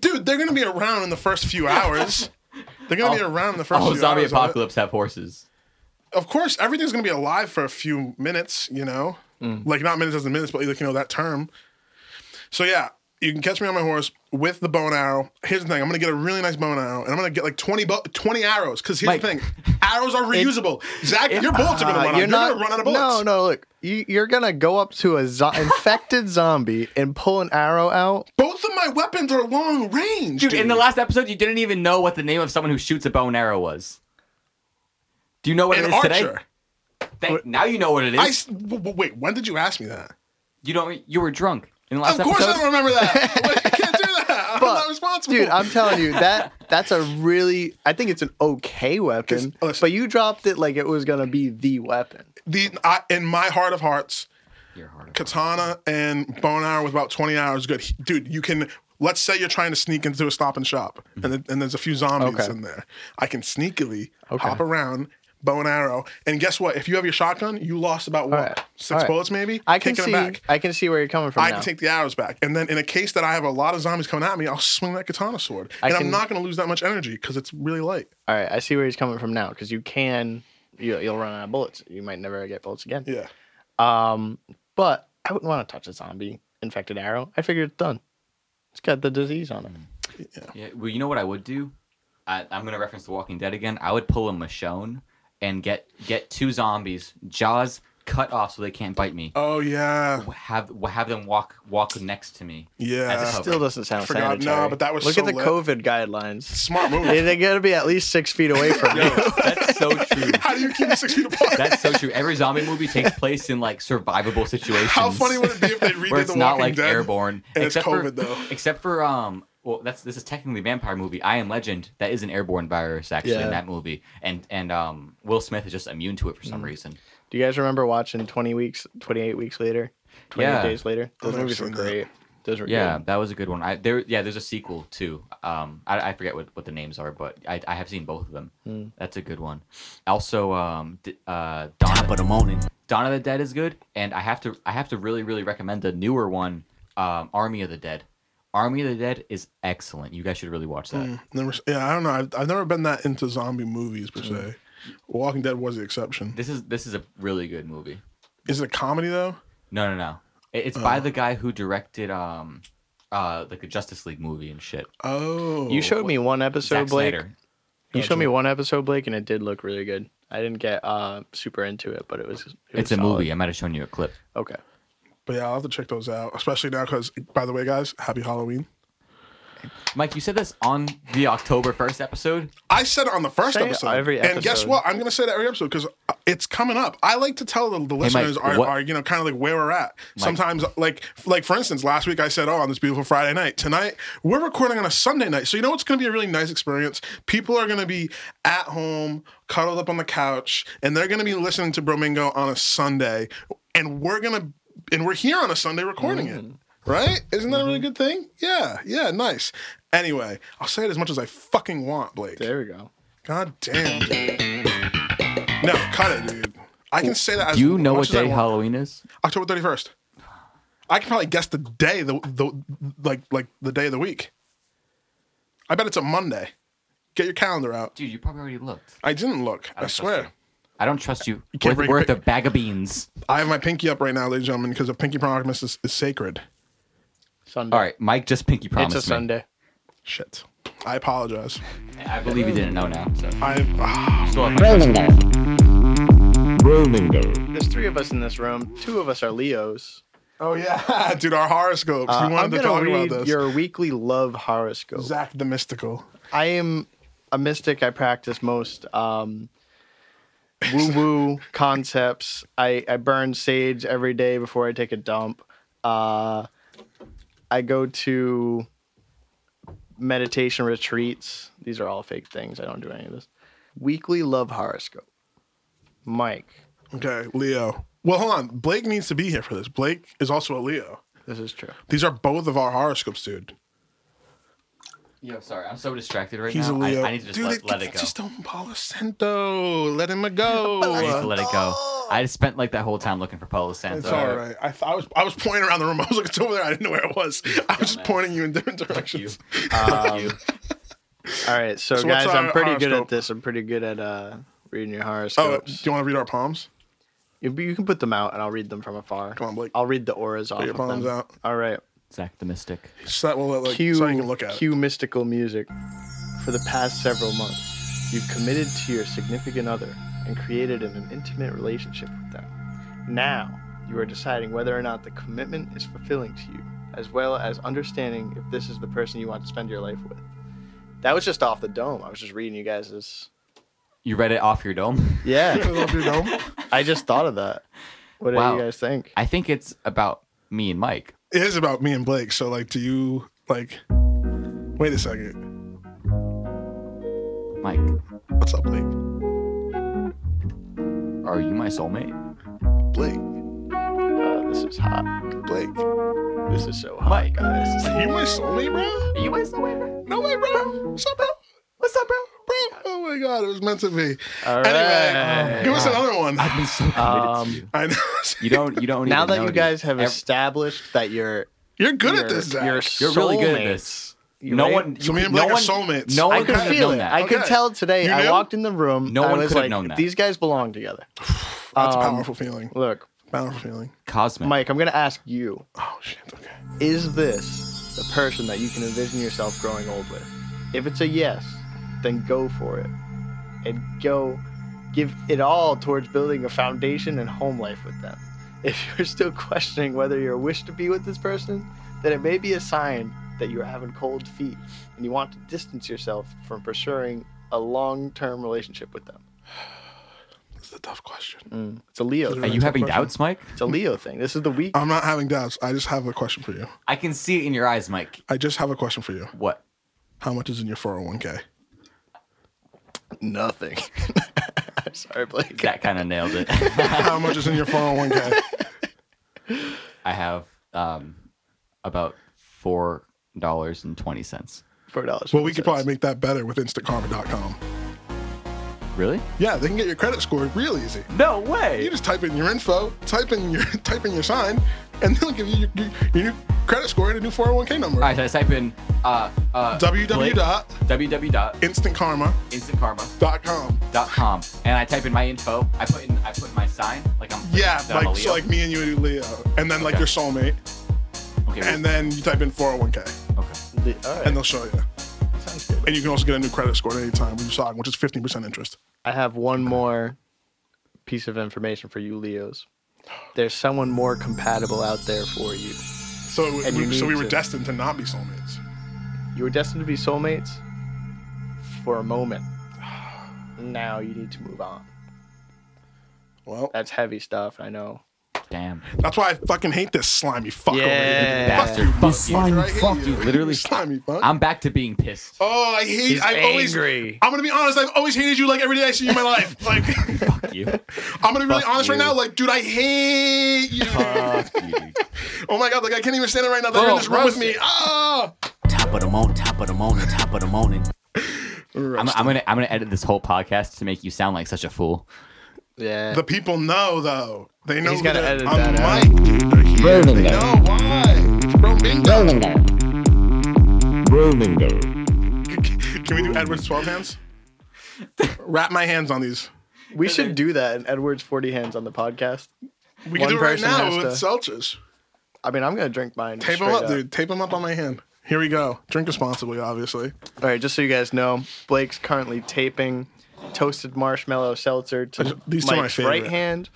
Speaker 3: Dude, they're gonna be around in the first few hours. They're gonna be around in the first
Speaker 4: Oh,
Speaker 3: few
Speaker 4: zombie
Speaker 3: hours of it.
Speaker 4: apocalypse have horses.
Speaker 3: Of course, everything's gonna be alive for a few minutes, you know?
Speaker 4: Mm.
Speaker 3: Like not minutes as in minutes, but like you know, that term. So yeah, you can catch me on my horse with the bow and arrow. Here's the thing, I'm gonna get a really nice bow and arrow, and I'm gonna get like 20 bo- 20 arrows. Cause here's the
Speaker 4: Mike.
Speaker 3: thing. Arrows are reusable. Zach, your bullets are gonna
Speaker 5: Uh,
Speaker 3: run out. You're, gonna run out of bullets.
Speaker 5: No, no, look. You, you're gonna go up to a zo- infected zombie and pull an arrow out.
Speaker 3: Both of my weapons are long range.
Speaker 4: Dude,
Speaker 3: Dude,
Speaker 4: in the last episode, you didn't even know what the name of someone who shoots a bow and arrow was. Do you know what
Speaker 3: an
Speaker 4: it is
Speaker 3: archer.
Speaker 4: today? Thank, now you know what it is.
Speaker 3: I s- w- w- wait, when did you ask me that?
Speaker 4: you don't. You were drunk in the
Speaker 3: Of
Speaker 4: last
Speaker 3: course
Speaker 4: episode.
Speaker 3: I don't remember that. Like, you can't do that. I'm not responsible.
Speaker 5: Dude, I'm telling you that that's a really. I think it's an okay weapon,
Speaker 3: Just- listen.
Speaker 5: but you dropped it like it was gonna be the weapon.
Speaker 3: the I, in my heart of hearts,
Speaker 4: You're hard.
Speaker 3: katana and bone arrow with about 20 hours good. He- Dude, you can let's say you're trying to sneak into a stop and shop and, th- and there's a few zombies
Speaker 5: Mm-hmm. Okay.
Speaker 3: in there. I can sneakily hop around bow and arrow and guess what? If you have your shotgun, you lost about what?
Speaker 5: right.
Speaker 3: Six
Speaker 5: All right.
Speaker 3: bullets maybe?
Speaker 5: I can
Speaker 3: Taking
Speaker 5: see.
Speaker 3: it back.
Speaker 5: I can see where you're coming from.
Speaker 3: I
Speaker 5: now.
Speaker 3: can take the arrows back. And then in a case that I have a lot of zombies coming at me, I'll swing that katana sword.
Speaker 5: I
Speaker 3: and
Speaker 5: can-
Speaker 3: I'm not going to lose that much energy because it's really light.
Speaker 5: All right, I see where he's coming from now because you can. You, you'll run out of bullets. You might never get bullets again.
Speaker 3: Yeah.
Speaker 5: But I wouldn't want to touch a zombie infected arrow. I figured it's done. It's got the disease on it.
Speaker 3: Mm.
Speaker 4: Yeah, well, you know what I would do? I, I'm going to reference The Walking Dead again. I would pull a Michonne and get get two zombies, jaws cut off so they can't bite me.
Speaker 3: Oh, yeah.
Speaker 4: Have have them walk walk next to me.
Speaker 3: Yeah.
Speaker 4: As a
Speaker 5: Still
Speaker 4: cover.
Speaker 5: doesn't sound
Speaker 3: Forgot- no,
Speaker 5: sanitary.
Speaker 3: but that was
Speaker 5: look
Speaker 3: so
Speaker 5: at the
Speaker 3: lit.
Speaker 5: COVID guidelines.
Speaker 3: Smart move.
Speaker 5: They- They gotta be at least six feet away from you.
Speaker 4: That's so true.
Speaker 3: How do you keep it six feet apart?
Speaker 4: That's so true. Every zombie movie takes place in like survivable situations.
Speaker 3: How funny would it be if they redid
Speaker 4: where
Speaker 3: The
Speaker 4: it's
Speaker 3: Walking
Speaker 4: not like
Speaker 3: Dead?
Speaker 4: airborne.
Speaker 3: and it's
Speaker 4: for,
Speaker 3: COVID, though.
Speaker 4: Except for um, well, that's this is technically a vampire movie. I Am Legend. That is an airborne virus actually
Speaker 5: Yeah.
Speaker 4: in that movie, and and um, Will Smith is just immune to it for
Speaker 3: Mm.
Speaker 4: some reason.
Speaker 5: Do you guys remember watching Twenty Weeks, Twenty Eight Weeks Later, Twenty Eight
Speaker 4: Yeah.
Speaker 5: Days Later? Those
Speaker 3: I've
Speaker 5: movies were
Speaker 3: seen that.
Speaker 5: great. Those were
Speaker 4: Yeah,
Speaker 5: good.
Speaker 4: that was a good one. I there yeah, there's a sequel too. Um, I, I forget what, what the names are, but I, I have seen both of them.
Speaker 5: Hmm.
Speaker 4: That's a good one. Also, um, d- uh, Dawn Top of the Morning. Dawn of the Dead is good, and I have to I have to really really recommend the newer one, um, Army of the Dead. Army of the Dead is excellent. You guys should really watch
Speaker 5: Hmm.
Speaker 4: that.
Speaker 3: Never, yeah, I don't know. I've, I've never been that into zombie movies per se. Walking Dead was the exception.
Speaker 4: This is this is a really good movie.
Speaker 3: Is it a comedy though?
Speaker 4: No, no, no. It, it's
Speaker 5: Oh.
Speaker 4: by the guy who directed um, uh, like the Justice League movie and shit.
Speaker 3: Oh,
Speaker 5: You showed me one episode,
Speaker 4: Zack
Speaker 5: Blake.
Speaker 4: Snyder.
Speaker 5: You showed me one episode, Blake, and it did look really good. I didn't get uh, super into it, but it was. It was
Speaker 4: It's a
Speaker 5: solid.
Speaker 4: movie. I might have shown you a clip.
Speaker 5: Okay.
Speaker 3: But yeah, I'll have to check those out, especially now because, by the way, guys, happy Halloween.
Speaker 4: Mike, you said this on the October 1st episode.
Speaker 3: I said it on the first
Speaker 5: Say it
Speaker 3: episode,
Speaker 5: every
Speaker 3: and guess
Speaker 5: episode.
Speaker 3: what? I'm going to say it every episode because it's coming up. I like to tell the, the listeners are,
Speaker 4: what-
Speaker 3: are you know kind of like where we're at. Sometimes like like for instance, last week I said, oh, on this beautiful Friday night. Tonight we're recording on a Sunday night, so you know it's going to be a really nice experience. People are going to be at home, cuddled up on the couch, and they're going to be listening to Bromingo on a Sunday, and we're going to and we're here on a Sunday recording
Speaker 5: Mm-hmm.
Speaker 3: it. Right? Isn't that a really good thing? Yeah, yeah, nice. Anyway, I'll say it as much as I fucking want, Blake.
Speaker 5: There we go.
Speaker 3: God damn, dude. No, cut it, dude. I can say that. As
Speaker 4: Do you know what
Speaker 3: much as I
Speaker 4: day
Speaker 3: want.
Speaker 4: Halloween is?
Speaker 3: October thirty first. I can probably guess the day, the, the like like the day of the week. I bet it's a Monday. Get your calendar out.
Speaker 4: Dude, you probably already looked.
Speaker 3: I didn't look. I,
Speaker 4: don't
Speaker 3: swear.
Speaker 4: trust I don't trust you.
Speaker 3: can't
Speaker 4: we're
Speaker 3: bring
Speaker 4: we're at
Speaker 3: pic-
Speaker 4: the bag of beans.
Speaker 3: I have my pinky up right now, ladies and gentlemen, because a pinky promise is, is sacred.
Speaker 5: Sunday.
Speaker 4: All right, Mike, just pinky promise
Speaker 5: It's a
Speaker 4: me.
Speaker 5: Sunday.
Speaker 3: Shit. I apologize.
Speaker 4: I believe you didn't know now. So.
Speaker 3: I ah,
Speaker 1: Brolingos.
Speaker 5: There's three of us in this room. Two of us are Leos.
Speaker 3: oh yeah, dude, our horoscopes.
Speaker 5: Uh,
Speaker 3: we
Speaker 5: I'm
Speaker 3: wanted to talk
Speaker 5: gonna
Speaker 3: about
Speaker 5: read
Speaker 3: this.
Speaker 5: your weekly love horoscope.
Speaker 3: Zach the mystical.
Speaker 5: I am a mystic. I practice most um, woo woo concepts. I, I burn sage every day before I take a dump. Uh, I go to meditation retreats. These are all fake things. I don't do any of this. Weekly love horoscope. Mike,
Speaker 3: Okay, Leo. Well, hold on. Blake needs to be here for this. Blake is also a Leo.
Speaker 5: this is true.
Speaker 3: These are both of our horoscopes, dude.
Speaker 4: Yo, sorry, I'm so distracted right
Speaker 3: He's a
Speaker 4: now.
Speaker 3: Leo.
Speaker 4: I, I need to just
Speaker 3: Dude,
Speaker 4: let, let it
Speaker 3: it's
Speaker 4: go.
Speaker 3: just Don Paulo Santo. Let him go. Uh,
Speaker 4: I need to let it go. I just spent like that whole time looking for Paulo Santo.
Speaker 3: It's all right. I, th- I was I was pointing around the room. I was like, it's over there. I didn't know where it was. I was just
Speaker 4: Dumbass.
Speaker 3: pointing you in different
Speaker 4: Fuck you.
Speaker 3: directions.
Speaker 4: Fuck you. Um,
Speaker 5: All right, so,
Speaker 3: So what's
Speaker 5: guys, I'm
Speaker 3: our
Speaker 5: pretty good at
Speaker 3: horoscope?
Speaker 5: this. I'm pretty good at uh, reading your
Speaker 3: Oh, do
Speaker 5: horoscopes.
Speaker 3: you want to read our palms?
Speaker 5: you, you can put them out, and I'll read them from afar.
Speaker 3: Come on, Blake.
Speaker 5: I'll read the auras off
Speaker 3: your
Speaker 5: of them.
Speaker 3: palms out.
Speaker 5: All right.
Speaker 4: Zach the Mystic.
Speaker 3: So that will like
Speaker 5: cue,
Speaker 3: so you can look at
Speaker 5: cue mystical music. For the past several months, you've committed to your significant other and created an intimate relationship with them. Now, you are deciding whether or not the commitment is fulfilling to you, as well as understanding if this is the person you want to spend your life with. That was just off the dome. I was just reading you guys'
Speaker 4: You read it off your dome.
Speaker 5: Yeah,
Speaker 3: it.
Speaker 5: I just thought of that. What
Speaker 4: Wow.
Speaker 5: do you guys think?
Speaker 4: I think it's about me and Mike.
Speaker 3: it is about me and Blake. So like, do you like? Wait a second.
Speaker 4: Mike,
Speaker 3: What's up, Blake?
Speaker 4: are you my soulmate?
Speaker 3: Blake,
Speaker 5: Uh, this is hot.
Speaker 3: Blake.
Speaker 5: This is so hot,
Speaker 4: Mike.
Speaker 5: guys.
Speaker 3: Are you my soulmate, bro?
Speaker 4: Are you my soulmate? bro?
Speaker 3: No way, bro. What's up, bro? What's up, bro? Bro, oh my God, it was meant to be.
Speaker 5: All
Speaker 3: Anyway,
Speaker 5: right.
Speaker 3: give us another one.
Speaker 4: I've been so committed
Speaker 5: Um,
Speaker 4: to you.
Speaker 3: I know.
Speaker 4: You don't. You don't.
Speaker 5: now
Speaker 4: even
Speaker 5: that
Speaker 4: know,
Speaker 5: you
Speaker 4: dude.
Speaker 5: guys have
Speaker 4: Ev-
Speaker 5: established that you're
Speaker 3: You're good
Speaker 5: you're,
Speaker 3: at this, Zach.
Speaker 5: you're,
Speaker 4: you're really good at
Speaker 5: soulmates,
Speaker 4: this.
Speaker 5: you
Speaker 4: no
Speaker 5: right?
Speaker 4: one. You
Speaker 3: so me
Speaker 4: could-
Speaker 3: and Blake
Speaker 4: no
Speaker 3: are
Speaker 4: one,
Speaker 3: soulmates.
Speaker 4: No
Speaker 5: I could
Speaker 4: one could have
Speaker 5: feel
Speaker 4: known
Speaker 5: it.
Speaker 4: that.
Speaker 5: I could
Speaker 3: Okay.
Speaker 5: tell today.
Speaker 3: You
Speaker 5: I
Speaker 3: knew?
Speaker 5: walked in the room.
Speaker 4: No
Speaker 5: I
Speaker 4: one
Speaker 5: was
Speaker 4: could have
Speaker 5: like,
Speaker 4: known that.
Speaker 5: These guys belong together.
Speaker 3: That's a
Speaker 5: um,
Speaker 3: powerful feeling.
Speaker 5: Look,
Speaker 3: Powerful feeling.
Speaker 4: Cosmic.
Speaker 5: Mike, I'm going to ask you:
Speaker 3: Oh shit. Okay.
Speaker 5: Is this the person that you can envision yourself growing old with? If it's a yes, then go for it, and go give it all towards building a foundation and home life with them. If you're still questioning whether you wish to be with this person, then it may be a sign that you're having cold feet and you want to distance yourself from pursuing a long-term relationship with them.
Speaker 3: This is a tough question.
Speaker 5: It's a Leo.
Speaker 4: Are
Speaker 5: Thing.
Speaker 4: you having doubts, Mike?
Speaker 5: It's a Leo thing. This is the week.
Speaker 3: I'm not having doubts. I just have a question for you.
Speaker 4: I can see it in your eyes, Mike.
Speaker 3: I just have a question for you.
Speaker 4: What?
Speaker 3: How much is in your 401k?
Speaker 5: Nothing. Sorry, Blake.
Speaker 4: That kind of nailed it.
Speaker 3: How much is in your 401k?
Speaker 4: I have um, about four dollars and twenty cents.
Speaker 5: Four dollars.
Speaker 3: Well, we could probably make that better with instantkarma.com.
Speaker 4: Really?
Speaker 3: Yeah, they can get your credit score real easy.
Speaker 4: No
Speaker 3: You
Speaker 4: way.
Speaker 3: just type in your info, type in your type in your sign, and they'll give you your, your, your new credit score and a new 401k number.
Speaker 4: All right, so I type in uh, uh, Blake-
Speaker 3: www.instantkarma.com.
Speaker 4: www.instantkarma.com and I type in my info. I put in I put in my sign like I'm
Speaker 3: Yeah,
Speaker 4: that I'm a
Speaker 3: like so
Speaker 4: Leo.
Speaker 3: like me and you and Leo, and then like
Speaker 4: Okay.
Speaker 3: your soulmate,
Speaker 4: okay,
Speaker 3: and then you type in 401k,
Speaker 4: okay.
Speaker 5: The, all right.
Speaker 3: and they'll show you.
Speaker 5: sounds good.
Speaker 3: And you can also get a new credit score at any time with your song, which is 15% interest.
Speaker 5: I have one more piece of information for you, Leos. There's someone more compatible out there for you.
Speaker 3: So, it-
Speaker 5: And you
Speaker 3: we, so
Speaker 5: need
Speaker 3: we were
Speaker 5: to.
Speaker 3: destined to not be soulmates.
Speaker 5: You were destined to be soulmates for a moment. Now you need to move on.
Speaker 3: Well,
Speaker 5: That's heavy stuff. I know.
Speaker 4: Damn.
Speaker 3: that's why I fucking hate this slimy fuck over here.
Speaker 5: Yeah.
Speaker 3: Fuck you,
Speaker 4: Fuck you.
Speaker 3: motherfucker. I hate
Speaker 4: Fuck
Speaker 3: you.
Speaker 4: you. Literally.
Speaker 3: slimy fuck.
Speaker 4: I'm back to being pissed.
Speaker 3: oh, I hate. I've always.
Speaker 5: angry.
Speaker 3: I'm gonna be honest. I've always hated you like every day I see you in my life. Like,
Speaker 4: Fuck you.
Speaker 3: I'm gonna be really
Speaker 4: Fuck
Speaker 3: honest right
Speaker 4: you.
Speaker 3: now. Like, dude, I hate you.
Speaker 4: Fuck you, dude.
Speaker 3: oh my god, like I can't even stand it right now. That you're in this room with me. Ah.
Speaker 9: Top of the morning, top of the morning, top of the morning.
Speaker 4: I'm, I'm gonna I'm gonna edit this whole podcast to make you sound like such a fool.
Speaker 5: Yeah.
Speaker 3: The people know though. They know.
Speaker 5: He's gotta
Speaker 3: that
Speaker 5: edit
Speaker 3: I'm
Speaker 5: that out.
Speaker 3: Mike, dude. They're here.
Speaker 1: Rolling
Speaker 3: They
Speaker 1: down.
Speaker 3: know why. It's Bro, bingo.
Speaker 1: Rolling down.
Speaker 3: Can we do Edward's 12 hands? Wrap my hands on these.
Speaker 5: we should do that in Edward's 40 hands on the podcast.
Speaker 3: We can
Speaker 5: One
Speaker 3: do it right
Speaker 5: person
Speaker 3: now
Speaker 5: has
Speaker 3: with
Speaker 5: to-
Speaker 3: seltzers.
Speaker 5: I mean, I'm going to drink mine.
Speaker 3: Tape them
Speaker 5: straight
Speaker 3: up, dude. Tape them up on my hand. Here we go. Drink responsibly, obviously.
Speaker 5: All right, just so you guys know, Blake's currently taping toasted marshmallow seltzer to
Speaker 3: ju- these two are my
Speaker 5: Mike's
Speaker 3: favorite.
Speaker 5: right hand,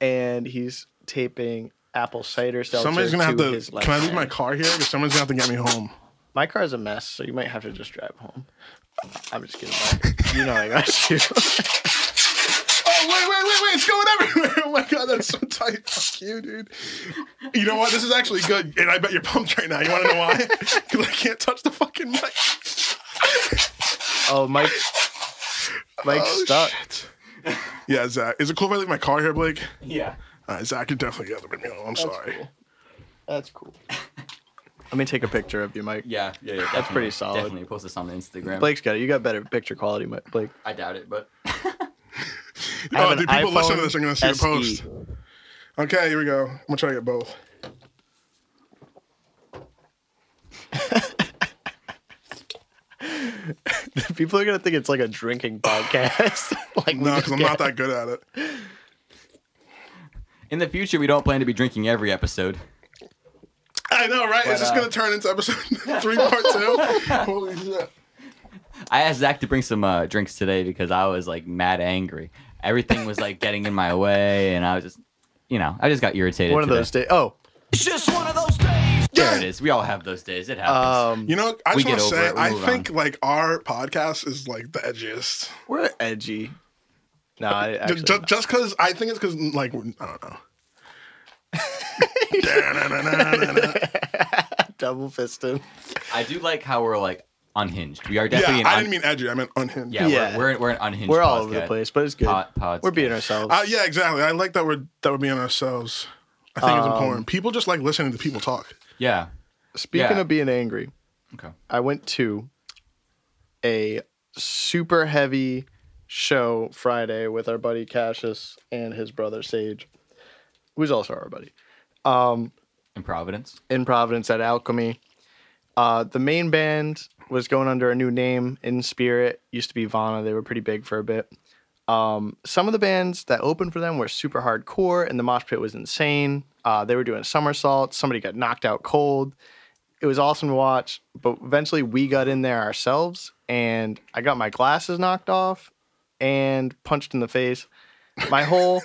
Speaker 5: and he's taping apple cider seltzer
Speaker 3: Somebody's gonna have
Speaker 5: to,
Speaker 3: to.
Speaker 5: his left.
Speaker 3: Can I leave
Speaker 5: hand.
Speaker 3: my car here? Because someone's gonna have to get me home.
Speaker 5: My car's a mess, so you might have to just drive home. I'm just kidding. Mike. you know I got you.
Speaker 3: Oh wait, wait, wait, wait! It's going everywhere. Oh my god, that's so tight. Fuck you, dude. You know what? This is actually good, and I bet you're pumped right now. You want to know why? Because I can't touch the fucking mic.
Speaker 5: oh, Mike. Mike's
Speaker 3: Oh,
Speaker 5: stuck.
Speaker 3: shit. Yeah, Zach. Is it cool if I leave my car here, Blake?
Speaker 4: Yeah.
Speaker 3: All right, Zach, you definitely got to bring me home. I'm sorry.
Speaker 5: That's cool. Let me take a picture of you, Mike.
Speaker 4: Yeah, yeah, yeah.
Speaker 5: That's pretty
Speaker 4: definitely,
Speaker 5: solid.
Speaker 4: Definitely post this on the Instagram.
Speaker 5: Blake's got it. You got better picture quality, Mike. Blake.
Speaker 4: I doubt it, but
Speaker 5: I have
Speaker 3: Oh,
Speaker 5: an
Speaker 3: dude, people listening to
Speaker 5: iPhone E.
Speaker 3: this are going to see the
Speaker 5: SE.
Speaker 3: post. Okay, here we go. I'm going to try to get both.
Speaker 5: People are gonna think it's like a drinking podcast. like we
Speaker 3: No,
Speaker 5: just
Speaker 3: because I'm
Speaker 5: get-
Speaker 3: not that good at it.
Speaker 4: in the future we don't plan to be drinking every episode.
Speaker 3: I know, right? it's just
Speaker 4: uh,
Speaker 3: going to turn into episode three, part two. Holy shit.
Speaker 4: I asked Zach to bring some uh, drinks today because I was like mad angry. Everything was like getting in my way, and I was just, you know, I just got irritated.
Speaker 5: One of
Speaker 4: today.
Speaker 5: those days. Oh,
Speaker 4: There it is. We all have those days. It happens.
Speaker 5: um,
Speaker 3: You know, I
Speaker 4: We
Speaker 3: just want to
Speaker 4: get
Speaker 3: say,
Speaker 4: over it. We
Speaker 3: I
Speaker 4: move
Speaker 3: think
Speaker 4: on.
Speaker 3: like our podcast is like the edgiest.
Speaker 5: we're edgy. No, I
Speaker 3: Ju-
Speaker 5: actually.
Speaker 3: ju- Just because I think it's because like we're- I don't know. Da-na-na-na-na-na.
Speaker 5: double fisted.
Speaker 4: I do like how we're like unhinged. We are
Speaker 3: yeah,
Speaker 4: definitely.
Speaker 3: I
Speaker 4: an un-
Speaker 3: didn't mean edgy. I meant unhinged.
Speaker 4: Yeah,
Speaker 5: Yeah.
Speaker 4: We're, we're we're an unhinged.
Speaker 5: We're all over
Speaker 4: podcast.
Speaker 5: the place, but it's good.
Speaker 4: Pod, pods-
Speaker 5: we're being ourselves.
Speaker 3: Uh, yeah, exactly. I like that we're that we're being ourselves. I think it's
Speaker 4: Um,
Speaker 3: important. People just like listening to people talk.
Speaker 4: Yeah.
Speaker 5: Speaking
Speaker 4: yeah.
Speaker 5: of being angry,
Speaker 4: Okay.
Speaker 5: I went to a super heavy show Friday with our buddy Cassius and his brother Sage, who's also our buddy,
Speaker 4: In Providence.
Speaker 5: in Providence at Alchemy. Uh, the main band was going under a new name, In Spirit. Used to be Vana. They were pretty big for a bit. Um, some of the bands that opened for them were super hardcore, and the mosh pit was insane. Uh, they were doing somersaults. Somebody got knocked out cold. It was awesome to watch. But eventually, we got in there ourselves, and I got my glasses knocked off and punched in the face. My whole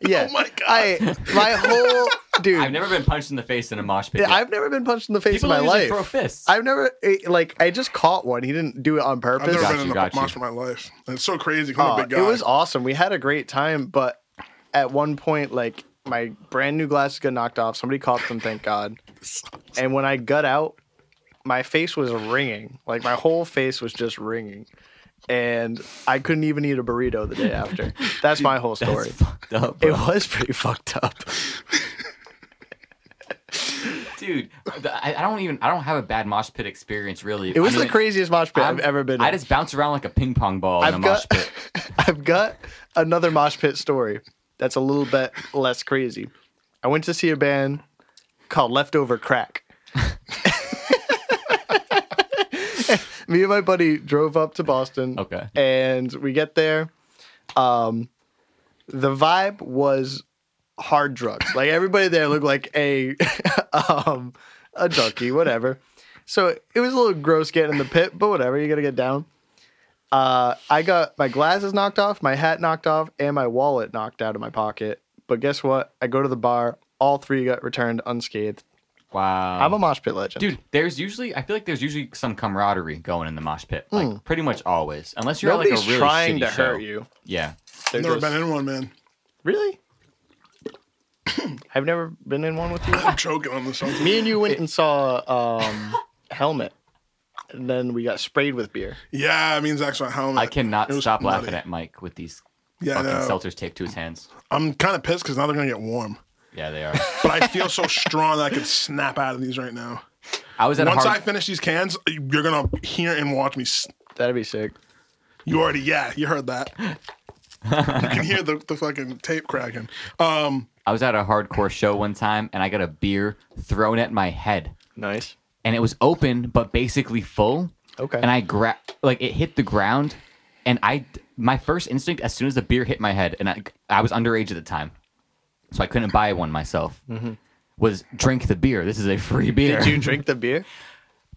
Speaker 5: yeah,
Speaker 3: Oh my god.
Speaker 5: I my whole dude.
Speaker 4: I've never been punched in the face in a mosh pit.
Speaker 5: Yeah,
Speaker 4: yet.
Speaker 5: I've never been punched in the face
Speaker 4: People
Speaker 5: in my
Speaker 4: usually
Speaker 5: life.
Speaker 4: throw fists.
Speaker 5: I've never it- like I just caught one. He didn't do it on
Speaker 3: I've
Speaker 5: purpose.
Speaker 3: never
Speaker 4: Got
Speaker 3: been
Speaker 4: you,
Speaker 3: in a
Speaker 4: got you.
Speaker 3: mosh for my life. And It's so crazy. 'cause I'm
Speaker 5: Uh,
Speaker 3: a big guy.
Speaker 5: it was awesome. We had a great time, but at one point, like my brand new glasses got knocked off. Somebody caught them, thank God. And when I got out, my face was ringing. Like my whole face was just ringing, and I couldn't even eat a burrito the day after. That's my whole
Speaker 4: That's
Speaker 5: story.
Speaker 4: fucked up,
Speaker 5: It
Speaker 4: bro.
Speaker 5: was pretty fucked up.
Speaker 4: dude. the- I, I don't even. I don't have a bad mosh pit experience really.
Speaker 5: It was
Speaker 4: I mean,
Speaker 5: the craziest mosh pit I've
Speaker 4: I'm-
Speaker 5: ever been.
Speaker 4: I
Speaker 5: in.
Speaker 4: just bounce around like a ping pong ball in a mosh pit.
Speaker 5: I've got another mosh pit story that's a little bit less crazy. I went to see a band called Leftover Crack. Me and my buddy drove up to Boston.
Speaker 4: Okay.
Speaker 5: And we get there. Um, the vibe was hard drugs. Like everybody there looked like a um, a junkie, whatever. So it was a little gross getting in the pit, but whatever. You gotta get down. Uh, I got my glasses knocked off, my hat knocked off, and my wallet knocked out of my pocket. But guess what? I go to the bar. All three got returned unscathed.
Speaker 4: Wow.
Speaker 3: Mm.
Speaker 5: I'm a mosh pit legend,
Speaker 4: Dude, there's usually I feel like there's usually some camaraderie going in the mosh pit, like pretty much always, unless you're at,
Speaker 5: Hmm. Nobody's
Speaker 4: like a really
Speaker 5: trying
Speaker 4: shitty
Speaker 5: to
Speaker 4: show.
Speaker 5: hurt you.
Speaker 4: Yeah,
Speaker 5: They're
Speaker 3: I've never
Speaker 5: just-
Speaker 3: been in one, man.
Speaker 5: really. I've never been in one with you.
Speaker 3: I'm choking on this. something.
Speaker 5: Me and you went and saw um, Helmet, and then we got sprayed with beer.
Speaker 3: Yeah, it means Zach's my helmet.
Speaker 4: I cannot
Speaker 3: It was
Speaker 4: stop
Speaker 3: nutty.
Speaker 4: laughing at Mike with these
Speaker 3: Yeah, I
Speaker 4: fucking
Speaker 3: know.
Speaker 4: seltzers taped to his hands.
Speaker 3: I'm kind of pissed because now they're gonna get warm.
Speaker 4: Yeah, they are.
Speaker 3: But I feel so strong that I could snap out of these right now.
Speaker 4: I was at a
Speaker 3: Once
Speaker 4: hard.
Speaker 3: I finish these cans, you're gonna hear and watch me. s-
Speaker 5: That'd be sick.
Speaker 3: You already, yeah, you heard that. you can hear the, the fucking tape cracking. Um,
Speaker 4: I was at a hardcore show one time, and I got a beer thrown at my head,
Speaker 5: Nice.
Speaker 4: and it was open but basically full.
Speaker 5: Okay.
Speaker 4: And I grab like it hit the ground, and I my first instinct as soon as the beer hit my head, and I I was underage at the time, so I couldn't buy one myself. Was drink the beer. This is a free beer.
Speaker 5: Mm-hmm. Did you drink the beer?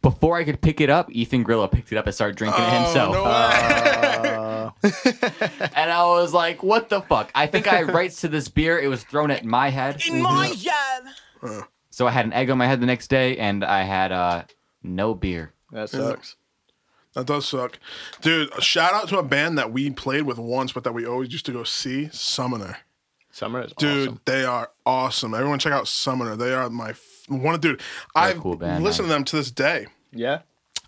Speaker 4: Before I could pick it up, Ethan Grillo picked it up and started drinking
Speaker 5: Oh,
Speaker 4: it himself.
Speaker 3: oh, no
Speaker 5: uh,
Speaker 4: And I was like, what the fuck? I think I had rights to this beer. It was thrown at my head. In my head.
Speaker 5: Mm-hmm.
Speaker 4: So I had an egg on my head the next day and I had uh, no beer.
Speaker 5: That sucks.
Speaker 3: That does suck. Dude, a shout out to a band that we played with once, but that we always used to go see Summoner.
Speaker 5: Summer is
Speaker 3: Dude,
Speaker 5: awesome.
Speaker 3: they are awesome. Everyone check out Summoner. They are my f- one dude. I've
Speaker 4: cool band,
Speaker 3: listened to them to this day.
Speaker 5: Yeah.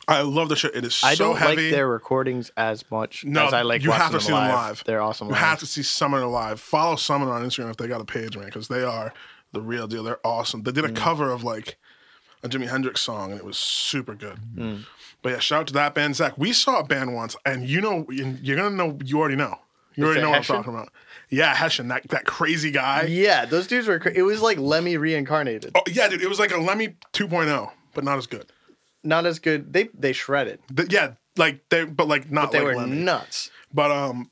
Speaker 3: I love the shit. It is
Speaker 5: I
Speaker 3: so
Speaker 5: don't
Speaker 3: heavy.
Speaker 5: like their recordings as much
Speaker 3: No,
Speaker 5: as I like
Speaker 3: you
Speaker 5: watching
Speaker 3: have to
Speaker 5: them
Speaker 3: see them
Speaker 5: live.
Speaker 3: live.
Speaker 5: They're awesome.
Speaker 3: You
Speaker 5: live.
Speaker 3: have to see Summoner live. Follow
Speaker 5: Mm.
Speaker 3: Summoner on Instagram if they got a page, man, because they are the real deal. They're awesome. They did a cover of like a Jimi Hendrix song, and it was super good.
Speaker 5: Mm.
Speaker 3: But yeah, shout out to that band, Zach. We saw a band once, and you know, and you're gonna know, you already know, you already
Speaker 5: it
Speaker 3: know what I'm
Speaker 5: Hessian?
Speaker 3: talking about. Yeah, Hessian, that that crazy guy. Yeah.
Speaker 5: Yeah, those dudes were. Cra- it was like Lemmy reincarnated.
Speaker 3: Oh, yeah, dude, it was like a Lemmy 2.0, but not as good.
Speaker 5: Not as good. They they shredded.
Speaker 3: Th- yeah, like they, but like not
Speaker 5: They
Speaker 3: like
Speaker 5: were
Speaker 3: Lemmy.
Speaker 5: nuts.
Speaker 3: But um,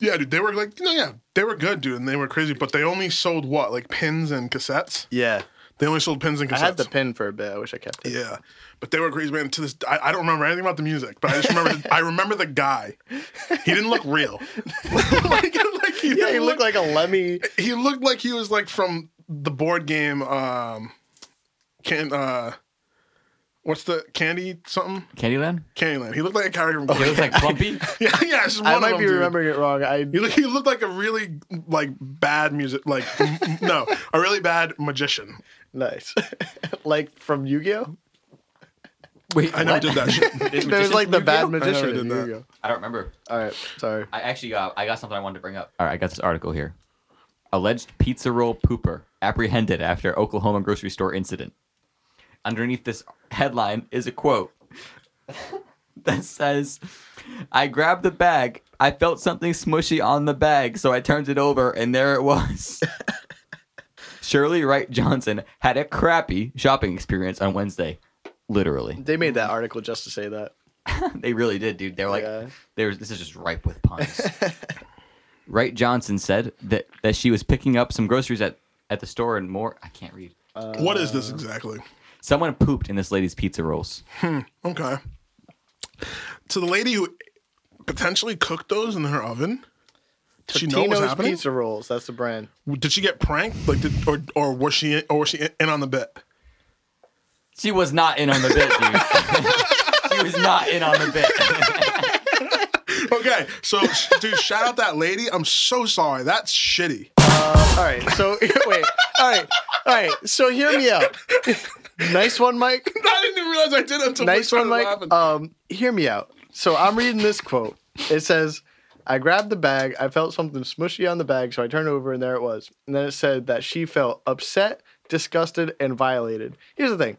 Speaker 3: yeah, dude, they were like, no, yeah, they were good, dude, and they were crazy. But they only sold what, like pins and cassettes.
Speaker 5: Yeah,
Speaker 3: They only sold pins and cassettes.
Speaker 5: I had the pin for a bit. I wish I kept it.
Speaker 3: Yeah, but they were a crazy band. To this, I, I don't remember anything about the music, but I just remember. I remember the guy. He didn't look real. like, like he,
Speaker 5: Yeah,
Speaker 3: didn't
Speaker 5: he
Speaker 3: look-
Speaker 5: looked like a Lemmy.
Speaker 3: he looked like he was like from the board game. Um, can uh, what's the candy something
Speaker 4: Candyland?
Speaker 3: Candyland? He looked like a character
Speaker 5: Oh,
Speaker 3: from.
Speaker 4: It was like Clumpy.
Speaker 3: yeah, yeah, it's just one
Speaker 5: I
Speaker 3: of
Speaker 5: might
Speaker 3: them,
Speaker 5: be
Speaker 3: dude.
Speaker 5: remembering it wrong. I
Speaker 3: He looked, he looked like a really like bad music like m- m- no a really bad magician.
Speaker 5: nice, like from Yu-Gi-Oh.
Speaker 4: Wait,
Speaker 3: I never
Speaker 4: what?
Speaker 3: did that shit.
Speaker 4: There's
Speaker 5: There was
Speaker 4: magicians
Speaker 5: like the
Speaker 4: from
Speaker 5: bad
Speaker 4: Yu-Gi-Oh?
Speaker 5: magician
Speaker 3: did
Speaker 5: in
Speaker 3: that.
Speaker 5: Yu-Gi-Oh.
Speaker 4: I don't remember.
Speaker 5: All right, sorry.
Speaker 4: I actually got I got something I wanted to bring up. All right, I got this article here. Alleged pizza roll pooper apprehended after Oklahoma grocery store incident. Underneath this headline is a quote that says, "I grabbed the bag. I felt something smushy on the bag, so I turned it over, and there it was." Shirley Wright Johnson had a crappy shopping experience on Wednesday. Literally,
Speaker 5: They made that article just to say that.
Speaker 4: they really did, dude. They were like,
Speaker 5: Yeah.
Speaker 4: they were, this is just ripe with puns. Wright Johnson said that, that she was picking up some groceries at, at the store and more. I can't read.
Speaker 5: Uh,
Speaker 3: what is this exactly?
Speaker 4: Someone pooped in this lady's pizza rolls.
Speaker 3: Okay. To the lady who potentially cooked those in her oven, did she know what was
Speaker 5: Tino's
Speaker 3: happening?
Speaker 5: Pizza Rolls. That's the brand.
Speaker 3: Did she get pranked? Like, did, or or was she or was she in on the bit?
Speaker 4: She was not in on the bit, dude. she was not in on the bit.
Speaker 3: Okay, so dude, shout out that lady. I'm so sorry. That's shitty.
Speaker 5: All right, so wait. All right, all right. So hear me out. nice one, Mike.
Speaker 3: I didn't even realize I did until
Speaker 5: nice
Speaker 3: we
Speaker 5: one,
Speaker 3: started
Speaker 5: Mike.
Speaker 3: laughing.
Speaker 5: Um, hear me out. So I'm reading this quote. It says, "I grabbed the bag. I felt something smushy on the bag, so I turned over, and there it was." And then it said that she felt upset, disgusted, and violated. Here's the thing: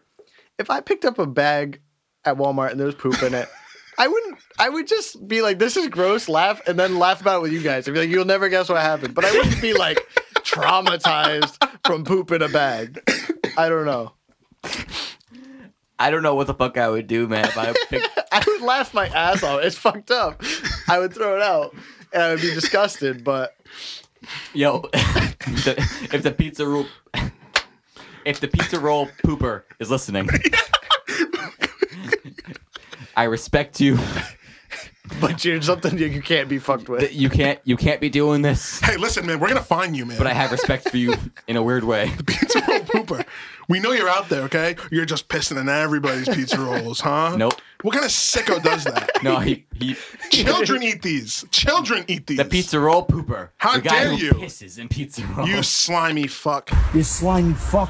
Speaker 5: if I picked up a bag at Walmart and there was poop in it. I wouldn't. I would just be like, "This is gross," laugh, and then laugh about it with you guys. I'd be like, "You'll never guess what happened," but I wouldn't be like traumatized from poop in a bag. I don't know.
Speaker 4: I don't know what the fuck I would do, man. If I picked,
Speaker 5: I would laugh my ass off. It's fucked up. I would throw it out and I would be disgusted, but
Speaker 4: yo, the, if the pizza roll, if the pizza roll pooper is listening, I respect you.
Speaker 5: but you're something that you can't be fucked
Speaker 4: that
Speaker 5: with.
Speaker 4: you can't you can't be doing this.
Speaker 3: Hey, listen, man, we're gonna find you, man.
Speaker 4: But I have respect for you in a weird way.
Speaker 3: pizza roll pooper. We know you're out there, okay? You're just pissing in everybody's pizza rolls, huh?
Speaker 4: Nope.
Speaker 3: What kind of sicko does that?
Speaker 4: No, he, he
Speaker 3: Children eat these. Children eat these.
Speaker 4: the pizza roll pooper.
Speaker 3: How
Speaker 4: the guy
Speaker 3: dare
Speaker 4: who
Speaker 3: you.
Speaker 4: Pisses in pizza rolls.
Speaker 3: You slimy fuck.
Speaker 9: You slimy fuck.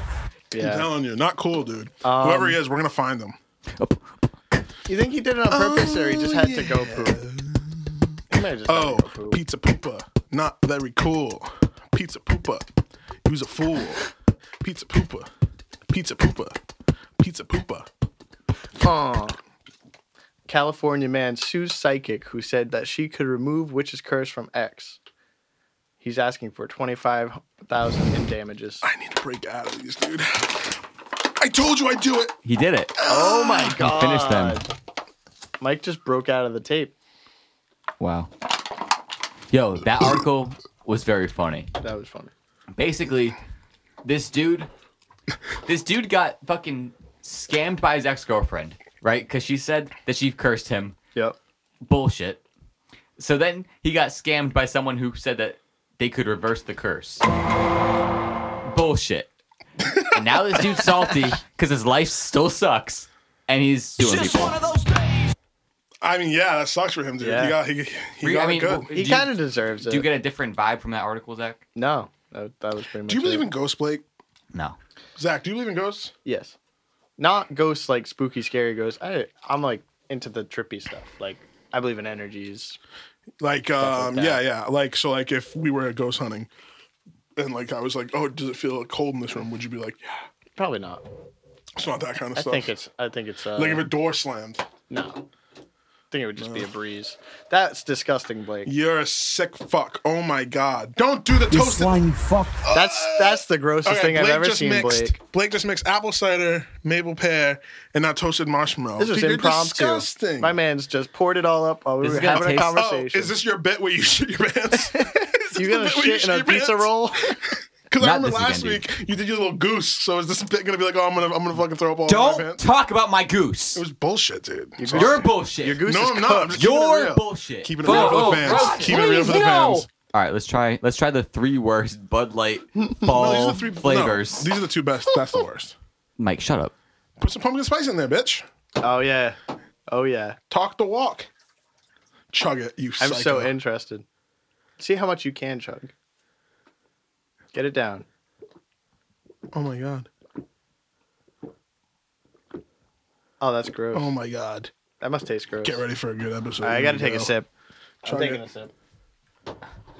Speaker 3: I'm
Speaker 5: Yeah.
Speaker 3: telling you, not cool, dude.
Speaker 4: Um,
Speaker 3: Whoever he is, we're gonna find him.
Speaker 5: You think he did it on purpose or he just had to go poop? He might have just had to
Speaker 3: Oh,
Speaker 5: go poop.
Speaker 3: pizza pooper, not very cool. Pizza pooper, you's a fool. Pizza pooper, pizza pooper, pizza pooper.
Speaker 5: Aw. California man sues psychic who said that she could remove witch's curse from X. He's asking for twenty five thousand in damages.
Speaker 3: I need to break out of these, dude. I told you I'd do it.
Speaker 4: he did it.
Speaker 5: Oh my god!
Speaker 4: Finish them.
Speaker 5: Mike just broke out of the tape.
Speaker 4: Wow. Yo, that article was very funny.
Speaker 5: That was funny.
Speaker 4: Basically, this dude this dude got fucking scammed by his ex-girlfriend, right? Cuz she said that she cursed him.
Speaker 5: Yep.
Speaker 4: Bullshit. So then he got scammed by someone who said that they could reverse the curse. Bullshit. and now this dude's salty because his life still sucks, and he's suing people.
Speaker 3: I mean, yeah, that sucks for him, dude. He
Speaker 5: Yeah.
Speaker 3: got, he, he
Speaker 4: I
Speaker 3: got
Speaker 4: mean,
Speaker 3: it good.
Speaker 4: w-
Speaker 5: He
Speaker 4: do you-
Speaker 5: kind of deserves it.
Speaker 4: Do you get a different vibe from that article, Zach?
Speaker 5: No, that, that was pretty much.
Speaker 3: do you believe
Speaker 5: it.
Speaker 3: in ghosts, Blake?
Speaker 4: No.
Speaker 3: Zach, do you believe in ghosts?
Speaker 5: Yes, not ghosts like spooky, scary ghosts. I I'm like into the trippy stuff. Like I believe in energies.
Speaker 3: Like, um,
Speaker 5: that.
Speaker 3: yeah, yeah. Like, so, like, if we were ghost hunting, and like I was like, oh, does it feel cold in this room? Would you be like, yeah?
Speaker 5: Probably not.
Speaker 3: It's not that kind of
Speaker 5: I
Speaker 3: stuff.
Speaker 5: think it's. I think it's. Uh,
Speaker 3: like if Uh. a door slammed.
Speaker 5: no. I think it would just be a breeze. That's disgusting, Blake.
Speaker 3: You're a sick fuck. Oh my god. Don't do the toasted.
Speaker 5: That's that's the grossest
Speaker 3: Okay,
Speaker 5: thing I've
Speaker 3: Blake
Speaker 5: ever
Speaker 3: just
Speaker 5: seen,
Speaker 3: mixed,
Speaker 5: Blake.
Speaker 3: just mixed apple cider, maple pear, and now toasted marshmallow.
Speaker 5: This was
Speaker 3: Dude, you're
Speaker 5: impromptu.
Speaker 3: Disgusting.
Speaker 5: My man's just poured it all up while we
Speaker 4: This
Speaker 5: were
Speaker 4: is gonna
Speaker 5: having a
Speaker 4: taste- Oh,
Speaker 3: Oh,
Speaker 5: conversation.
Speaker 3: is this your bet where you shit your pants?
Speaker 5: you gonna shit in a pizza roll?
Speaker 3: Because I
Speaker 4: Not
Speaker 3: remember
Speaker 4: this
Speaker 3: last
Speaker 4: again,
Speaker 3: week you did your little goose. So is this bit gonna be like, oh, I'm gonna, I'm gonna fucking throw up all in my
Speaker 4: Don't
Speaker 3: pants?
Speaker 4: talk about my goose.
Speaker 3: it was bullshit, dude. Sorry.
Speaker 4: You're bullshit.
Speaker 5: Your goose
Speaker 3: no,
Speaker 5: is
Speaker 3: I'm
Speaker 5: cooked.
Speaker 3: not. I'm just keeping it
Speaker 4: You're
Speaker 3: real.
Speaker 4: bullshit.
Speaker 3: Keeping it real for the
Speaker 2: Oh,
Speaker 3: fans.
Speaker 2: God,
Speaker 3: keeping it real for the
Speaker 2: please,
Speaker 3: fans.
Speaker 4: All right, let's try. Let's try the three worst Bud Light fall
Speaker 3: No, these are the three no,
Speaker 4: flavors.
Speaker 3: these are the two best. That's the worst.
Speaker 4: Mike, shut up.
Speaker 3: Put some pumpkin spice in there, bitch.
Speaker 5: Oh yeah, oh yeah.
Speaker 3: Talk the walk. Chug it, you
Speaker 5: I'm
Speaker 3: psycho.
Speaker 5: so interested. See how much you can chug. Get it down.
Speaker 3: Oh my god.
Speaker 5: Oh, that's gross.
Speaker 3: Oh my god.
Speaker 5: that must taste gross.
Speaker 3: Get ready for a good episode.
Speaker 5: All right, I
Speaker 3: Here
Speaker 5: gotta
Speaker 3: we
Speaker 5: take a
Speaker 3: go.
Speaker 5: sip.
Speaker 3: Chug it.
Speaker 5: sip.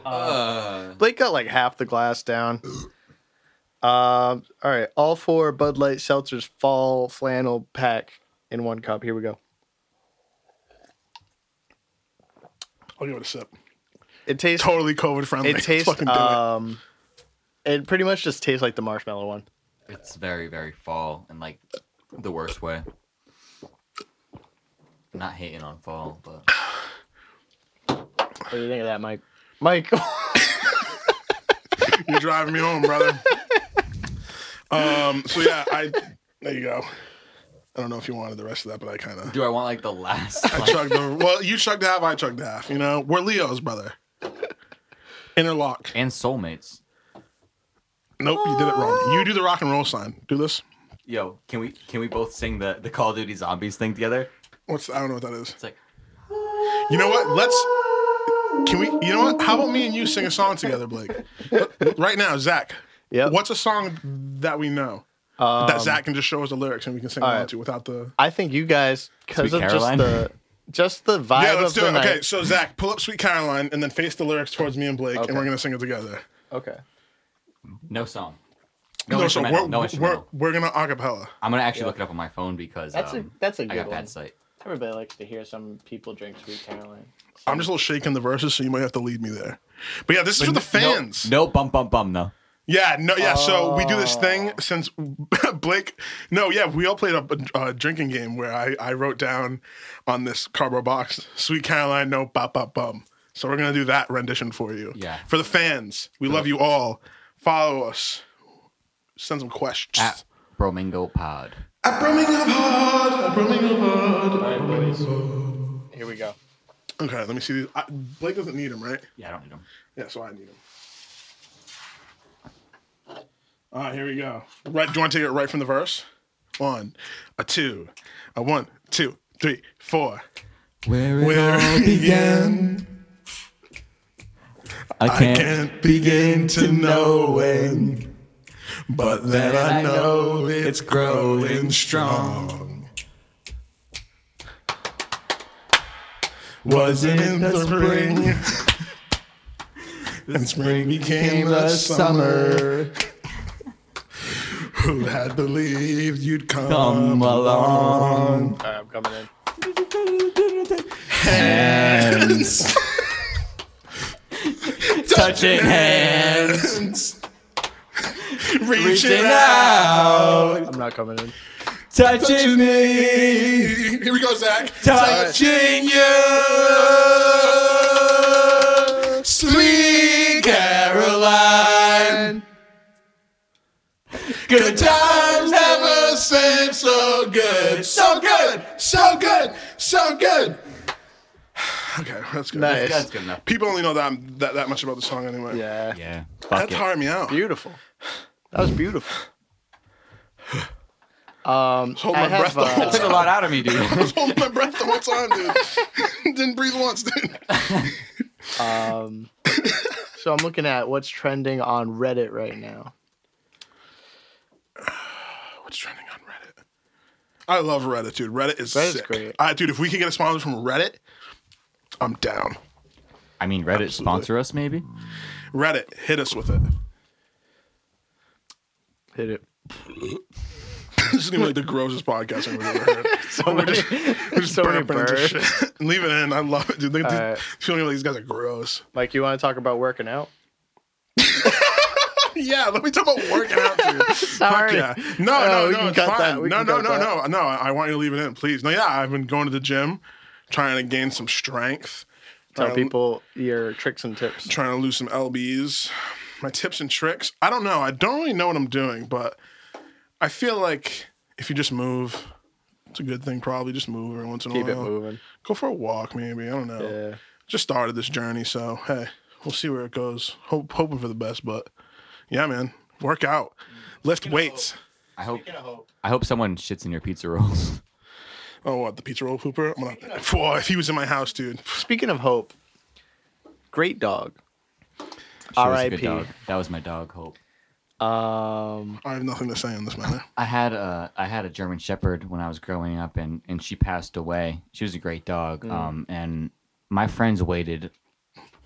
Speaker 5: Uh. Blake got like half the glass down. Um, all right, all four Bud Light Seltzer's fall flannel pack in one cup. Here we go.
Speaker 3: I'll give it a sip.
Speaker 5: It tastes.
Speaker 3: Totally COVID friendly.
Speaker 5: It tastes.
Speaker 3: Fucking do it.
Speaker 5: Um, it pretty much just tastes like the marshmallow one.
Speaker 4: It's very, very fall and like the worst way. Not hating on fall, but
Speaker 5: What do you think of that, Mike? Mike,
Speaker 3: You're driving me home, brother. um. So yeah, I. There you go. I don't know if you wanted the rest of that, but I kind of
Speaker 4: do I want like the last? like-
Speaker 3: chugged. The, well, you chugged half. I chugged half. You know, we're Leos, brother. Interlock.
Speaker 4: and soulmates.
Speaker 3: Nope, you did it wrong. You do the rock and roll sign. Do this.
Speaker 4: Yo, can we can we both sing the the Call of Duty Zombies thing together?
Speaker 3: What's I don't know what that is.
Speaker 4: It's like
Speaker 3: You know what? Let's. Can we? You know what? How about me and you sing a song together, Blake? right now, Zach.
Speaker 5: Yep. Um,
Speaker 3: What's a song that we know that Zach can just show us the lyrics and we can sing along
Speaker 5: right.
Speaker 3: to without the?
Speaker 5: I think you guys because
Speaker 4: Sweet
Speaker 5: of
Speaker 4: Caroline?
Speaker 5: just the just the vibe
Speaker 3: Yeah, let's
Speaker 5: of
Speaker 3: do
Speaker 5: the
Speaker 3: it.
Speaker 5: night.
Speaker 3: Okay, so Zach, pull up "Sweet Caroline" and then face the lyrics towards me and Blake,
Speaker 5: Okay.
Speaker 3: and we're gonna sing it together.
Speaker 5: Okay.
Speaker 4: no song.
Speaker 3: No,
Speaker 4: No,
Speaker 3: so
Speaker 4: instrumental.
Speaker 3: we're,
Speaker 4: no
Speaker 3: we're
Speaker 4: instrumental.
Speaker 3: we're gonna acapella.
Speaker 4: I'm gonna actually look it up on my phone because
Speaker 5: That's a-
Speaker 4: um,
Speaker 5: that's a
Speaker 4: I
Speaker 5: good
Speaker 4: got
Speaker 5: one.
Speaker 4: bad sight.
Speaker 5: Everybody likes to hear some people drink Sweet Caroline.
Speaker 3: I'm just a little shaking the verses, so you might have to lead me there. But yeah, this is for the fans.
Speaker 4: No, no bum bum bum no.
Speaker 3: Yeah, no, yeah. So we do this
Speaker 4: Oh.
Speaker 3: thing since Blake. No, yeah, we all played a, a drinking game where I, I wrote down on this cardboard box, "Sweet Caroline, no bop bop bum." So we're gonna do that rendition for you.
Speaker 4: Yeah.
Speaker 3: for the fans, we love you all. Follow us. Send some questions.
Speaker 4: At Bromingo Pod.
Speaker 3: At Birmingham Pod, at Birmingham Pod.
Speaker 5: Here we go.
Speaker 3: Okay, let me see. These. I, Blake doesn't need them, right?
Speaker 4: Yeah, I don't need them.
Speaker 3: Yeah, so I need them. All right, here we go. Right, do you want to take it right from the verse? One, a two, a one, two, three, four.
Speaker 4: Where
Speaker 3: Where began?
Speaker 4: I
Speaker 3: I
Speaker 4: can't.
Speaker 3: can't begin to know when, but then I know it's growing strong. Was in the spring, and spring became the summer. Who had believed you'd come along?
Speaker 5: All right, I'm coming in.
Speaker 3: Hands,
Speaker 4: Touching hands.
Speaker 3: hands,
Speaker 4: Reaching
Speaker 3: reaching
Speaker 4: out.
Speaker 5: I'm not coming in.
Speaker 4: Touching me.
Speaker 3: Here we go, Zach.
Speaker 4: Touching you. Sweet Caroline. Good times never
Speaker 3: seemed so good, so good, so good, so good. Okay, that's good.
Speaker 5: Nice.
Speaker 4: That's good enough.
Speaker 3: People only know that, that that much about the song anyway.
Speaker 5: Yeah.
Speaker 4: Yeah.
Speaker 3: that tired me out.
Speaker 5: Beautiful. That was beautiful. Um,
Speaker 3: Hold
Speaker 5: I
Speaker 3: my
Speaker 5: have,
Speaker 3: breath the
Speaker 5: uh,
Speaker 3: whole
Speaker 4: Took a lot out of me, dude.
Speaker 3: was holding my breath the whole time, dude. Didn't breathe once, dude.
Speaker 5: um, so I'm looking at what's trending on Reddit right now.
Speaker 3: What's trending on Reddit? I love Reddit, dude. Reddit is
Speaker 5: Reddit's
Speaker 3: sick.
Speaker 5: great.
Speaker 3: I, dude, if we could get a sponsor from Reddit, I'm down.
Speaker 4: I mean, Reddit sponsor us, maybe.
Speaker 3: Reddit, hit us with it.
Speaker 5: Hit it.
Speaker 3: doesn't even like the grossest podcast I've ever heard.
Speaker 5: So many,
Speaker 3: We're just
Speaker 5: so many
Speaker 3: burping into
Speaker 5: birds.
Speaker 3: shit. Leave it in. I love it, dude. Look at
Speaker 5: All right.
Speaker 3: these, feeling like these guys are gross.
Speaker 5: Mike, you want to talk about working out?
Speaker 3: Yeah, let me talk about working out, dude. Fuck
Speaker 5: Sorry.
Speaker 3: yeah. No,
Speaker 5: Oh,
Speaker 3: no,
Speaker 5: we
Speaker 3: no,
Speaker 5: can
Speaker 3: it's
Speaker 5: cut
Speaker 3: fine.
Speaker 5: that. We
Speaker 3: No,
Speaker 5: can
Speaker 3: no,
Speaker 5: cut
Speaker 3: no,
Speaker 5: that.
Speaker 3: no, no. I I want you to leave it in, please. No, yeah, I've been going to the gym, trying to gain some strength,
Speaker 5: Tell
Speaker 3: trying to-
Speaker 5: people your tricks and tips.
Speaker 3: trying to lose some lbs. My tips and tricks. I don't know. I don't really know what I'm doing, but I feel like if you just move, it's a good thing. Probably just move every once in
Speaker 5: Keep
Speaker 3: a
Speaker 5: it
Speaker 3: while.
Speaker 5: moving.
Speaker 3: Go for a walk, maybe. I don't know.
Speaker 5: Yeah.
Speaker 3: just started this journey, so hey, we'll see where it goes. Hope, hoping for the best, but yeah, man, work out,
Speaker 5: Mm.
Speaker 3: lift weights.
Speaker 4: I hope I hope someone shits in your pizza rolls.
Speaker 3: Oh, what the pizza roll pooper? I'm gonna. Whoa, if he was in my house, dude.
Speaker 5: Speaking of hope, great dog.
Speaker 4: She was a good
Speaker 5: R.I.P..
Speaker 4: dog. That was my dog. Hope.
Speaker 5: Um,
Speaker 3: I have nothing to say on this matter.
Speaker 4: I had a I had a German Shepherd when I was growing up, and and she passed away. She was a great dog. Um, and my friends waited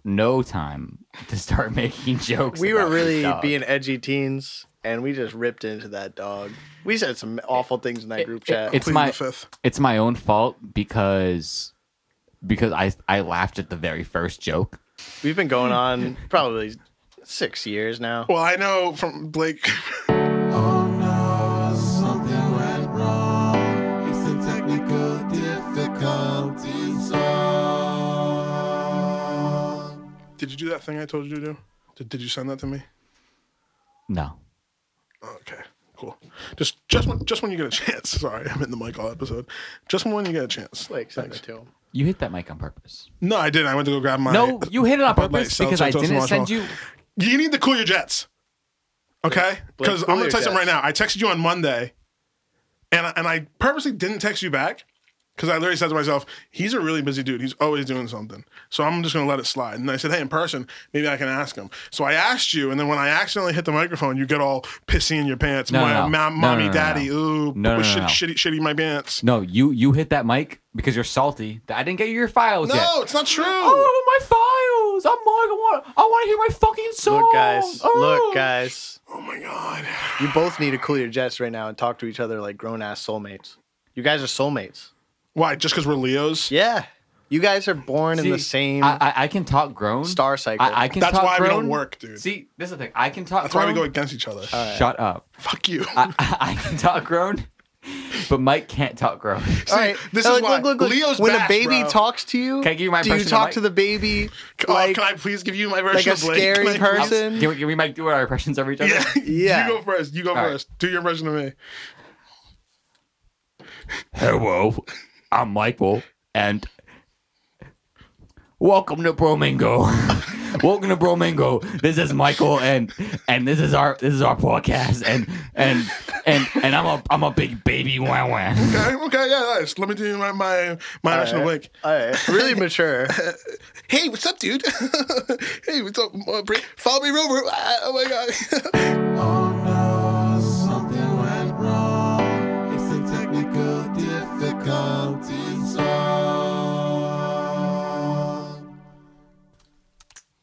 Speaker 4: no time to start making jokes.
Speaker 5: we were
Speaker 4: about this
Speaker 5: really
Speaker 4: dog.
Speaker 5: being edgy teens, and we just ripped into that dog. We said some awful things in that group chat.
Speaker 4: It's
Speaker 3: Plead
Speaker 4: my
Speaker 3: the fifth.
Speaker 4: it's my own fault because because I I laughed at the very first joke.
Speaker 5: We've been going on probably six years now.
Speaker 3: Well, I know from Blake. Did you do that thing I told you to do? Did, did you send that to me?
Speaker 4: No,
Speaker 3: Okay, cool. Just just when, just when you get a chance. Sorry, I'm in the mic all episode. Just when you get a chance.
Speaker 5: Like, send it
Speaker 3: Thanks.
Speaker 5: to him.
Speaker 4: you hit that mic on purpose.
Speaker 3: No, I didn't. I went to go grab my.
Speaker 4: No, you hit it on
Speaker 3: Bud Light
Speaker 4: purpose because I
Speaker 3: seltzer, toast,
Speaker 4: didn't
Speaker 3: marshmallow.
Speaker 4: send you.
Speaker 3: You need to cool your jets. Okay?
Speaker 5: Blake,
Speaker 3: Because
Speaker 5: cool
Speaker 3: I'm going
Speaker 5: your
Speaker 3: to text him right
Speaker 5: jets.
Speaker 3: now. I texted you on Monday and I, and I purposely didn't text you back because I literally said to myself, he's a really busy dude. He's always doing something. So I'm just going to let it slide. And I said, hey, in person, maybe I can ask him. So I asked you. And then when I accidentally hit the microphone, you get all pissy in your pants.
Speaker 4: No,
Speaker 3: my,
Speaker 4: no, no.
Speaker 3: ma-
Speaker 4: No,
Speaker 3: mommy,
Speaker 4: no, no,
Speaker 3: daddy,
Speaker 4: no.
Speaker 3: ooh,
Speaker 4: No, no,
Speaker 3: shit,
Speaker 4: no, no.
Speaker 3: shitty, shitty my pants.
Speaker 4: No, you you hit that mic because you're salty. that I didn't get your files
Speaker 3: No,
Speaker 4: yet.
Speaker 3: it's not true.
Speaker 4: Oh, my files! I'm like, I want, I want to hear my fucking song.
Speaker 5: Look, guys.
Speaker 4: Oh.
Speaker 5: Look, guys.
Speaker 3: oh my God.
Speaker 5: You both need to cool your jets right now and talk to each other like grown ass soulmates. You guys are soulmates.
Speaker 3: Why? Just because we're Leos?
Speaker 5: Yeah. You guys are born in the
Speaker 4: See,
Speaker 5: same
Speaker 4: I, I, I can talk grown.
Speaker 5: star cycle.
Speaker 4: I, I can.
Speaker 3: That's
Speaker 4: talk
Speaker 3: why we
Speaker 4: grown.
Speaker 3: don't work, dude.
Speaker 4: See, this is the thing. I can talk.
Speaker 3: That's why we go
Speaker 4: grown.
Speaker 3: against each other.
Speaker 4: Shut up.
Speaker 3: Fuck you.
Speaker 4: I, I, I can talk grown, but Mike can't talk grown.
Speaker 5: All right.
Speaker 3: this
Speaker 5: Uh,
Speaker 3: is why Leo's
Speaker 5: when
Speaker 3: back,
Speaker 5: a baby
Speaker 3: bro.
Speaker 5: talks to you,
Speaker 4: Can I give you my
Speaker 5: do you
Speaker 4: version of
Speaker 5: talk
Speaker 4: Mike?
Speaker 5: to the baby
Speaker 3: Oh,
Speaker 5: like
Speaker 3: can I please give you my version
Speaker 5: like a
Speaker 3: of Blake?
Speaker 5: scary
Speaker 3: Like,
Speaker 5: person?
Speaker 4: Can we, can we Mike do our impressions of each other?
Speaker 3: Yeah.
Speaker 5: Yeah.
Speaker 3: You go first. You go
Speaker 4: right.
Speaker 3: first. Do your version of me.
Speaker 4: Hello, I'm Michael, and welcome to Bromingo. welcome to Bromingo. This is Michael, and and this is our this is our podcast, and and and and I'm a I'm a big baby wah wah.
Speaker 3: Okay, okay, yeah, nice. Let me do my my, my version of Blake.
Speaker 5: All right. Really mature.
Speaker 3: Hey, what's up, dude? hey, what's up? Uh, Blake? Follow me, Rover. Ah, oh my god.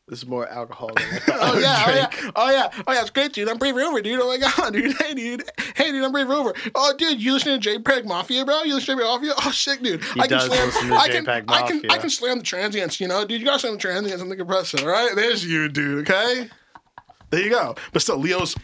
Speaker 5: this is more alcohol than I thought.
Speaker 3: oh yeah, oh yeah, oh yeah, oh yeah. It's great, dude. I'm Brave Rover, dude. Oh my god, dude. Hey, dude. Hey, dude. I'm Brave Rover. Oh, dude. You listen to JPEG Mafia, bro? You listen to JPEG Mafia? Oh, sick, dude. I can
Speaker 5: does
Speaker 3: slam.
Speaker 5: listen to
Speaker 3: I can.
Speaker 5: JPEG
Speaker 3: I can. I
Speaker 5: Mafia.
Speaker 3: can slam the transients. You know, dude. You gotta slam the transients on the compressor. All right. There's you, dude. Okay. There you go. But still, Leo's.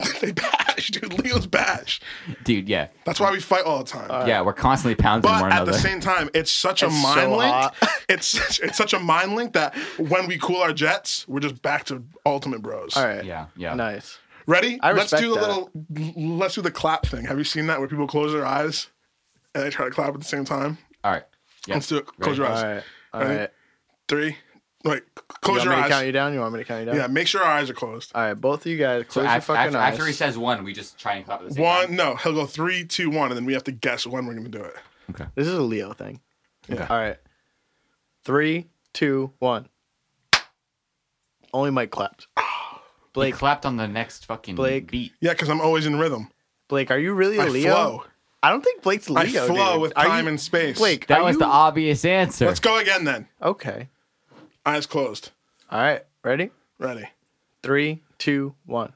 Speaker 3: they bash, dude. Leo's bash.
Speaker 4: Dude, yeah,
Speaker 3: That's why we fight all the time.
Speaker 4: yeah, we're constantly pounding
Speaker 3: But
Speaker 4: one
Speaker 3: at
Speaker 4: another.
Speaker 3: the same time, it's such
Speaker 5: It's
Speaker 3: a
Speaker 5: so
Speaker 3: mind link.
Speaker 5: hot.
Speaker 3: It's such, it's such a mind link that when we cool our jets, we're just back to ultimate bros.
Speaker 5: All right.
Speaker 4: yeah, yeah.
Speaker 5: Nice.
Speaker 3: Ready?
Speaker 5: I
Speaker 3: let's
Speaker 5: respect
Speaker 3: do the
Speaker 5: that.
Speaker 3: little l- let's do the clap thing. Have you seen that where people close their eyes and they try to clap at the same time?
Speaker 4: All right, yeah.
Speaker 3: Let's do it. Close your
Speaker 4: Ready?
Speaker 3: eyes.
Speaker 5: All right. All
Speaker 3: Ready?
Speaker 5: right.
Speaker 3: Three. Like
Speaker 5: You
Speaker 3: close
Speaker 5: want me
Speaker 3: your
Speaker 5: to count
Speaker 3: eyes.
Speaker 5: you down? You want me to count you down?
Speaker 3: Yeah, make sure our eyes are closed.
Speaker 5: All right. Both of you guys
Speaker 4: So
Speaker 5: close your
Speaker 4: after,
Speaker 5: fucking
Speaker 4: after,
Speaker 5: eyes.
Speaker 4: after he says one, we just try and clap at the same time.
Speaker 3: One, no, he'll go three, two, one, and then we have to guess when we're gonna do it.
Speaker 5: This is a Leo thing.
Speaker 3: Yeah.
Speaker 5: All right. Three, two, one. Only Mike clapped.
Speaker 4: He
Speaker 5: Blake,
Speaker 4: clapped on the next fucking
Speaker 5: Blake.
Speaker 4: beat.
Speaker 3: Yeah, because I'm always in rhythm.
Speaker 5: Blake, are you really a
Speaker 3: I
Speaker 5: Leo?
Speaker 3: flow.
Speaker 5: I don't think Blake's Leo.
Speaker 3: I flow
Speaker 5: dude.
Speaker 3: with
Speaker 5: Are
Speaker 3: time
Speaker 5: you-
Speaker 3: and space.
Speaker 5: Blake.
Speaker 4: That
Speaker 5: are
Speaker 4: was
Speaker 5: you-
Speaker 4: the obvious answer.
Speaker 3: Let's go again then.
Speaker 5: Okay.
Speaker 3: Eyes closed.
Speaker 5: All right. Ready?
Speaker 3: Ready.
Speaker 5: Three, two, one.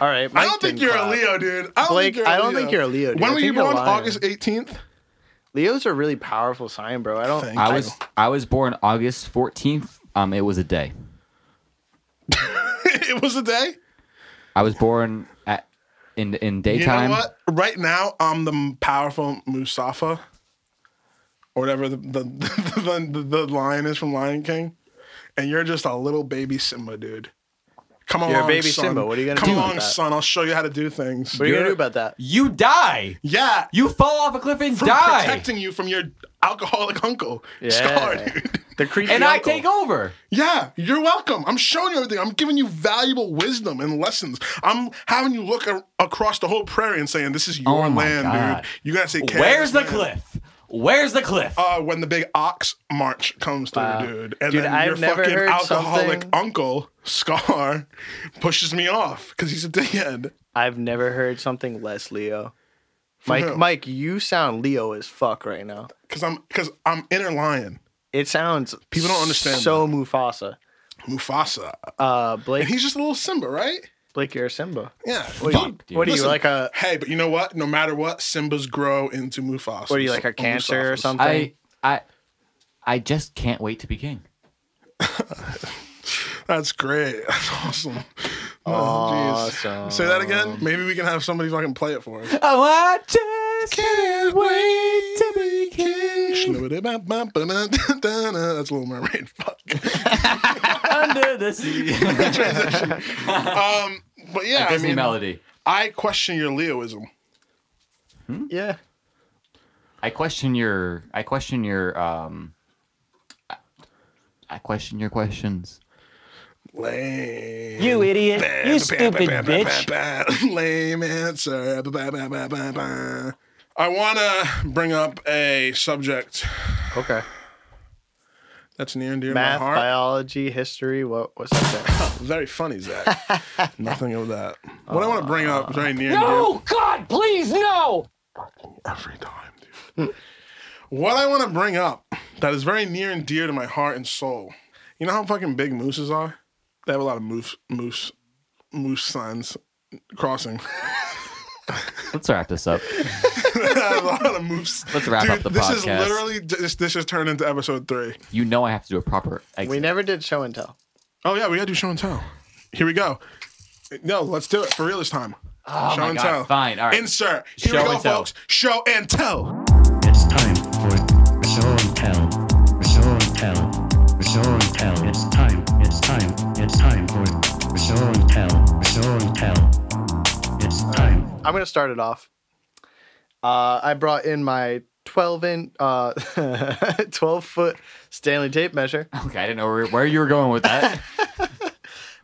Speaker 5: All right.
Speaker 3: I
Speaker 5: Mike
Speaker 3: don't think
Speaker 5: didn't
Speaker 3: you're a
Speaker 5: clap.
Speaker 3: Leo, dude. I don't
Speaker 5: Blake,
Speaker 3: think you're a
Speaker 5: I don't
Speaker 3: Leo.
Speaker 5: think you're a Leo, dude.
Speaker 3: When
Speaker 5: I
Speaker 3: were you
Speaker 5: think you're
Speaker 3: born?
Speaker 5: lying.
Speaker 3: August 18th.
Speaker 5: Leo's a really powerful sign, bro. I don't.
Speaker 3: Thank
Speaker 4: I was I was born August 14th. Um, it was a day.
Speaker 3: it was a day.
Speaker 4: I was born at in in
Speaker 3: You
Speaker 4: daytime.
Speaker 3: know what? Right now, I'm the m- powerful Mustafa, or whatever the the, the, the the lion is from Lion King, and you're just a little baby Simba, dude. Come
Speaker 5: a
Speaker 3: along,
Speaker 5: baby
Speaker 3: son.
Speaker 5: Simba. What are you gonna
Speaker 3: Come
Speaker 5: do with
Speaker 3: along,
Speaker 5: that?
Speaker 3: son. I'll show you how to do things.
Speaker 5: What are you gonna
Speaker 4: You're-
Speaker 5: do about that?
Speaker 4: You die.
Speaker 3: Yeah,
Speaker 4: You fall off a cliff and
Speaker 3: from
Speaker 4: die.
Speaker 3: protecting you from your alcoholic uncle,
Speaker 5: Yeah.
Speaker 3: Scar, dude.
Speaker 5: The creepy
Speaker 4: and I
Speaker 5: uncle.
Speaker 4: take over.
Speaker 3: Yeah, you're welcome. I'm showing you everything. I'm giving you valuable wisdom and lessons. I'm having you look a- across the whole prairie and saying, "This is your
Speaker 4: Oh my
Speaker 3: land,
Speaker 4: God.
Speaker 3: dude. You gotta take care." of
Speaker 4: Where's the
Speaker 3: this land."
Speaker 4: cliff? Where's the cliff?
Speaker 3: Uh, when the big ox march comes through, dude, and
Speaker 5: Dude,
Speaker 3: then your
Speaker 5: I've never
Speaker 3: fucking
Speaker 5: heard
Speaker 3: alcoholic
Speaker 5: something-
Speaker 3: uncle Scar pushes me off because he's a dickhead.
Speaker 5: I've never heard something less Leo. Mike,
Speaker 3: who?
Speaker 5: Mike, you sound Leo as fuck right now.
Speaker 3: Because I'm because I'm inner lion,
Speaker 5: It sounds
Speaker 3: People don't understand
Speaker 5: So Mufasa.
Speaker 3: Mufasa,
Speaker 5: Uh,
Speaker 3: and
Speaker 5: Blake,
Speaker 3: he's just a little Simba, right?
Speaker 5: Blake, you're a Simba.
Speaker 3: Yeah.
Speaker 5: What, are you-
Speaker 4: Fuck, dude.
Speaker 5: what are you
Speaker 3: Listen,
Speaker 5: like uh, a?
Speaker 3: Hey, but you know what? No matter what, Simbas grow into Mufasa.
Speaker 5: What are you like a cancer or something?
Speaker 4: I I I just can't wait to be king.
Speaker 3: That's great. That's awesome. Oh,
Speaker 5: Awesome.
Speaker 3: jeez. Say that again. Maybe we can have somebody fucking play it for us.
Speaker 4: Oh, I just can't wait to be king
Speaker 3: That's Little Mermaid. Fuck.
Speaker 4: under the sea.
Speaker 3: Um, but yeah, I
Speaker 4: Disney
Speaker 3: mean,
Speaker 4: melody.
Speaker 3: I question your Leoism.
Speaker 5: yeah.
Speaker 4: I question your. I question your. Um. I- I question your questions.
Speaker 3: Lame.
Speaker 10: You idiot. You stupid bitch.
Speaker 3: Lame answer. Ba, ba, ba, ba, ba, ba. I want to bring up a subject
Speaker 5: Okay.
Speaker 3: that's near and dear
Speaker 5: Math,
Speaker 3: to my heart.
Speaker 5: biology, history. What was that?
Speaker 3: Very funny, Zach. Nothing of that. What I want to bring up is very near and dear.
Speaker 2: No, Oh, God, please, no.
Speaker 3: every time, dude. what I want to bring up that is very near and dear to my heart and soul. You know how fucking big mooses are? They have a lot of moose, moose, moose signs crossing.
Speaker 4: Let's wrap this up.
Speaker 3: they have a lot of moose.
Speaker 4: Let's wrap
Speaker 3: dude,
Speaker 4: up the
Speaker 3: this is
Speaker 4: podcast.
Speaker 3: literally this. This has turned into episode three.
Speaker 4: You know I have to do a proper exit.
Speaker 5: we never did show and tell.
Speaker 3: Oh yeah, we gotta do show and tell. Here we go. No, let's do it for real this time.
Speaker 4: oh
Speaker 3: show
Speaker 4: my
Speaker 3: and
Speaker 4: God.
Speaker 3: tell.
Speaker 4: Fine. All right.
Speaker 3: Insert. Here
Speaker 4: Show
Speaker 3: we go,
Speaker 4: and tell.
Speaker 3: folks. Show and tell.
Speaker 10: It's time for show and tell. Show and tell. Show and tell. It's time. It's time. It's time for show and tell. Show and tell. It's time.
Speaker 5: I'm gonna start it off. Uh, I brought in my 12 in, uh, 12 foot Stanley tape measure.
Speaker 4: okay. I didn't know where, where you were going with that.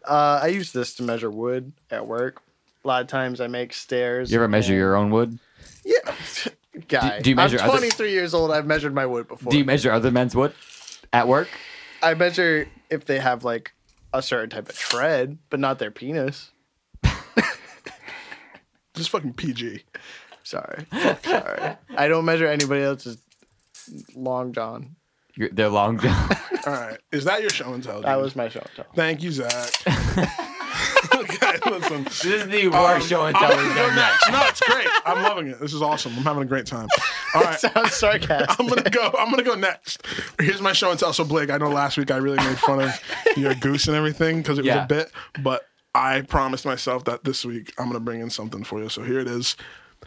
Speaker 5: Uh, I use this to measure wood at work. A lot of times I make stairs.
Speaker 4: you ever measure your own wood?
Speaker 5: Yeah. Guy.
Speaker 4: Do- do you measure
Speaker 5: I'm
Speaker 4: other-
Speaker 5: 23 years old. I've measured my wood before.
Speaker 4: Do you measure other men's wood at work?
Speaker 5: I measure if they have like a certain type of tread, but not their penis.
Speaker 3: Just fucking PG.
Speaker 5: Sorry. Sorry. I don't measure anybody else's long john.
Speaker 4: You're, they're long john.
Speaker 3: All right. Is that your show and tell?
Speaker 5: That
Speaker 3: dude?
Speaker 5: was my show and tell.
Speaker 3: Thank you, Zach. okay, listen.
Speaker 4: this is the
Speaker 3: Um,
Speaker 4: worst show and tell
Speaker 3: I'm
Speaker 4: we've
Speaker 3: gonna go
Speaker 4: done yet.
Speaker 3: next. No, it's great. I'm loving it. This is awesome. I'm having a great time. All right.
Speaker 5: Sounds sarcastic.
Speaker 3: I'm gonna go. I'm gonna go next. Here's my show and tell. So Blake, I know last week I really made fun of your goose and everything because it was
Speaker 4: Yeah.
Speaker 3: a bit, but I promised myself that this week I'm gonna bring in something for you. So here it is.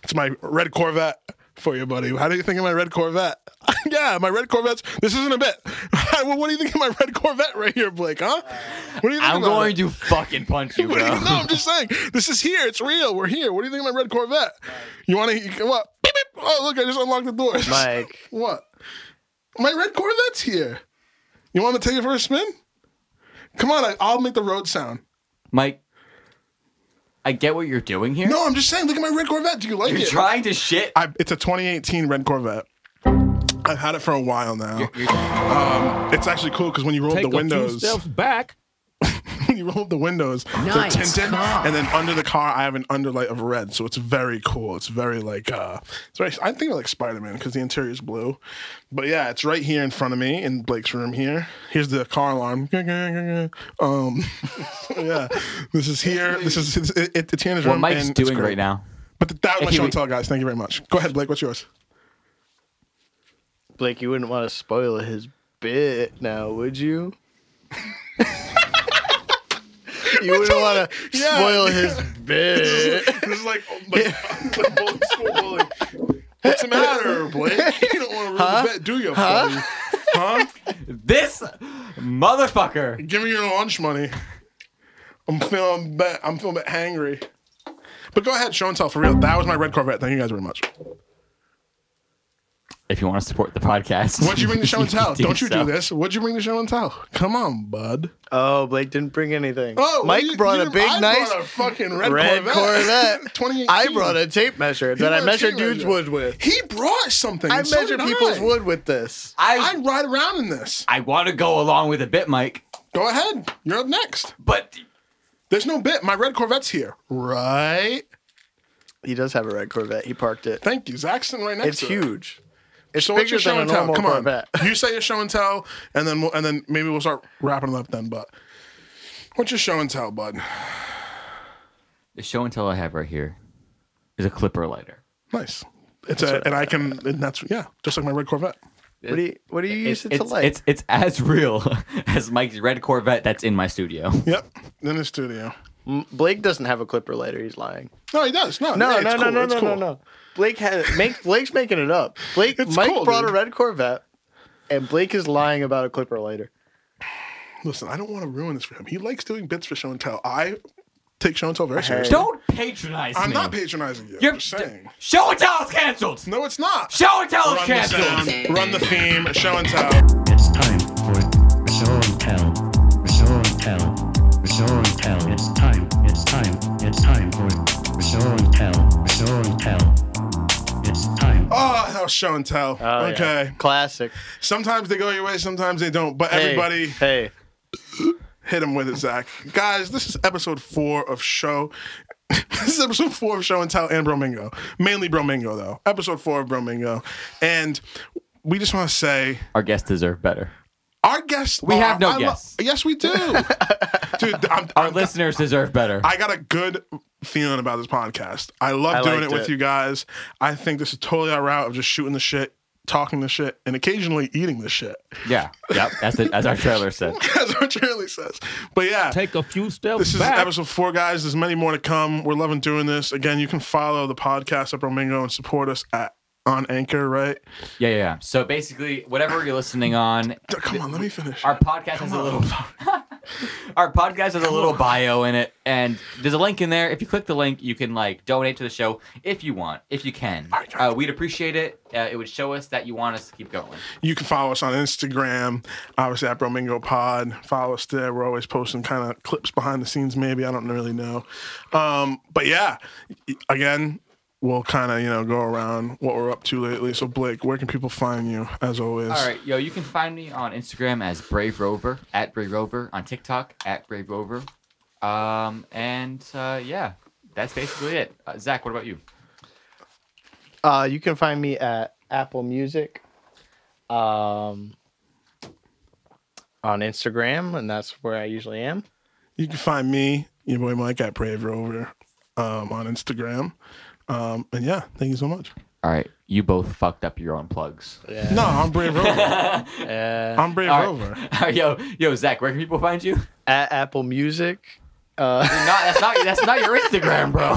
Speaker 3: It's my red Corvette for you, buddy. How do you think of my red Corvette? yeah, my red Corvettes. This isn't a bit. well, what do you think of my red Corvette right here, Blake? Huh? What do you think?
Speaker 4: I'm
Speaker 3: about
Speaker 4: going
Speaker 3: it?
Speaker 4: to fucking punch you,
Speaker 3: What do you,
Speaker 4: bro.
Speaker 3: no, I'm just saying. This is here. It's real. We're here. What do you think of my red Corvette? You want to? What? Beep, beep. Oh, look! I just unlocked the doors.
Speaker 5: Mike.
Speaker 3: What? My red Corvette's here. You want to take it for a spin? Come on, I, I'll make the road sound.
Speaker 4: Mike, I get what you're doing here.
Speaker 3: No, I'm just saying. Look at my red Corvette. Do you like
Speaker 4: you're
Speaker 3: it?
Speaker 4: trying to shit.
Speaker 3: I, it's a 2018 red Corvette. I've had it for a while now. Um,
Speaker 4: You're-
Speaker 3: It's actually cool because when you roll up the windows,
Speaker 10: back.
Speaker 3: when you roll up the windows,
Speaker 11: Nice
Speaker 3: they're tinted,
Speaker 11: car.
Speaker 3: and then under the car, I have an underlight of red, so it's very cool. It's very like, uh, it's very. I think of like Spider Man because the interior is blue, but yeah, it's right here in front of me in Blake's room. Here, here's the car alarm. Um, yeah, this is here. This is it's, it's Tiana's
Speaker 4: What
Speaker 3: room.
Speaker 4: Mike's
Speaker 3: and it's
Speaker 4: doing
Speaker 3: great.
Speaker 4: right now.
Speaker 3: But that was
Speaker 4: If you-
Speaker 3: my show and tell, guys. Thank you very much. Go ahead, Blake. What's yours?
Speaker 5: Blake, you wouldn't want to spoil his bit now, would you? you wouldn't want to
Speaker 3: Yeah.
Speaker 5: spoil his bit.
Speaker 3: This is like, oh like, like old school bullying. What's the matter, Blake? You don't want to
Speaker 5: Huh?
Speaker 3: the bet, do you?
Speaker 5: Huh?
Speaker 3: buddy? Huh?
Speaker 4: This motherfucker.
Speaker 3: Give me your lunch money. I'm feeling bet. I'm feeling a bit hangry. But go ahead, show and tell for real. That was my red Corvette. Thank you guys very much.
Speaker 4: If you want to support the podcast,
Speaker 3: What'd you bring to show and tell? Don't you do
Speaker 4: so.
Speaker 3: this? What'd you bring to show and tell? Come on, bud.
Speaker 5: Oh, Blake didn't bring anything.
Speaker 3: Oh,
Speaker 5: Mike
Speaker 3: you-
Speaker 5: brought
Speaker 3: you
Speaker 5: a
Speaker 3: didn't-
Speaker 5: big,
Speaker 3: I
Speaker 5: nice
Speaker 3: brought a fucking red,
Speaker 5: red
Speaker 3: Corvette.
Speaker 5: Corvette.
Speaker 3: 2018.
Speaker 5: I brought a tape measure that I
Speaker 3: brought a tape
Speaker 5: measured dudes'
Speaker 3: measure.
Speaker 5: wood with.
Speaker 3: He brought something.
Speaker 5: I
Speaker 3: and so
Speaker 5: measure
Speaker 3: did
Speaker 5: people's
Speaker 3: I.
Speaker 5: wood with this.
Speaker 4: I
Speaker 3: I ride around in this.
Speaker 4: I want to go along with a bit, Mike,
Speaker 3: Go ahead. You're up next.
Speaker 4: but
Speaker 3: There's no bit. My red Corvette's here. Right.
Speaker 5: He does have a red Corvette. He parked it.
Speaker 3: Thank you. Zaxton right next
Speaker 5: It's
Speaker 3: to it.
Speaker 5: huge. It's
Speaker 3: So what's
Speaker 5: bigger
Speaker 3: your show
Speaker 5: than a
Speaker 3: and tell?
Speaker 5: normal
Speaker 3: Come on.
Speaker 5: Corvette.
Speaker 3: You say your show and tell, and then we'll, and then maybe we'll start wrapping it up then. But what's your show and tell, bud?
Speaker 4: the show and tell I have right here is a clipper lighter.
Speaker 3: Nice. It's a and I can and that's yeah, just like my red Corvette.
Speaker 5: What do you What do you use it to
Speaker 4: it's,
Speaker 5: light?
Speaker 4: it's it's as real as Mike's red Corvette that's in my studio.
Speaker 3: Yep. In the studio.
Speaker 5: M- Blake doesn't have a clipper lighter. He's lying.
Speaker 3: No, he does. No,
Speaker 5: No,
Speaker 3: yeah, it's
Speaker 5: no, no,
Speaker 3: cool.
Speaker 5: no,
Speaker 3: it's
Speaker 5: no,
Speaker 3: cool.
Speaker 5: no, no. Blake has make Blake's making it up. Blake
Speaker 3: It's
Speaker 5: Mike
Speaker 3: cool,
Speaker 5: brought a
Speaker 3: dude.
Speaker 5: red Corvette, and Blake is lying about a clipper lighter.
Speaker 3: Listen, I don't want to ruin this for him. He likes doing bits for show and tell. I take show and tell very
Speaker 5: Hey.
Speaker 3: seriously.
Speaker 4: Don't patronize
Speaker 3: I'm
Speaker 4: me.
Speaker 3: not patronizing you.
Speaker 4: You're-
Speaker 3: I'm just saying.
Speaker 4: Show and tell is canceled.
Speaker 3: No, it's not.
Speaker 4: Show and tell
Speaker 3: Run
Speaker 4: is
Speaker 3: the
Speaker 4: canceled.
Speaker 3: sound, run the theme, show and tell.
Speaker 10: It's time for show and tell. Show and tell. Show and tell. It's time. It's time. It's time for show and tell. Show and tell. It's time.
Speaker 3: Oh, that was show and tell.
Speaker 5: Oh, yeah.
Speaker 3: okay.
Speaker 5: classic.
Speaker 3: Sometimes they go your way, sometimes they don't. But
Speaker 5: Hey,
Speaker 3: everybody,
Speaker 5: hey,
Speaker 3: hit him with it, Zach. Guys, this is episode four of show. this is episode four of show and tell and Bromingo, mainly Bromingo though. Episode four of Bromingo, and we just want to say
Speaker 4: Our guests deserve better.
Speaker 3: our guests.
Speaker 4: We
Speaker 3: are-
Speaker 4: have no
Speaker 3: I lo-
Speaker 4: guests.
Speaker 3: yes, we do, dude. I'm,
Speaker 4: Our
Speaker 3: I'm-
Speaker 4: listeners deserve better.
Speaker 3: I got a good feeling about this podcast. I love
Speaker 5: I
Speaker 3: doing it
Speaker 5: liked
Speaker 3: with
Speaker 5: it.
Speaker 3: you guys. I think this is totally our route of just shooting the shit, talking the shit, and occasionally eating the shit,
Speaker 4: yeah, yep. That's the, as our trailer said.
Speaker 3: as our Charlie says. But yeah,
Speaker 11: Take a few steps
Speaker 3: This is
Speaker 11: back.
Speaker 3: episode four, guys. There's many more to come. We're loving doing this. Again, you can follow the podcast at Romingo and support us at on Anchor, right?
Speaker 4: Yeah, yeah, yeah. So basically, whatever you're listening on,
Speaker 3: D- Come on, let me finish.
Speaker 4: our podcast has a little. our podcast has a little bio in it, and there's a link in there. If you click the link, you can like donate to the show if you want, if you can.
Speaker 3: All right, guys.
Speaker 4: Uh, we'd appreciate it. Uh, it would show us that you want us to keep going.
Speaker 3: You can follow us on Instagram, obviously at Romingo Pod. Follow us there. We're always posting kind of clips behind the scenes, maybe. I don't really know. Um, but yeah, y- again, we'll kind of, you know, go around what we're up to lately. So, Blake, where can people find you as always?
Speaker 4: All right, yo, you can find me on Instagram as Brave Rover at Brave Rover on TikTok at Brave Rover, um, and uh, yeah, that's basically it. Uh, Zach, what about you?
Speaker 5: uh, you can find me at Apple Music, um, on Instagram, and that's where I usually am.
Speaker 3: You can find me, your boy Mike at Brave Rover um, on Instagram. Um, and yeah, thank you so much.
Speaker 4: All right, you both fucked up your own plugs.
Speaker 3: No, I'm Brave Rover.
Speaker 5: Uh,
Speaker 3: I'm Brave
Speaker 4: All right.
Speaker 3: Rover.
Speaker 4: yo, yo, Zach, where can people find you?
Speaker 5: at Apple Music, uh,
Speaker 4: Not, that's not that's not your Instagram, bro.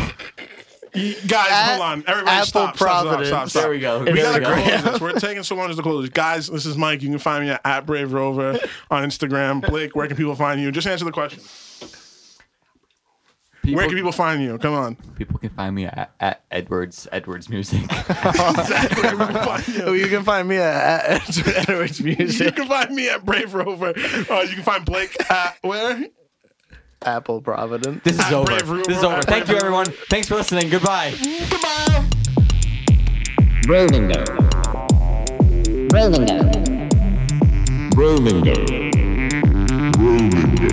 Speaker 3: You- Guys,
Speaker 5: At
Speaker 3: hold on. Everybody
Speaker 5: Apple
Speaker 3: stop, stop, stop, stop,
Speaker 5: Providence.
Speaker 3: stop.
Speaker 4: There we go.
Speaker 5: We
Speaker 3: We
Speaker 4: There
Speaker 3: gotta
Speaker 4: we go.
Speaker 3: close this. We're taking so long just to close this. Guys, this is Mike. You can find me at, at Brave Rover on Instagram. Blake, where can people find you? Just answer the question.
Speaker 4: People,
Speaker 3: Where can people find you? Come on.
Speaker 4: people can find me at, at Edwards Edwards Music.
Speaker 3: Exactly. Where can people find
Speaker 5: Oh,
Speaker 3: you?
Speaker 5: you can find me at, at Edwards
Speaker 3: You
Speaker 5: Music,
Speaker 3: can find me at Brave Rover. Uh, you can find Blake at where?
Speaker 5: Apple Providence.
Speaker 4: This is
Speaker 3: At
Speaker 4: over.
Speaker 3: Brave Rover,
Speaker 4: This is over.
Speaker 3: at
Speaker 4: Thank you,
Speaker 3: Brave Rover.
Speaker 4: everyone. Thanks for listening. Goodbye.
Speaker 3: Goodbye.
Speaker 1: Brovingo. Brovingo.
Speaker 8: Romingo. Romingo.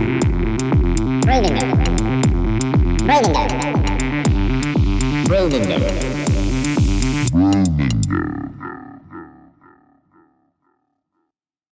Speaker 1: Breathing Breathing